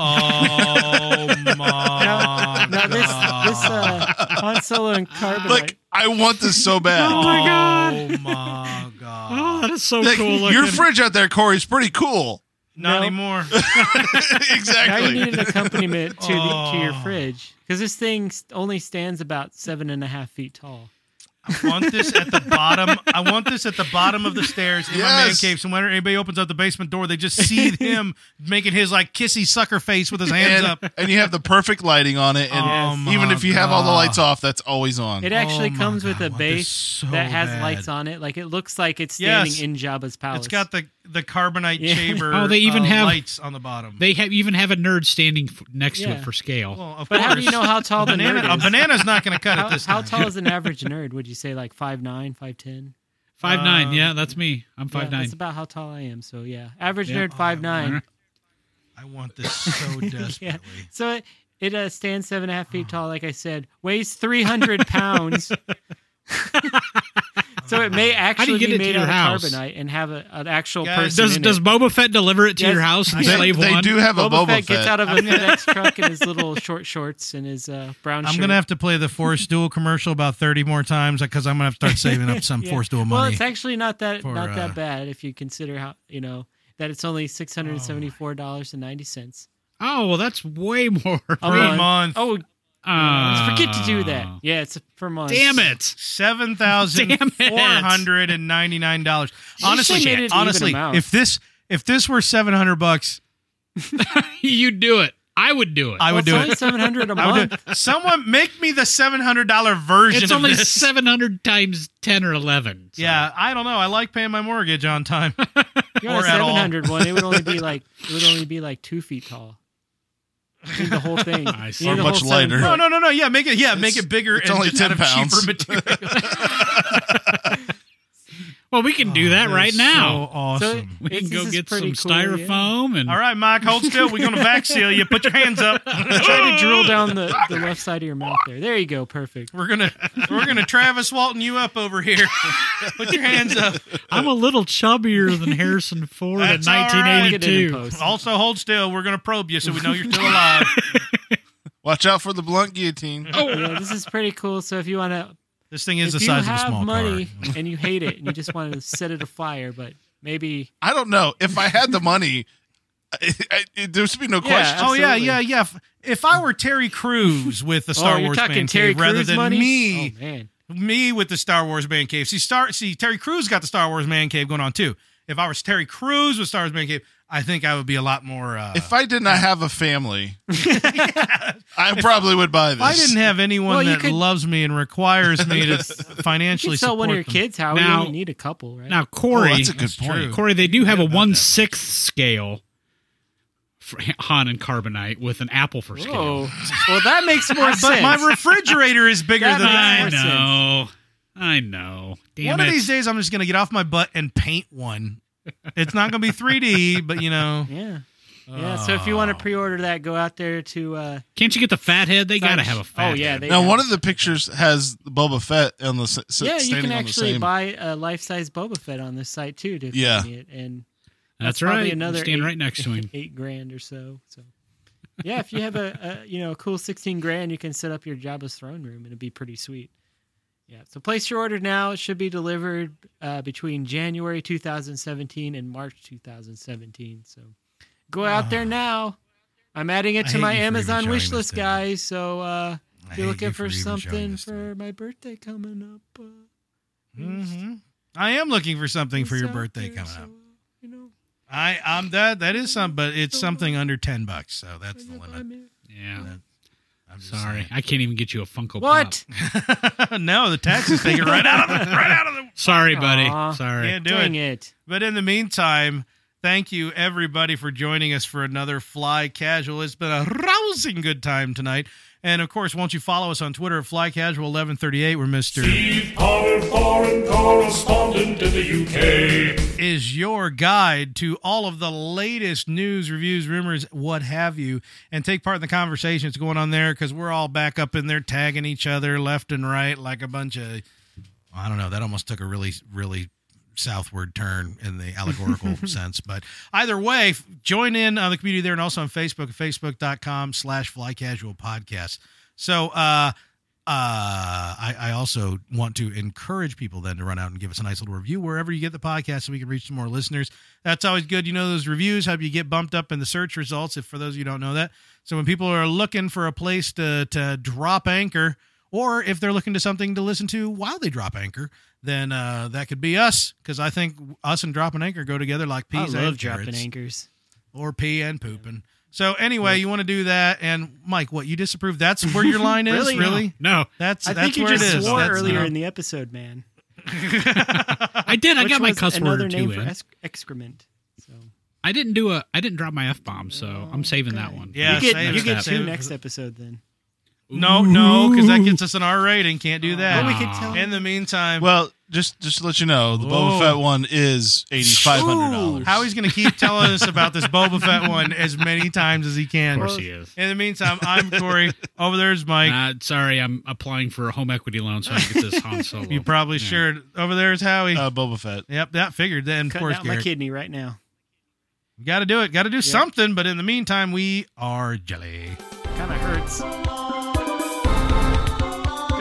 [SPEAKER 1] Oh
[SPEAKER 3] *laughs*
[SPEAKER 1] my
[SPEAKER 3] now this this uh han solo and carbonite
[SPEAKER 4] Like I want this
[SPEAKER 3] *laughs*
[SPEAKER 4] so bad.
[SPEAKER 5] Oh my god!
[SPEAKER 1] Oh my god.
[SPEAKER 5] Oh, that is so
[SPEAKER 4] Like,
[SPEAKER 5] cool. Looking.
[SPEAKER 4] your fridge out there, Corey, is pretty cool. *laughs*
[SPEAKER 1] Not
[SPEAKER 3] No.
[SPEAKER 1] anymore.
[SPEAKER 3] now you
[SPEAKER 4] exactly.
[SPEAKER 3] need an accompaniment to the, to your
[SPEAKER 1] Oh.
[SPEAKER 3] fridge because this thing st- only stands about seven and a half feet tall
[SPEAKER 1] I want this at the bottom. I want this at the bottom of the stairs in my man
[SPEAKER 4] Yes.
[SPEAKER 1] cave. So whenever anybody opens up the basement door, they just
[SPEAKER 4] *laughs*
[SPEAKER 1] see him making his like kissy sucker face with his hands
[SPEAKER 4] and,
[SPEAKER 1] up.
[SPEAKER 4] and you have the perfect lighting on it. And
[SPEAKER 1] Oh,
[SPEAKER 4] even
[SPEAKER 1] my
[SPEAKER 4] if you have all the lights
[SPEAKER 1] God.
[SPEAKER 4] off, that's always on.
[SPEAKER 3] It actually
[SPEAKER 1] Oh my
[SPEAKER 3] comes with a
[SPEAKER 1] this
[SPEAKER 3] base
[SPEAKER 1] so
[SPEAKER 3] that has
[SPEAKER 1] bad.
[SPEAKER 3] lights on it. Like it looks like it's standing
[SPEAKER 1] Yes.
[SPEAKER 3] in Jabba's palace.
[SPEAKER 1] It's got the the carbonite
[SPEAKER 3] Yeah.
[SPEAKER 1] chamber.
[SPEAKER 5] Oh, they even
[SPEAKER 1] uh,
[SPEAKER 5] have
[SPEAKER 1] lights on the bottom.
[SPEAKER 5] They have even have a nerd standing f- next to
[SPEAKER 3] Yeah.
[SPEAKER 5] it for scale.
[SPEAKER 1] Well, of
[SPEAKER 3] But how do you
[SPEAKER 1] course.
[SPEAKER 3] know how tall
[SPEAKER 1] a
[SPEAKER 3] the
[SPEAKER 1] banana,
[SPEAKER 3] nerd
[SPEAKER 1] a
[SPEAKER 3] is?
[SPEAKER 1] banana's not going to cut
[SPEAKER 3] how,
[SPEAKER 1] it this
[SPEAKER 3] how
[SPEAKER 1] time.
[SPEAKER 3] tall
[SPEAKER 1] *laughs*
[SPEAKER 3] is an average nerd? Would you say like five nine, five ten?
[SPEAKER 5] Five
[SPEAKER 1] um,
[SPEAKER 5] nine, yeah, that's me. I'm five nine.
[SPEAKER 3] That's about how tall I am. So yeah, average
[SPEAKER 1] Oh,
[SPEAKER 5] Yeah.
[SPEAKER 3] nerd five nine.
[SPEAKER 1] I want this
[SPEAKER 3] *laughs*
[SPEAKER 1] so desperately.
[SPEAKER 3] So it, it uh, stands seven and a half
[SPEAKER 1] Oh.
[SPEAKER 3] feet tall, like I said, weighs
[SPEAKER 1] *laughs*
[SPEAKER 3] 300 pounds. *laughs* so it may
[SPEAKER 5] How do you
[SPEAKER 3] actually
[SPEAKER 5] get it
[SPEAKER 3] be
[SPEAKER 5] to
[SPEAKER 3] made
[SPEAKER 5] your
[SPEAKER 3] out
[SPEAKER 5] house?
[SPEAKER 3] of carbonite and have a, an actual
[SPEAKER 5] Does
[SPEAKER 3] person. in
[SPEAKER 5] does
[SPEAKER 3] it.
[SPEAKER 5] Boba Fett deliver it to
[SPEAKER 3] Yes.
[SPEAKER 5] your house
[SPEAKER 3] *laughs*
[SPEAKER 5] in
[SPEAKER 3] They-
[SPEAKER 5] Slave
[SPEAKER 4] they
[SPEAKER 5] One?
[SPEAKER 4] do have a
[SPEAKER 3] Boba
[SPEAKER 4] Boba
[SPEAKER 3] Fett gets
[SPEAKER 4] Fett.
[SPEAKER 3] out of
[SPEAKER 1] *laughs*
[SPEAKER 3] a
[SPEAKER 1] I'm gonna-
[SPEAKER 3] FedEx truck in his little short shorts and his uh, brown
[SPEAKER 1] I'm
[SPEAKER 3] shirt.
[SPEAKER 1] going to have to play the Force Duel commercial about 30 more times because I'm going to have to start saving up some
[SPEAKER 3] *laughs* Yeah.
[SPEAKER 1] Force Duel
[SPEAKER 3] Well,
[SPEAKER 1] money.
[SPEAKER 3] it's actually not that
[SPEAKER 1] for,
[SPEAKER 3] not
[SPEAKER 1] uh,
[SPEAKER 3] that bad if you consider how you know that it's only six hundred and seventy four dollars and ninety cents.
[SPEAKER 5] Oh well, that's way more.
[SPEAKER 3] A
[SPEAKER 1] per
[SPEAKER 3] month.
[SPEAKER 1] month. Uh,
[SPEAKER 3] Oh,
[SPEAKER 5] Ah.
[SPEAKER 3] forget to do that. Yeah, it's per month.
[SPEAKER 5] Damn it! *laughs*
[SPEAKER 1] Seven
[SPEAKER 3] *laughs*
[SPEAKER 1] thousand four hundred and ninety nine dollars. Honestly,
[SPEAKER 3] made it an even
[SPEAKER 1] honestly,
[SPEAKER 3] amount.
[SPEAKER 1] if this if this were seven hundred bucks,
[SPEAKER 5] you do it. I would do it.
[SPEAKER 1] I would do
[SPEAKER 3] Well, it's only
[SPEAKER 1] it.
[SPEAKER 3] $700
[SPEAKER 1] *laughs*
[SPEAKER 3] a
[SPEAKER 1] I would do it. Someone make me the seven hundred dollar version.
[SPEAKER 5] It's
[SPEAKER 1] of
[SPEAKER 5] only
[SPEAKER 1] this.
[SPEAKER 5] seven hundred times ten or eleven.
[SPEAKER 1] Yeah, I don't know. I like paying my mortgage on time.
[SPEAKER 3] If you want
[SPEAKER 1] *laughs* Or
[SPEAKER 3] a
[SPEAKER 1] at all.
[SPEAKER 3] seven hundred one, it would
[SPEAKER 1] *laughs*
[SPEAKER 3] only be like it would only be like two feet tall. You need the
[SPEAKER 1] *laughs*
[SPEAKER 3] whole thing.
[SPEAKER 5] I see.
[SPEAKER 3] You
[SPEAKER 4] Or
[SPEAKER 3] need the
[SPEAKER 4] much
[SPEAKER 3] whole seven
[SPEAKER 4] lighter.
[SPEAKER 1] No,
[SPEAKER 3] foot.
[SPEAKER 1] no, no, no. Yeah, make it. Yeah, make
[SPEAKER 4] It's-
[SPEAKER 1] it bigger.
[SPEAKER 4] it's
[SPEAKER 1] and
[SPEAKER 4] only
[SPEAKER 1] just out
[SPEAKER 4] 10
[SPEAKER 1] of
[SPEAKER 4] pounds.
[SPEAKER 1] cheaper material.
[SPEAKER 5] Well, we can do that
[SPEAKER 1] That
[SPEAKER 5] right
[SPEAKER 1] is
[SPEAKER 5] now.
[SPEAKER 1] So awesome.
[SPEAKER 3] Oh, So
[SPEAKER 5] we can
[SPEAKER 3] it's-
[SPEAKER 5] go
[SPEAKER 3] this is
[SPEAKER 5] get some
[SPEAKER 3] pretty cool, yeah.
[SPEAKER 5] styrofoam and.
[SPEAKER 1] All right, Mike, hold still. We're gonna vac seal you. Put your hands up.
[SPEAKER 3] Try to drill down the, the left side of your mouth there. There you go. Perfect.
[SPEAKER 1] We're gonna we're gonna Travis Walton you up over here. *laughs* Put your hands up.
[SPEAKER 5] I'm a little
[SPEAKER 3] *laughs*
[SPEAKER 5] chubbier than Harrison Ford in
[SPEAKER 1] That's all right.
[SPEAKER 3] Look at it in
[SPEAKER 5] 1982.
[SPEAKER 3] post.
[SPEAKER 1] Also, hold still. We're gonna probe you so we know you're still alive.
[SPEAKER 4] Watch out for the blunt
[SPEAKER 3] *laughs*
[SPEAKER 4] guillotine.
[SPEAKER 3] Yeah, this is pretty cool. So if you want to,
[SPEAKER 1] This thing is
[SPEAKER 3] if
[SPEAKER 1] the
[SPEAKER 3] you
[SPEAKER 1] size of a
[SPEAKER 3] have
[SPEAKER 1] small
[SPEAKER 3] money
[SPEAKER 1] car.
[SPEAKER 3] and you hate it and you just want to set it afire, but maybe
[SPEAKER 4] I don't know. If I had the money, *laughs* I, I, it- there would be no
[SPEAKER 3] Yeah.
[SPEAKER 4] question.
[SPEAKER 1] Oh yeah,
[SPEAKER 3] Absolutely.
[SPEAKER 1] yeah, yeah. If- If I were Terry Crews with the Star
[SPEAKER 3] *laughs* oh, you're
[SPEAKER 1] Wars
[SPEAKER 3] talking
[SPEAKER 1] man
[SPEAKER 3] Terry
[SPEAKER 1] cave, rather
[SPEAKER 3] Crews
[SPEAKER 1] than
[SPEAKER 3] money?
[SPEAKER 1] me,
[SPEAKER 3] Oh man,
[SPEAKER 1] me with the Star Wars man cave. See, Star, see, Terry Crews got the Star Wars man cave going on too. If I was Terry Crews with Star Wars man cave, I think I would be a lot more. Uh,
[SPEAKER 4] If I did not have a
[SPEAKER 3] *laughs*
[SPEAKER 4] family, I probably would buy this.
[SPEAKER 1] if I didn't have anyone
[SPEAKER 3] Well, you
[SPEAKER 1] that
[SPEAKER 3] could-
[SPEAKER 1] loves me and requires me
[SPEAKER 3] *laughs*
[SPEAKER 1] to
[SPEAKER 3] you
[SPEAKER 1] financially
[SPEAKER 3] can sell
[SPEAKER 1] support
[SPEAKER 3] one of your
[SPEAKER 1] them.
[SPEAKER 3] kids. How you
[SPEAKER 5] Now-
[SPEAKER 3] only need a couple, right?
[SPEAKER 5] Now, Corey,
[SPEAKER 4] Oh, that's a good point.
[SPEAKER 1] true.
[SPEAKER 5] Corey, they do have a
[SPEAKER 1] about that
[SPEAKER 5] one sixth scale for Han and carbonite with an apple for scale.
[SPEAKER 3] Whoa. Well, that makes more sense.
[SPEAKER 1] But my refrigerator is bigger
[SPEAKER 3] That
[SPEAKER 1] than
[SPEAKER 3] makes
[SPEAKER 1] that.
[SPEAKER 5] I
[SPEAKER 3] more sense.
[SPEAKER 5] know. I know. Damn
[SPEAKER 1] one
[SPEAKER 5] it.
[SPEAKER 1] of these days, I'm just gonna get off my butt and paint one. It's not gonna be 3D, but you know,
[SPEAKER 3] yeah. Yeah, so if you want to
[SPEAKER 1] Ah.
[SPEAKER 3] pre-order that, go out there to uh
[SPEAKER 5] Can't you get the fat head? They gotta have a fat.
[SPEAKER 3] Oh yeah,
[SPEAKER 5] head.
[SPEAKER 3] they
[SPEAKER 4] now,
[SPEAKER 3] have-
[SPEAKER 4] one of the pictures has Boba Fett on the s- s-
[SPEAKER 3] yeah, you
[SPEAKER 4] standing
[SPEAKER 3] can
[SPEAKER 4] on the
[SPEAKER 3] actually
[SPEAKER 4] same.
[SPEAKER 3] buy a life-size Boba Fett on this site too. To
[SPEAKER 4] Yeah.
[SPEAKER 3] accompany it, and
[SPEAKER 5] that's
[SPEAKER 3] probably
[SPEAKER 5] right.
[SPEAKER 3] Another
[SPEAKER 5] Stand
[SPEAKER 3] eight-
[SPEAKER 5] right next to him.
[SPEAKER 3] *laughs* eight grand or so. So yeah, if you have a, a you know a cool sixteen grand, you can set up your Jabba's throne room, and it'd be pretty sweet. Yeah, so place your order now. It should be delivered uh, between January 2017 and March 2017. So go out there now. I'm adding it
[SPEAKER 1] Ah. I
[SPEAKER 3] to
[SPEAKER 1] hate
[SPEAKER 3] my
[SPEAKER 1] you for even
[SPEAKER 3] Amazon
[SPEAKER 1] shouting
[SPEAKER 3] wish
[SPEAKER 1] this
[SPEAKER 3] list,
[SPEAKER 1] to me.
[SPEAKER 3] guys. So uh,
[SPEAKER 1] I
[SPEAKER 3] if you're
[SPEAKER 1] hate
[SPEAKER 3] looking
[SPEAKER 1] you
[SPEAKER 3] for,
[SPEAKER 1] for even shouting
[SPEAKER 3] something
[SPEAKER 1] this to
[SPEAKER 3] for my birthday coming up, uh,
[SPEAKER 1] hmm I am looking for something for
[SPEAKER 3] it's
[SPEAKER 1] your
[SPEAKER 3] out
[SPEAKER 1] birthday
[SPEAKER 3] there,
[SPEAKER 1] coming
[SPEAKER 3] so, uh,
[SPEAKER 1] up.
[SPEAKER 3] you know,
[SPEAKER 1] I I'm that that is something, but it's something under ten bucks, so that's the
[SPEAKER 3] when you buy
[SPEAKER 1] limit.
[SPEAKER 3] me-
[SPEAKER 5] Yeah.
[SPEAKER 1] I'm just
[SPEAKER 5] Sorry, I can't even get you a Funko Pop.
[SPEAKER 3] What?
[SPEAKER 1] saying. *laughs* no, the taxes take it right out of the right out of the.
[SPEAKER 5] Sorry, buddy.
[SPEAKER 3] Aw.
[SPEAKER 5] Sorry.
[SPEAKER 1] Can't do
[SPEAKER 3] Dang
[SPEAKER 1] it.
[SPEAKER 3] it.
[SPEAKER 1] But in the meantime, thank you everybody for joining us for another Fly Casual. It's been a rousing good time tonight. And of course, won't you follow us on Twitter at Fly Casual 1138 where Mr.
[SPEAKER 12] Steve Potter, foreign correspondent in the UK.
[SPEAKER 1] is your guide to all of the latest news, reviews, rumors, what have you, and take part in the conversation that's going on there because we're all back up in there tagging each other left and right like a bunch of. I don't know. That almost took a really, really southward turn in the allegorical sense. But either way, f- join in on the community there and also on Facebook, facebook.com slash fly casual podcast. So, uh, uh, I, I also want to encourage people then to run out and give us a nice little review wherever you get the podcast so we can reach some more listeners. That's always good. You know, those reviews help you get bumped up in the search results, if for those of you who don't know that. So when people are looking for a place to, to drop anchor Or if they're looking to something to listen to while they drop anchor, then uh, that could be us because I think us and dropping anchor go together like
[SPEAKER 3] I
[SPEAKER 1] peas
[SPEAKER 3] love
[SPEAKER 1] and
[SPEAKER 3] dropping
[SPEAKER 1] carrots.
[SPEAKER 3] anchors.
[SPEAKER 1] or pee and pooping. So anyway, you want to do that, and Mike, what you disapprove? That's where
[SPEAKER 3] *laughs*
[SPEAKER 1] your line is,
[SPEAKER 3] Really?
[SPEAKER 1] really?
[SPEAKER 5] No.
[SPEAKER 1] that's
[SPEAKER 3] I
[SPEAKER 1] that's
[SPEAKER 3] think you
[SPEAKER 1] where
[SPEAKER 3] just
[SPEAKER 1] it is.
[SPEAKER 3] swore
[SPEAKER 1] That's-
[SPEAKER 3] earlier
[SPEAKER 1] no.
[SPEAKER 3] in the episode, man.
[SPEAKER 5] I did. I
[SPEAKER 3] Which
[SPEAKER 5] got my
[SPEAKER 3] was
[SPEAKER 5] cuss
[SPEAKER 3] another
[SPEAKER 5] word eh? or
[SPEAKER 3] name
[SPEAKER 5] two
[SPEAKER 3] for
[SPEAKER 5] in.
[SPEAKER 3] esc- excrement.
[SPEAKER 5] I didn't do a. I didn't drop my f bomb, so I'm saving that one.
[SPEAKER 1] Yeah,
[SPEAKER 3] you
[SPEAKER 1] save
[SPEAKER 3] get,
[SPEAKER 1] it,
[SPEAKER 3] you get
[SPEAKER 1] save
[SPEAKER 3] two
[SPEAKER 1] it.
[SPEAKER 3] next episode then.
[SPEAKER 1] No, no, because that
[SPEAKER 3] *laughs*
[SPEAKER 1] gets us an R rating. Can't do that.
[SPEAKER 3] Oh. But we could tell-
[SPEAKER 1] In the meantime,
[SPEAKER 4] Well, just just to let you know, the
[SPEAKER 1] Whoa.
[SPEAKER 4] Boba Fett one is eighty five hundred dollars.
[SPEAKER 1] How he's going to keep telling us about this Boba Fett one as many times as he can.
[SPEAKER 5] Of course he is.
[SPEAKER 1] In the meantime, I'm Corey. Over there's Mike.
[SPEAKER 5] Uh, sorry, I'm applying for a home equity loan so I can get
[SPEAKER 1] *laughs*
[SPEAKER 5] this Han Solo.
[SPEAKER 1] You probably
[SPEAKER 5] Yeah.
[SPEAKER 1] sure. Over there's Howie.
[SPEAKER 4] Uh, Boba Fett.
[SPEAKER 1] Yep, that figured. Then of
[SPEAKER 3] Cutting
[SPEAKER 1] course,
[SPEAKER 3] out my
[SPEAKER 1] Garrett.
[SPEAKER 3] kidney right now.
[SPEAKER 1] You got to do it. Got to do something. But in the meantime, we are jelly.
[SPEAKER 3] Kind of hurts.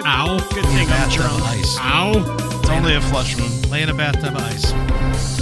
[SPEAKER 5] Ow.
[SPEAKER 1] Good thing
[SPEAKER 4] Bathtub ice.
[SPEAKER 5] Ow.
[SPEAKER 4] It's only a flush room.
[SPEAKER 1] Lay in a bathtub of ice.